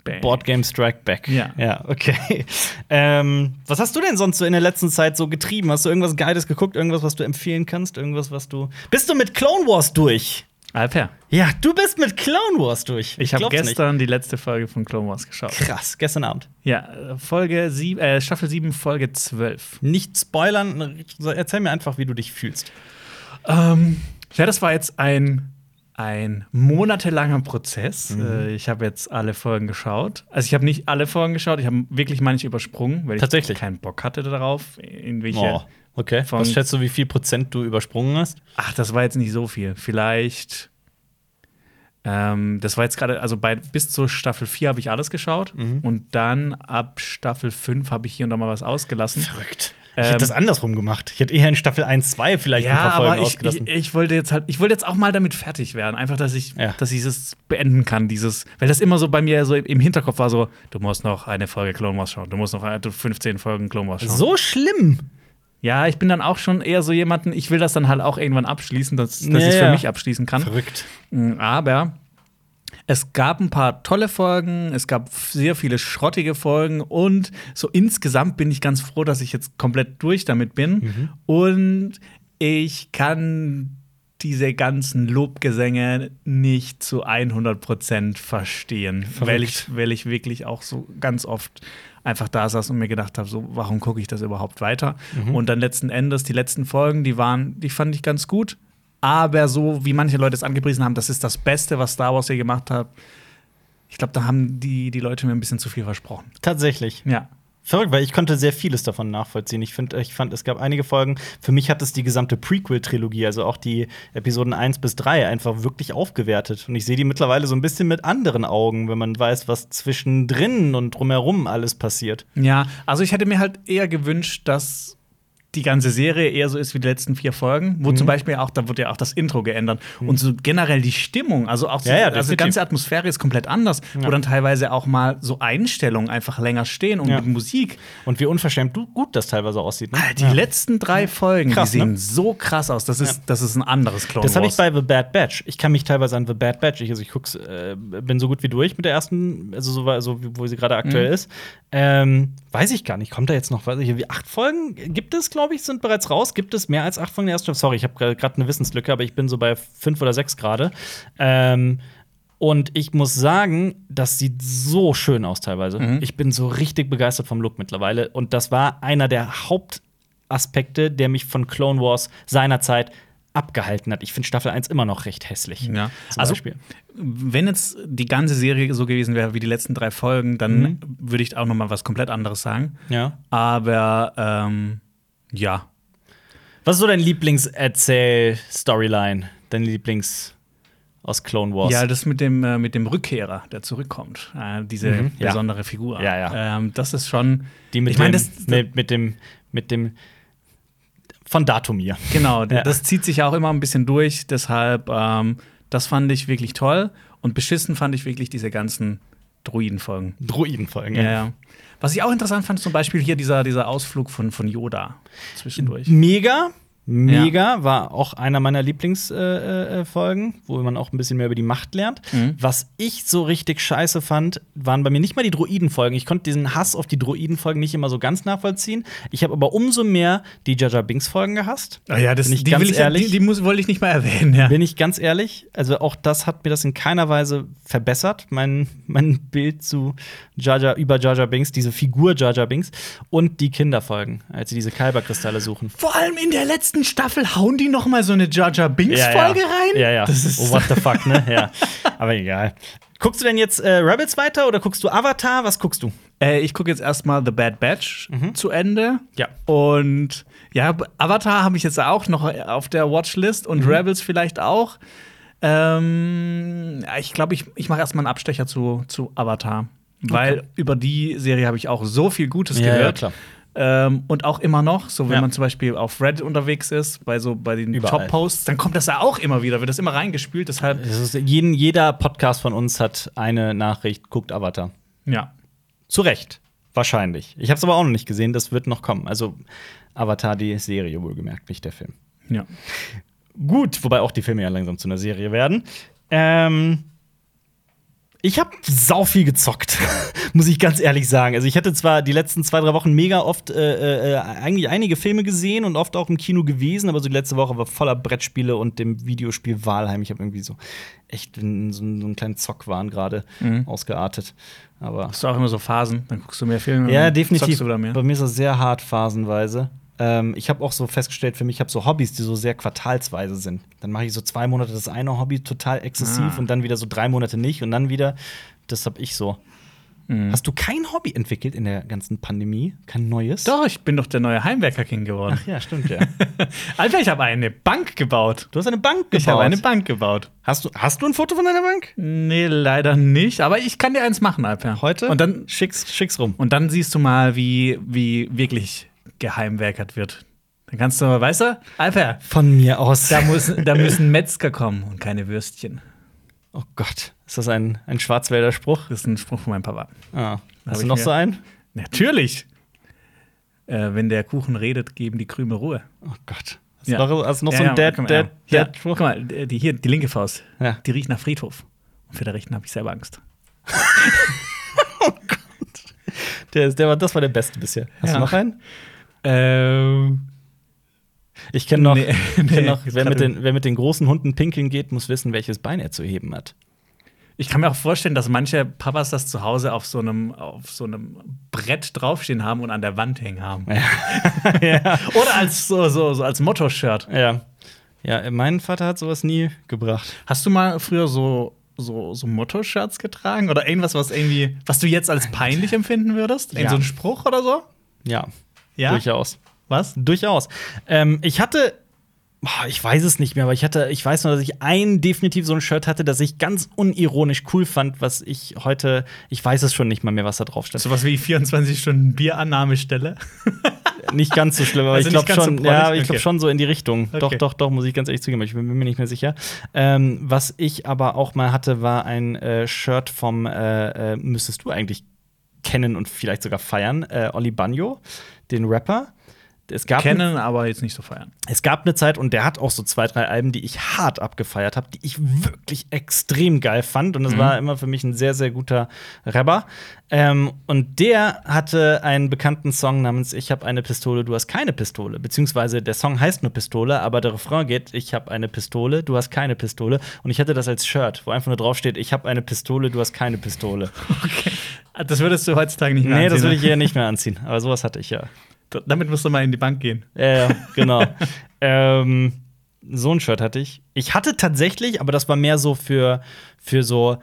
Speaker 2: Bang.
Speaker 1: Board Game Strike Back.
Speaker 2: Ja.
Speaker 1: Ja, okay. Ähm, was hast du denn sonst so in der letzten Zeit so getrieben? Hast du irgendwas Geiles geguckt? Irgendwas, was du empfehlen kannst? Irgendwas, was du. Bist du mit Clone Wars durch?
Speaker 2: Alper.
Speaker 1: Ja, du bist mit Clone Wars durch.
Speaker 2: Ich habe
Speaker 1: Glaub's nicht.
Speaker 2: gestern die letzte Folge von Clone Wars geschaut.
Speaker 1: Krass, gestern Abend.
Speaker 2: Ja, Folge sieb, äh, Staffel 7, Folge 12.
Speaker 1: Nicht spoilern, erzähl mir einfach, wie du dich fühlst.
Speaker 2: Ähm, ja, das war jetzt ein, ein monatelanger Prozess.
Speaker 1: Mhm.
Speaker 2: Äh, ich habe jetzt alle Folgen geschaut. Also, ich habe nicht alle Folgen geschaut, ich habe wirklich manche übersprungen, weil
Speaker 1: Tatsächlich?
Speaker 2: ich keinen Bock hatte darauf. In welche.
Speaker 1: Oh, okay.
Speaker 2: Von-
Speaker 1: Was schätzt du, wie viel Prozent du übersprungen hast?
Speaker 2: Ach, das war jetzt nicht so viel. Vielleicht. Ähm, das war jetzt gerade, also bei, bis zur Staffel 4 habe ich alles geschaut.
Speaker 1: Mhm.
Speaker 2: Und dann ab Staffel 5 habe ich hier und da mal was ausgelassen.
Speaker 1: Verrückt. Ich
Speaker 2: Ähm,
Speaker 1: hätte das andersrum gemacht. Ich hätte eher in Staffel 1, 2 vielleicht ein
Speaker 2: Ja,
Speaker 1: paar Folgen
Speaker 2: aber ich, ich,
Speaker 1: ausgelassen.
Speaker 2: ich wollte jetzt halt, ich wollte jetzt auch mal damit fertig werden. Einfach, dass ich,
Speaker 1: Ja.
Speaker 2: dass ich es beenden kann, dieses, weil das immer so bei mir so im Hinterkopf war, so, du musst noch eine Folge Clone Wars schauen, du musst noch eine- 15 Folgen Clone Wars schauen.
Speaker 1: so schlimm.
Speaker 2: Ja, ich bin dann auch schon eher so jemanden, ich will das dann halt auch irgendwann abschließen, dass, dass
Speaker 1: Ja,
Speaker 2: ich es für
Speaker 1: ja.
Speaker 2: mich abschließen kann.
Speaker 1: Verrückt.
Speaker 2: Mm, Aber es gab ein paar tolle Folgen, es gab f- sehr viele schrottige Folgen und so insgesamt bin ich ganz froh, dass ich jetzt komplett durch damit bin. Und ich kann diese ganzen Lobgesänge nicht zu 100% verstehen, weil ich, weil ich wirklich auch so ganz oft einfach da saß und mir gedacht habe, so warum gucke ich das überhaupt weiter? Und dann letzten Endes die letzten Folgen, die waren, die fand ich ganz gut, aber so wie manche Leute es angepriesen haben, das ist das Beste, was Star Wars hier gemacht hat. Ich glaube, da haben die, die Leute mir ein bisschen zu viel versprochen.
Speaker 1: Tatsächlich.
Speaker 2: Ja.
Speaker 1: Verrückt, weil ich konnte sehr vieles davon nachvollziehen. Ich, find, ich fand, es gab einige Folgen. Für mich hat es die gesamte Prequel-Trilogie, also auch die Episoden 1 bis 3, einfach wirklich aufgewertet. Und ich sehe die mittlerweile so ein bisschen mit anderen Augen, wenn man weiß, was zwischendrin und drumherum alles passiert.
Speaker 2: Ja, also ich hätte mir halt eher gewünscht, dass die ganze Serie eher so ist wie die letzten vier Folgen,
Speaker 1: Mhm.
Speaker 2: wo zum Beispiel auch, da wird ja auch das Intro geändert und so generell die Stimmung, also auch so,
Speaker 1: Ja, ja,
Speaker 2: also die
Speaker 1: definitiv.
Speaker 2: ganze Atmosphäre ist komplett anders, wo dann teilweise auch mal so Einstellungen einfach länger stehen und
Speaker 1: Ja.
Speaker 2: mit Musik.
Speaker 1: Und wie unverschämt du- gut das teilweise aussieht. Ne?
Speaker 2: Alter, Ah, die letzten drei Folgen,
Speaker 1: Krass,
Speaker 2: die
Speaker 1: ne?
Speaker 2: sehen so krass aus, das ist, das ist ein anderes Clone
Speaker 1: Das habe ich bei
Speaker 2: Wars.
Speaker 1: The Bad Batch. Ich kann mich teilweise an The Bad Batch, ich, also ich guck's, äh, bin so gut wie durch mit der ersten, also so, also wie- wo sie gerade aktuell ist. Ähm, weiß ich gar nicht, kommt da jetzt noch was? Hier, wie acht Folgen gibt es, glaube ich, sind bereits raus. Gibt es mehr als acht Folgen der ersten Staffel? Sorry, ich habe gerade eine ne Wissenslücke, aber ich bin so bei fünf oder sechs gerade. Ähm, und ich muss sagen, das sieht so schön aus teilweise.
Speaker 2: Mhm.
Speaker 1: Ich bin so richtig begeistert vom Look mittlerweile. Und das war einer der Hauptaspekte, der mich von Clone Wars seinerzeit abgehalten hat. Ich finde Staffel 1 immer noch recht hässlich.
Speaker 2: Ja.
Speaker 1: Zum
Speaker 2: Also,
Speaker 1: Beispiel.
Speaker 2: wenn jetzt die ganze Serie so gewesen wäre wie die letzten drei Folgen, dann
Speaker 1: Mhm.
Speaker 2: würde ich auch noch mal was komplett anderes sagen.
Speaker 1: Ja.
Speaker 2: Aber ähm, ja,
Speaker 1: Was ist so dein Lieblingserzähl-Storyline? Dein Lieblings aus Clone Wars?
Speaker 2: Ja, das mit dem, äh, mit dem Rückkehrer, der zurückkommt. Äh, diese
Speaker 1: Mhm, ja.
Speaker 2: besondere Figur.
Speaker 1: Ja, ja.
Speaker 2: Ähm, das ist schon.
Speaker 1: Die mit,
Speaker 2: ich meine,
Speaker 1: dem,
Speaker 2: das,
Speaker 1: mit, mit dem mit dem von Datumir.
Speaker 2: genau,
Speaker 1: Ja.
Speaker 2: das zieht sich ja auch immer ein bisschen durch. Deshalb, ähm, das fand ich wirklich toll. Und beschissen fand ich wirklich diese ganzen Druidenfolgen.
Speaker 1: Druidenfolgen.
Speaker 2: Ja, ja. Was ich auch interessant fand, zum Beispiel hier dieser, dieser Ausflug von, von Yoda zwischendurch.
Speaker 1: Mega. Mega war auch einer meiner Lieblingsfolgen, äh, Folgen, wo man auch ein bisschen mehr über die Macht lernt.
Speaker 2: Mhm.
Speaker 1: Was ich so richtig scheiße fand, waren bei mir nicht mal die Droidenfolgen. Ich konnte diesen Hass auf die Droidenfolgen nicht immer so ganz nachvollziehen. Ich habe aber umso mehr die Jaja Binks Folgen gehasst.
Speaker 2: Ah ja, das,
Speaker 1: Bin ich
Speaker 2: die,
Speaker 1: ganz
Speaker 2: will ich, ja-
Speaker 1: ehrlich?
Speaker 2: die, die muss, wollte ich nicht mal erwähnen. Ja.
Speaker 1: Bin ich ganz ehrlich, also auch das hat mir das in keiner Weise verbessert, mein, mein Bild zu Jaja über Jaja Binks, diese Figur Jaja Binks und die Kinderfolgen, als sie diese Kyberkristalle suchen.
Speaker 2: Vor allem in der letzten Staffel hauen die noch mal so eine Jar Jar Binks Folge
Speaker 1: ja.
Speaker 2: rein.
Speaker 1: Ja, ja.
Speaker 2: Das ist
Speaker 1: oh, what the fuck, ne? Ja. Aber egal. Guckst du denn jetzt äh, Rebels weiter oder guckst du Avatar? Was guckst du?
Speaker 2: Äh, ich gucke jetzt erstmal The Bad Batch zu Ende.
Speaker 1: Mhm. Ja.
Speaker 2: Und ja, B- Avatar habe ich jetzt auch noch auf der Watchlist
Speaker 1: Mhm.
Speaker 2: und Rebels vielleicht auch. Ähm, ja, ich glaube, ich, ich mache erstmal einen Abstecher zu, zu Avatar. Weil über die Serie habe ich auch so viel Gutes
Speaker 1: Ja, ja,
Speaker 2: gehört.
Speaker 1: klar.
Speaker 2: Ähm, und auch immer noch, so wenn
Speaker 1: Ja.
Speaker 2: man zum Beispiel auf Reddit unterwegs ist, bei so bei den
Speaker 1: Überall.
Speaker 2: Top-Posts, dann kommt das ja auch immer wieder, wird das immer reingespült. Deshalb,
Speaker 1: Das ist, jeden, jeder Podcast von uns hat eine Nachricht, guckt Avatar.
Speaker 2: ja.
Speaker 1: Zu Recht. Wahrscheinlich. Ich habe es aber auch noch nicht gesehen, das wird noch kommen. Also Avatar, die Serie wohlgemerkt, nicht der Film.
Speaker 2: ja.
Speaker 1: Gut, wobei auch die Filme ja langsam zu einer Serie werden. Ähm, Ich habe sau viel gezockt, muss ich ganz ehrlich sagen. Also ich hatte zwar die letzten zwei, drei Wochen mega oft äh, äh, eigentlich einige Filme gesehen und oft auch im Kino gewesen, aber so die letzte Woche war voller Brettspiele und dem Videospiel Wahlheim. Ich habe irgendwie so echt in so, einen- so einen kleinen Zockwahn gerade
Speaker 2: Mhm.
Speaker 1: ausgeartet. Aber
Speaker 2: Hast du auch immer so Phasen, dann guckst du mehr Filme.
Speaker 1: ja,
Speaker 2: dann
Speaker 1: definitiv.
Speaker 2: Zockst Ähm, du wieder mehr.
Speaker 1: Bei mir ist das sehr hart phasenweise. Ähm, ich habe auch so festgestellt, für mich habe so Hobbys, die so sehr quartalsweise sind. Dann mache ich so zwei Monate das eine Hobby total exzessiv
Speaker 2: Ah.
Speaker 1: und dann wieder so drei Monate nicht und dann wieder. Das habe ich so.
Speaker 2: Mhm.
Speaker 1: Hast du kein Hobby entwickelt in der ganzen Pandemie? Kein neues?
Speaker 2: Doch, ich bin doch der neue Heimwerker-King geworden.
Speaker 1: Ach ja, stimmt ja.
Speaker 2: Alter, ich habe eine Bank gebaut.
Speaker 1: Du hast eine Bank gebaut.
Speaker 2: Ich habe eine Bank gebaut.
Speaker 1: hast, du, hast du ein Foto von deiner Bank?
Speaker 2: Nee, leider nicht. Aber ich kann dir eins machen, Alper.
Speaker 1: Heute?
Speaker 2: Und dann,
Speaker 1: schick's, schick's rum.
Speaker 2: und dann siehst du mal, wie, wie wirklich geheimwerkert wird. Dann kannst du mal, weißt du, Alper,
Speaker 1: Von mir aus.
Speaker 2: da, muss, da müssen Metzger kommen und keine Würstchen.
Speaker 1: oh Gott, ist das ein, ein Schwarzwälder Spruch?
Speaker 2: Das ist ein Spruch von meinem Papa.
Speaker 1: Ah.
Speaker 2: Hab
Speaker 1: Hast
Speaker 2: ich
Speaker 1: du noch
Speaker 2: mir-
Speaker 1: so einen?
Speaker 2: Natürlich. Äh, wenn der Kuchen redet, geben die Krümel Ruhe.
Speaker 1: Oh Gott. Hast
Speaker 2: Ja.
Speaker 1: du noch, hast du noch so einen
Speaker 2: guck
Speaker 1: Dad,
Speaker 2: mal,
Speaker 1: Dad,
Speaker 2: ja.
Speaker 1: Dad
Speaker 2: Ja, guck mal, die, hier, die linke Faust,
Speaker 1: Ja.
Speaker 2: die riecht nach Friedhof. Und für der rechten habe ich selber Angst.
Speaker 1: Der, ist- der war, das war der beste bisher. Hast
Speaker 2: Ja.
Speaker 1: du noch einen?
Speaker 2: Ähm,
Speaker 1: Ich kenne noch,
Speaker 2: Nee,
Speaker 1: ich kenn
Speaker 2: nee,
Speaker 1: noch
Speaker 2: jetzt
Speaker 1: wer, mit
Speaker 2: gerade-
Speaker 1: den, wer mit den großen Hunden pinkeln geht, muss wissen, welches Bein er zu heben hat.
Speaker 2: ich kann mir auch vorstellen, dass manche Papas das zu Hause auf so einem, auf so einem Brett draufstehen haben und an der Wand hängen haben. Oder als, so, so, so als Motto-Shirt.
Speaker 1: Ja. Ja, äh, mein Vater hat sowas nie gebracht.
Speaker 2: Hast du mal früher so, so, so Motto-Shirts getragen? Oder irgendwas, was irgendwie, was du jetzt als peinlich empfinden würdest? Irgend
Speaker 1: Ja.
Speaker 2: so ein Spruch oder so?
Speaker 1: Ja,
Speaker 2: Ja.
Speaker 1: durchaus.
Speaker 2: Was?
Speaker 1: Durchaus. Ähm, ich hatte, boah, ich weiß es nicht mehr, aber ich hatte, ich weiß nur, dass ich ein definitiv so ein Shirt hatte, das ich ganz unironisch cool fand, was ich heute, ich weiß es schon nicht mal mehr, was da drauf stand.
Speaker 2: Sowas wie 24 Stunden Bierannahmestelle.
Speaker 1: nicht ganz so schlimm, aber
Speaker 2: Also
Speaker 1: ich
Speaker 2: nicht
Speaker 1: glaube
Speaker 2: ganz so
Speaker 1: schon,
Speaker 2: prollig?
Speaker 1: ja, ich glaube
Speaker 2: Okay.
Speaker 1: schon so in die Richtung.
Speaker 2: Okay.
Speaker 1: Doch, doch, doch, muss ich ganz ehrlich zugeben, ich bin mir nicht mehr sicher. Ähm, was ich aber auch mal hatte, war ein äh, Shirt vom, äh, äh, müsstest du eigentlich kennen und vielleicht sogar feiern, äh, Oli Bagno, den Rapper. Es gab,
Speaker 2: Kennen, aber jetzt nicht so feiern.
Speaker 1: es gab eine Zeit und der hat auch so zwei, drei Alben, die ich hart abgefeiert habe, die ich wirklich extrem geil fand. Und das war immer für mich ein sehr, sehr guter Rapper. Ähm, und der hatte einen bekannten Song namens Ich habe eine Pistole, du hast keine Pistole. Beziehungsweise der Song heißt nur Pistole, aber der Refrain geht Ich habe eine Pistole, du hast keine Pistole. Und ich hatte das als Shirt, wo einfach nur draufsteht Ich habe eine Pistole, du hast keine Pistole.
Speaker 2: Okay. Das würdest du heutzutage nicht mehr
Speaker 1: nee, das
Speaker 2: anziehen,
Speaker 1: würde
Speaker 2: ne?
Speaker 1: ich eher nicht mehr anziehen. Aber sowas hatte ich ja.
Speaker 2: D- Damit musst du mal in die Bank gehen.
Speaker 1: Ja, ja, genau. ähm, so ein Shirt hatte ich. Ich hatte tatsächlich, aber das war mehr so für, für so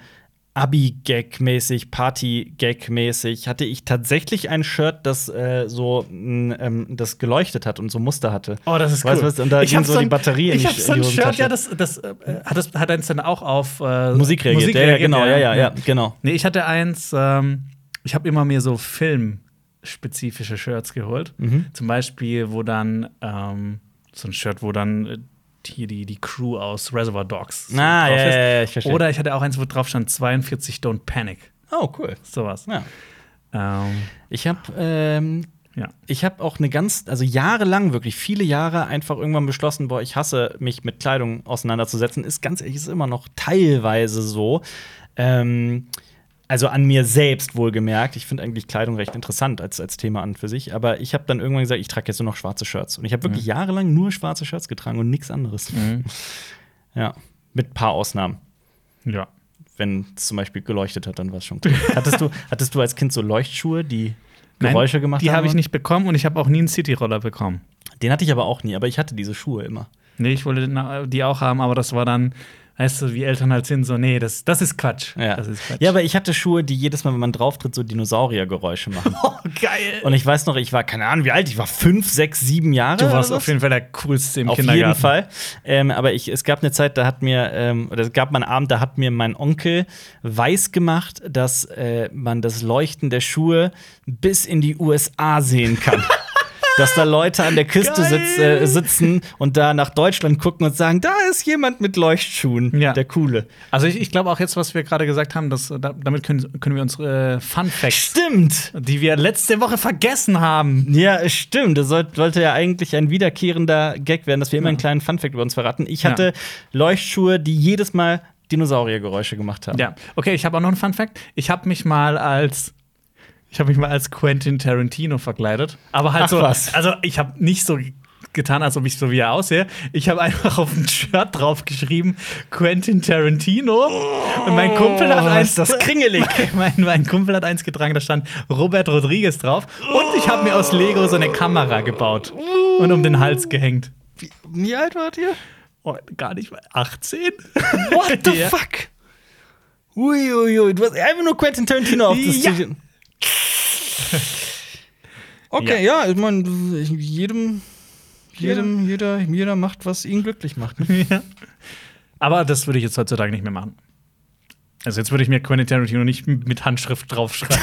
Speaker 1: Abi-Gag-mäßig, Party-Gag-mäßig, hatte ich tatsächlich ein Shirt, das äh, so mh, ähm, das geleuchtet hat und so Muster hatte.
Speaker 2: Oh, das ist
Speaker 1: Weißt du was, und da
Speaker 2: ich
Speaker 1: ging
Speaker 2: hab
Speaker 1: so
Speaker 2: so ein,
Speaker 1: die Batterie in
Speaker 2: Ich
Speaker 1: die-
Speaker 2: hab so
Speaker 1: in
Speaker 2: ein
Speaker 1: die
Speaker 2: Shirt,
Speaker 1: Hosentasche.
Speaker 2: ja, das, das äh, hat das hat eins dann auch auf äh,
Speaker 1: Musik reagiert. ja, ja, genau, ja, ja, ja, genau.
Speaker 2: Nee, ich hatte eins, ähm, ich habe immer mir so filmspezifische Shirts geholt.
Speaker 1: Mhm.
Speaker 2: Zum Beispiel, wo dann ähm, so ein Shirt, wo dann äh, hier die, die Crew aus Reservoir Dogs so
Speaker 1: Ah,
Speaker 2: drauf
Speaker 1: ja,
Speaker 2: ist.
Speaker 1: ja, ja, ich verstehe.
Speaker 2: Oder ich hatte auch eins, wo drauf stand 42 Don't Panic.
Speaker 1: Oh, cool.
Speaker 2: Sowas.
Speaker 1: Ja.
Speaker 2: Ähm,
Speaker 1: Ich habe ähm,
Speaker 2: ja.
Speaker 1: Ich habe auch eine ganz, also jahrelang, wirklich viele Jahre einfach irgendwann beschlossen, boah, ich hasse mich mit Kleidung auseinanderzusetzen. Ist ganz ehrlich, ist immer noch teilweise so. Ähm, also an mir selbst wohlgemerkt. Ich finde eigentlich Kleidung recht interessant als, als Thema an für sich. Aber ich habe dann irgendwann gesagt, ich trage jetzt nur noch schwarze Shirts. Und ich habe wirklich jahrelang nur schwarze Shirts getragen und nichts anderes.
Speaker 2: Mhm.
Speaker 1: Ja, mit paar Ausnahmen.
Speaker 2: Ja.
Speaker 1: Wenn es zum Beispiel geleuchtet hat, dann war es schon cool. hattest, du, hattest du als Kind so Leuchtschuhe, die Geräusche
Speaker 2: Nein,
Speaker 1: gemacht
Speaker 2: Die habe
Speaker 1: haben?
Speaker 2: ich nicht bekommen und ich habe auch nie einen City-Roller bekommen.
Speaker 1: Den hatte ich aber auch nie, aber ich hatte diese Schuhe immer.
Speaker 2: Nee, ich wollte na- die auch haben, aber das war dann, weißt du, wie Eltern halt sind, so, nee, das, das ist Quatsch.
Speaker 1: Ja.
Speaker 2: Das ist Quatsch.
Speaker 1: ja, aber ich hatte Schuhe, die jedes Mal, wenn man drauftritt, so Dinosauriergeräusche machen.
Speaker 2: oh, geil.
Speaker 1: Und ich weiß noch, ich war, keine Ahnung, wie alt, ich war fünf, sechs, sieben Jahre.
Speaker 2: Du warst
Speaker 1: oder
Speaker 2: auf
Speaker 1: so.
Speaker 2: jeden Fall der coolste im
Speaker 1: Auf
Speaker 2: Kindergarten.
Speaker 1: jeden Fall. Ähm, aber ich, es gab eine Zeit, da hat mir, ähm, oder es gab mal einen Abend, da hat mir mein Onkel weiß gemacht, dass äh, man das Leuchten der Schuhe bis in die USA sehen kann. Dass da Leute an der Küste
Speaker 2: Geil.
Speaker 1: sitz, äh, sitzen und da nach Deutschland gucken und sagen, da ist jemand mit Leuchtschuhen,
Speaker 2: Ja.
Speaker 1: der coole.
Speaker 2: Also ich, ich glaube auch jetzt, was wir gerade gesagt haben, dass, äh, da, damit können, können wir unsere äh, Fun Facts,
Speaker 1: Stimmt.
Speaker 2: die wir letzte Woche vergessen haben.
Speaker 1: Ja, stimmt. Das sollte, sollte ja eigentlich ein wiederkehrender Gag werden, dass wir immer einen kleinen Funfact über uns verraten. Ich hatte Leuchtschuhe, die jedes Mal Dinosauriergeräusche gemacht haben.
Speaker 2: Ja, okay, ich habe auch noch einen Fun Fact. Ich habe mich mal als ich habe mich mal als Quentin Tarantino verkleidet, aber halt
Speaker 1: Ach,
Speaker 2: so
Speaker 1: was.
Speaker 2: also ich habe nicht so getan, als ob ich so wie er aussehe. Ich habe einfach auf ein Shirt drauf geschrieben Quentin Tarantino und mein Kumpel hat
Speaker 1: Oh,
Speaker 2: eins
Speaker 1: ist das kringelig.
Speaker 2: Mein, mein Kumpel hat eins getragen, da stand Robert Rodriguez drauf und ich habe mir aus Lego so eine Kamera gebaut und um den Hals gehängt.
Speaker 1: Wie, wie alt wart ihr?
Speaker 2: Oh, gar nicht mal 18.
Speaker 1: What the
Speaker 2: Ja.
Speaker 1: fuck? Uiuiui, du hast einfach nur Quentin Tarantino auf das
Speaker 2: Ja.
Speaker 1: T-Shirt. Okay, ja, ich meine, jedem, jedem, jeder, jeder macht, was ihn glücklich macht. ne?
Speaker 2: Ja. Aber das würde ich jetzt heutzutage nicht mehr machen. Also jetzt würde ich mir Quentin Tarantino nicht m- mit Handschrift draufschreiben.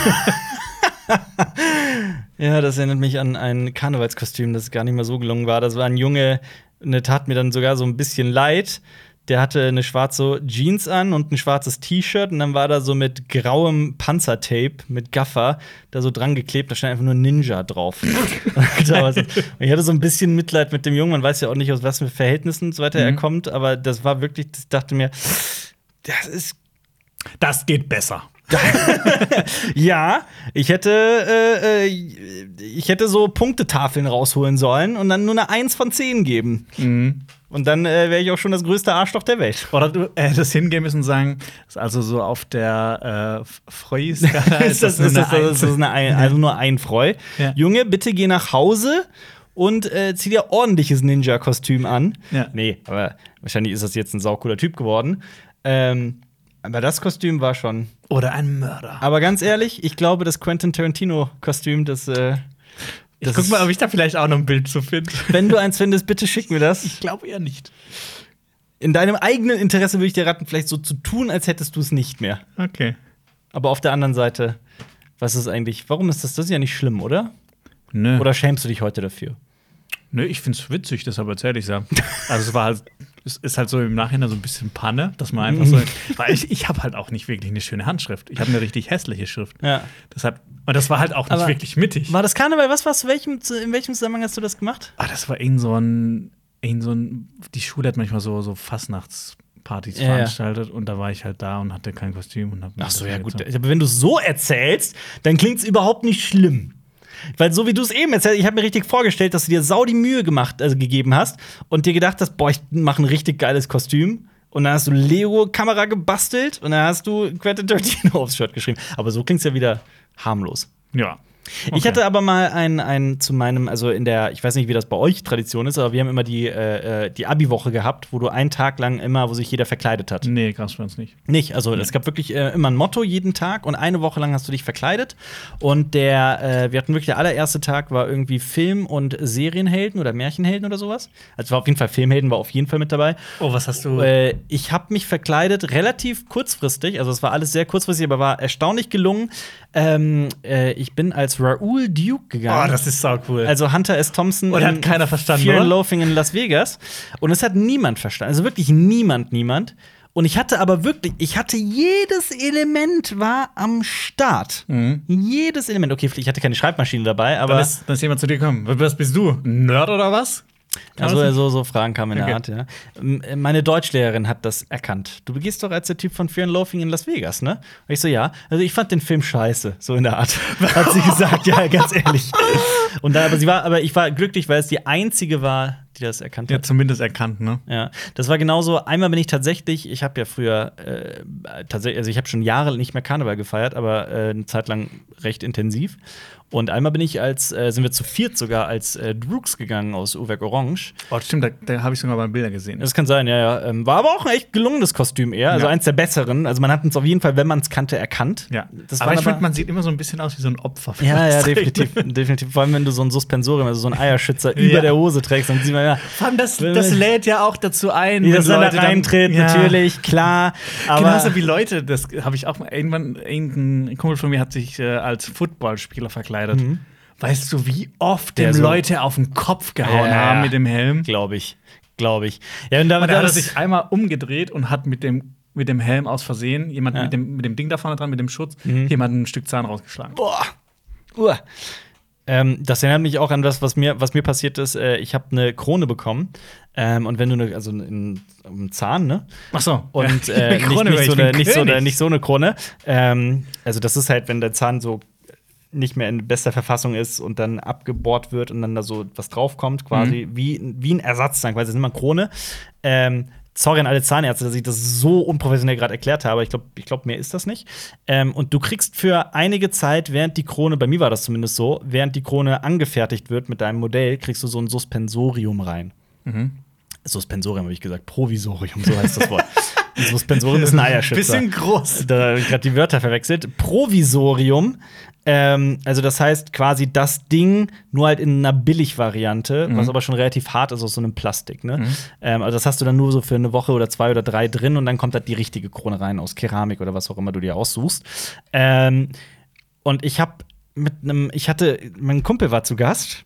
Speaker 1: Ja, das erinnert mich an ein Karnevalskostüm, das gar nicht mehr so gelungen war. Das war ein Junge, ne, tat mir dann sogar so ein bisschen leid. Der hatte eine schwarze Jeans an und ein schwarzes T-Shirt und dann war da so mit grauem Panzertape, mit Gaffer, da so dran geklebt, da stand einfach nur Ninja drauf. und da war so- und ich hatte so ein bisschen Mitleid mit dem Jungen, man weiß ja auch nicht, aus was für Verhältnissen und so weiter er kommt, aber das war wirklich, ich dachte mir, das ist
Speaker 2: Das geht besser.
Speaker 1: ja, ich hätte, äh, äh, ich hätte so Punktetafeln rausholen sollen und dann nur eine 1 von 10 geben.
Speaker 2: Mhm.
Speaker 1: Und dann äh, wäre ich auch schon das größte Arschloch der Welt.
Speaker 2: Oder du äh, das hingehen müssen und sagen, ist also so auf der äh, Freuskala
Speaker 1: ist das, ist das, das ist eine ein, also nur ein Freu.
Speaker 2: Ja.
Speaker 1: Junge, bitte geh nach Hause und äh, zieh dir ordentliches Ninja-Kostüm an.
Speaker 2: Ja.
Speaker 1: Nee, aber wahrscheinlich ist das jetzt ein saucooler Typ geworden. Ähm, aber das Kostüm war schon.
Speaker 2: Oder ein Mörder.
Speaker 1: Aber ganz ehrlich, ich glaube, das Quentin Tarantino-Kostüm, das. Äh,
Speaker 2: Ich guck mal, ob ich da vielleicht auch noch ein Bild zu finde.
Speaker 1: Wenn du eins findest, bitte schick mir das.
Speaker 2: Ich glaube eher nicht.
Speaker 1: In deinem eigenen Interesse würde ich dir raten, vielleicht so zu tun, als hättest du es nicht mehr.
Speaker 2: Okay.
Speaker 1: Aber auf der anderen Seite, was ist eigentlich, warum ist das? Das ist ja nicht schlimm, oder?
Speaker 2: Nö.
Speaker 1: Oder schämst du dich heute dafür?
Speaker 2: Nö, ich find's witzig, deshalb erzähle ich's ja. Also es war halt, es ist halt so im Nachhinein so ein bisschen Panne, dass man einfach so. Weil ich, ich habe halt auch nicht wirklich eine schöne Handschrift. Ich habe eine richtig hässliche Schrift.
Speaker 1: Ja.
Speaker 2: Deshalb, und das war halt auch nicht
Speaker 1: Aber-
Speaker 2: wirklich mittig.
Speaker 1: War das Karneval? Was war's? Welchem, zu- in welchem Zusammenhang hast du das gemacht?
Speaker 2: Ah, das war irgend so ein, irgend so ein. Die Schule hat manchmal so, so Fastnachtspartys
Speaker 1: Ja, ja.
Speaker 2: veranstaltet und da war ich halt da und hatte kein Kostüm und hab mir das angezogen.
Speaker 1: Aber wenn du es so erzählst, dann klingt es überhaupt nicht schlimm. Weil so wie du es eben erzählst, ich habe mir richtig vorgestellt, dass du dir sau die Mühe gemacht, also gegeben hast und dir gedacht hast, boah, ich mache ein richtig geiles Kostüm. Und dann hast du Lego-Kamera gebastelt und dann hast du Quentin Tarantino aufs Shirt geschrieben. Aber so klingt es ja wieder harmlos.
Speaker 2: Ja.
Speaker 1: Ich hatte aber mal einen, einen zu meinem, also in der, ich weiß nicht, wie das bei euch Tradition ist, aber wir haben immer die, äh, äh, die Abi-Woche gehabt, wo du einen Tag lang immer, wo sich jeder verkleidet hat.
Speaker 2: Nee, gab's bei uns nicht.
Speaker 1: Nicht, also
Speaker 2: Mhm.
Speaker 1: es gab wirklich äh, immer ein Motto jeden Tag und eine Woche lang hast du dich verkleidet. Und der, äh, wir hatten wirklich, der allererste Tag war irgendwie Film- und Serienhelden oder Märchenhelden oder sowas. Also war auf jeden Fall Filmhelden, war auf jeden Fall mit dabei.
Speaker 2: Oh, was hast du?
Speaker 1: Äh, ich habe mich verkleidet relativ kurzfristig, also es war alles sehr kurzfristig, aber war erstaunlich gelungen. Ähm, äh, ich bin als Raoul Duke
Speaker 2: oh,
Speaker 1: gegangen.
Speaker 2: das ist sau cool.
Speaker 1: Also Hunter S. Thompson.
Speaker 2: Und hat
Speaker 1: in
Speaker 2: keiner verstanden,
Speaker 1: Fear
Speaker 2: oder?
Speaker 1: and Loafing in Las Vegas. Und es hat niemand verstanden. Also wirklich niemand, niemand. Und ich hatte aber wirklich, ich hatte jedes Element war am Start. Jedes Element. Okay, ich hatte keine Schreibmaschine dabei,
Speaker 2: Mhm. dann,
Speaker 1: aber
Speaker 2: ist, dann ist jemand zu dir gekommen. Was bist du? Ein Nerd oder was?
Speaker 1: also, so, so Fragen kamen in der
Speaker 2: Okay.
Speaker 1: Art, ja. M- äh, Meine Deutschlehrerin hat das erkannt. Du begehst doch als der Typ von Fear and Loafing in Las Vegas, ne? Und ich so, ja. Also ich fand den Film scheiße, so in der Art. Hat sie gesagt, ja, ganz ehrlich. Und da, aber sie war, aber ich war glücklich, weil es die einzige war, die das erkannt hat.
Speaker 2: Ja, zumindest erkannt, ne?
Speaker 1: Ja, das war genauso. Einmal bin ich tatsächlich, ich habe ja früher äh, tatsächlich, also ich habe schon Jahre nicht mehr Karneval gefeiert, aber äh, eine Zeit lang recht intensiv. Und einmal bin ich als, äh, sind wir zu viert sogar als äh, Droogs gegangen aus Uwerk Orange.
Speaker 2: Oh, stimmt, da, da habe ich sogar mal Bilder gesehen.
Speaker 1: Das kann sein, ja, ja. Ähm, war aber auch ein echt gelungenes Kostüm eher. Also
Speaker 2: Ja.
Speaker 1: eins der besseren. Also man hat uns auf jeden Fall, wenn man es kannte, erkannt.
Speaker 2: ja.
Speaker 1: Das
Speaker 2: aber
Speaker 1: war
Speaker 2: ich finde, man sieht immer so ein bisschen aus wie so ein Opfer. von
Speaker 1: ja, ja,
Speaker 2: was.
Speaker 1: definitiv, definitiv. Vor allem, wenn du so ein Suspensorium, also so einen Eierschützer über
Speaker 2: Ja.
Speaker 1: der Hose trägst, dann sieht man ja,
Speaker 2: Vor allem, das, das lädt ja auch dazu ein,
Speaker 1: dass
Speaker 2: wenn
Speaker 1: er da
Speaker 2: Leute dann-
Speaker 1: reintritt,
Speaker 2: Ja. Genau
Speaker 1: natürlich, klar. Aber
Speaker 2: Genauso wie Leute, das habe ich auch mal irgendwann, irgendein Kumpel von mir hat sich äh, als Footballspieler verkleidet. Weißt du, wie oft
Speaker 1: Der
Speaker 2: dem
Speaker 1: so-
Speaker 2: Leute auf den Kopf gehauen
Speaker 1: Ja.
Speaker 2: haben mit dem Helm?
Speaker 1: Glaube ich. Glaube ich. Ja, und damit
Speaker 2: Da hat er
Speaker 1: das,
Speaker 2: sich einmal umgedreht und hat mit dem, mit dem Helm aus Versehen, jemand mit, Mhm. dem, mit dem Ding da vorne dran, mit dem Schutz, jemanden ein Stück Zahn rausgeschlagen.
Speaker 1: Boah. Uah. Ähm, das erinnert mich auch an das, was mir, was mir passiert ist. Äh, ich habe eine Krone bekommen. Ähm, und wenn du eine, also einen, einen Zahn, ne?
Speaker 2: Ach so.
Speaker 1: Und äh,
Speaker 2: Ich
Speaker 1: nicht,
Speaker 2: bin Krone,
Speaker 1: nicht,
Speaker 2: weil
Speaker 1: so
Speaker 2: ich bin
Speaker 1: eine, nicht, so eine,
Speaker 2: König.
Speaker 1: nicht so eine Krone. Ähm, also, das ist halt, wenn der Zahn so nicht mehr in bester Verfassung ist und dann abgebohrt wird und dann da so was draufkommt, quasi wie, wie ein Ersatz dann, quasi das ist immer Krone. Ähm, sorry an alle Zahnärzte, dass ich das so unprofessionell gerade erklärt habe. Ich glaube, ich glaub, mehr ist das nicht. Ähm, und du kriegst für einige Zeit, während die Krone, bei mir war das zumindest so, während die Krone angefertigt wird mit deinem Modell, kriegst du so ein Suspensorium rein. Suspensorium habe ich gesagt, Provisorium, so heißt das Wort. Ein Suspensorium ist ein Eierschützer.
Speaker 2: Bisschen groß.
Speaker 1: Da habe ich gerade die Wörter verwechselt. Provisorium. Ähm, also, das heißt quasi das Ding, nur halt in einer Billigvariante, was aber schon relativ hart ist aus so einem Plastik. Ne? Ähm, also, das hast du dann nur so für eine Woche oder zwei oder drei drin und dann kommt halt die richtige Krone rein aus Keramik oder was auch immer du dir aussuchst. Ähm, und ich habe mit einem, ich hatte, mein Kumpel war zu Gast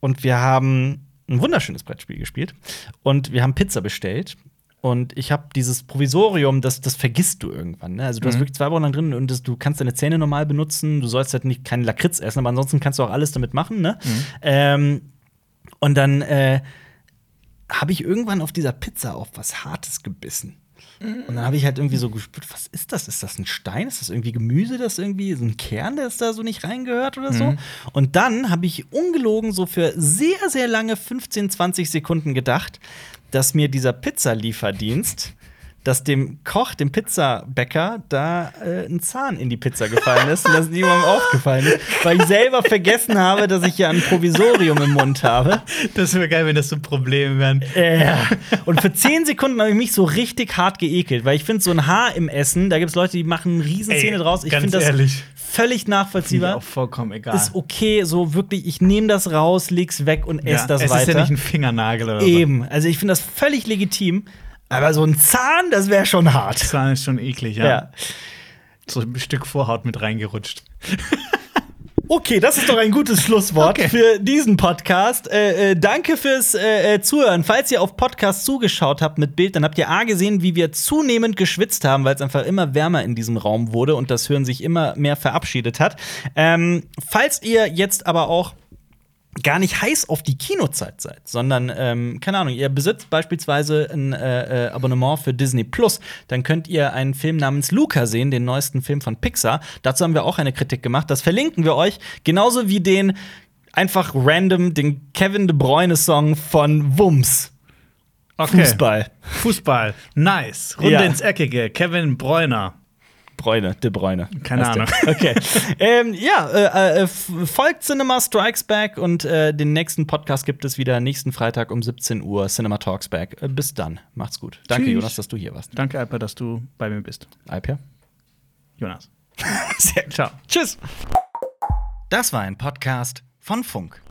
Speaker 1: und wir haben ein wunderschönes Brettspiel gespielt und wir haben Pizza bestellt. Und ich habe dieses Provisorium, das, das vergisst du irgendwann. Ne? Also, du hast wirklich zwei Wochen lang drin und das, du kannst deine Zähne normal benutzen. Du sollst halt nicht keinen Lakritz essen, aber ansonsten kannst du auch alles damit machen. Ne? Ähm, und dann äh, habe ich irgendwann auf dieser Pizza auf was Hartes gebissen. Und dann habe ich halt irgendwie so gespürt, was ist das? Ist das ein Stein? Ist das irgendwie Gemüse, das irgendwie, so ein Kern, der ist da so nicht reingehört oder so? Und dann habe ich ungelogen so für sehr, sehr lange 15, 20 Sekunden gedacht, dass mir dieser Pizzalieferdienst, dass dem Koch, dem Pizzabäcker, da äh, ein Zahn in die Pizza gefallen ist und das niemandem aufgefallen ist, weil ich selber vergessen habe, dass ich ja ein Provisorium im Mund habe.
Speaker 2: Das wäre geil, wenn das so ein Problem wären.
Speaker 1: Äh, und für 10 Sekunden habe ich mich so richtig hart geekelt, weil ich finde, so ein Haar im Essen, da gibt es Leute, die machen riesen
Speaker 2: Ey,
Speaker 1: Szene draus. Ich
Speaker 2: ganz
Speaker 1: finde das
Speaker 2: ehrlich.
Speaker 1: völlig
Speaker 2: Mir
Speaker 1: nachvollziehbar.
Speaker 2: auch vollkommen egal.
Speaker 1: Ist okay, so wirklich, ich nehme das raus, leg's weg und esse das
Speaker 2: es
Speaker 1: weiter.
Speaker 2: ist ja nicht ein Fingernagel oder so.
Speaker 1: Eben, also ich finde das völlig legitim, aber so ein Zahn, das wäre schon hart.
Speaker 2: Das war schon eklig, ja.
Speaker 1: Ja.
Speaker 2: So ein Stück Vorhaut mit reingerutscht.
Speaker 1: Okay, das ist doch ein gutes Schlusswort
Speaker 2: Okay.
Speaker 1: für diesen Podcast. Äh, äh, danke fürs äh, äh, Zuhören. Falls ihr auf Podcasts zugeschaut habt mit Bild, dann habt ihr A gesehen, wie wir zunehmend geschwitzt haben, weil es einfach immer wärmer in diesem Raum wurde und das Hören sich immer mehr verabschiedet hat. Ähm, falls ihr jetzt aber auch gar nicht heiß auf die Kinozeit seid, sondern, ähm, keine Ahnung, ihr besitzt beispielsweise ein äh, äh, Abonnement für Disney Plus, dann könnt ihr einen Film namens Luca sehen, den neuesten Film von Pixar. Dazu haben wir auch eine Kritik gemacht. Das verlinken wir euch, genauso wie den einfach random, den Kevin de Bruyne-Song von Wums. Fußball.
Speaker 2: Fußball. Nice. Runde
Speaker 1: Ja.
Speaker 2: ins Eckige. Kevin Bräuner.
Speaker 1: Bräune, de Bruyne.
Speaker 2: Keine
Speaker 1: Heißt der.
Speaker 2: Ahnung.
Speaker 1: Okay. ähm, ja, äh, äh, f- folgt Cinema Strikes Back und äh, den nächsten Podcast gibt es wieder nächsten Freitag um 17 Uhr. Cinema Talks Back. Äh, bis dann. Macht's gut. Danke,
Speaker 2: Tschüss.
Speaker 1: Jonas, dass du hier warst.
Speaker 2: Danke, Alper, dass du bei mir bist.
Speaker 1: Alper.
Speaker 2: Jonas. Ciao.
Speaker 1: Tschüss. Das war ein Podcast von Funk.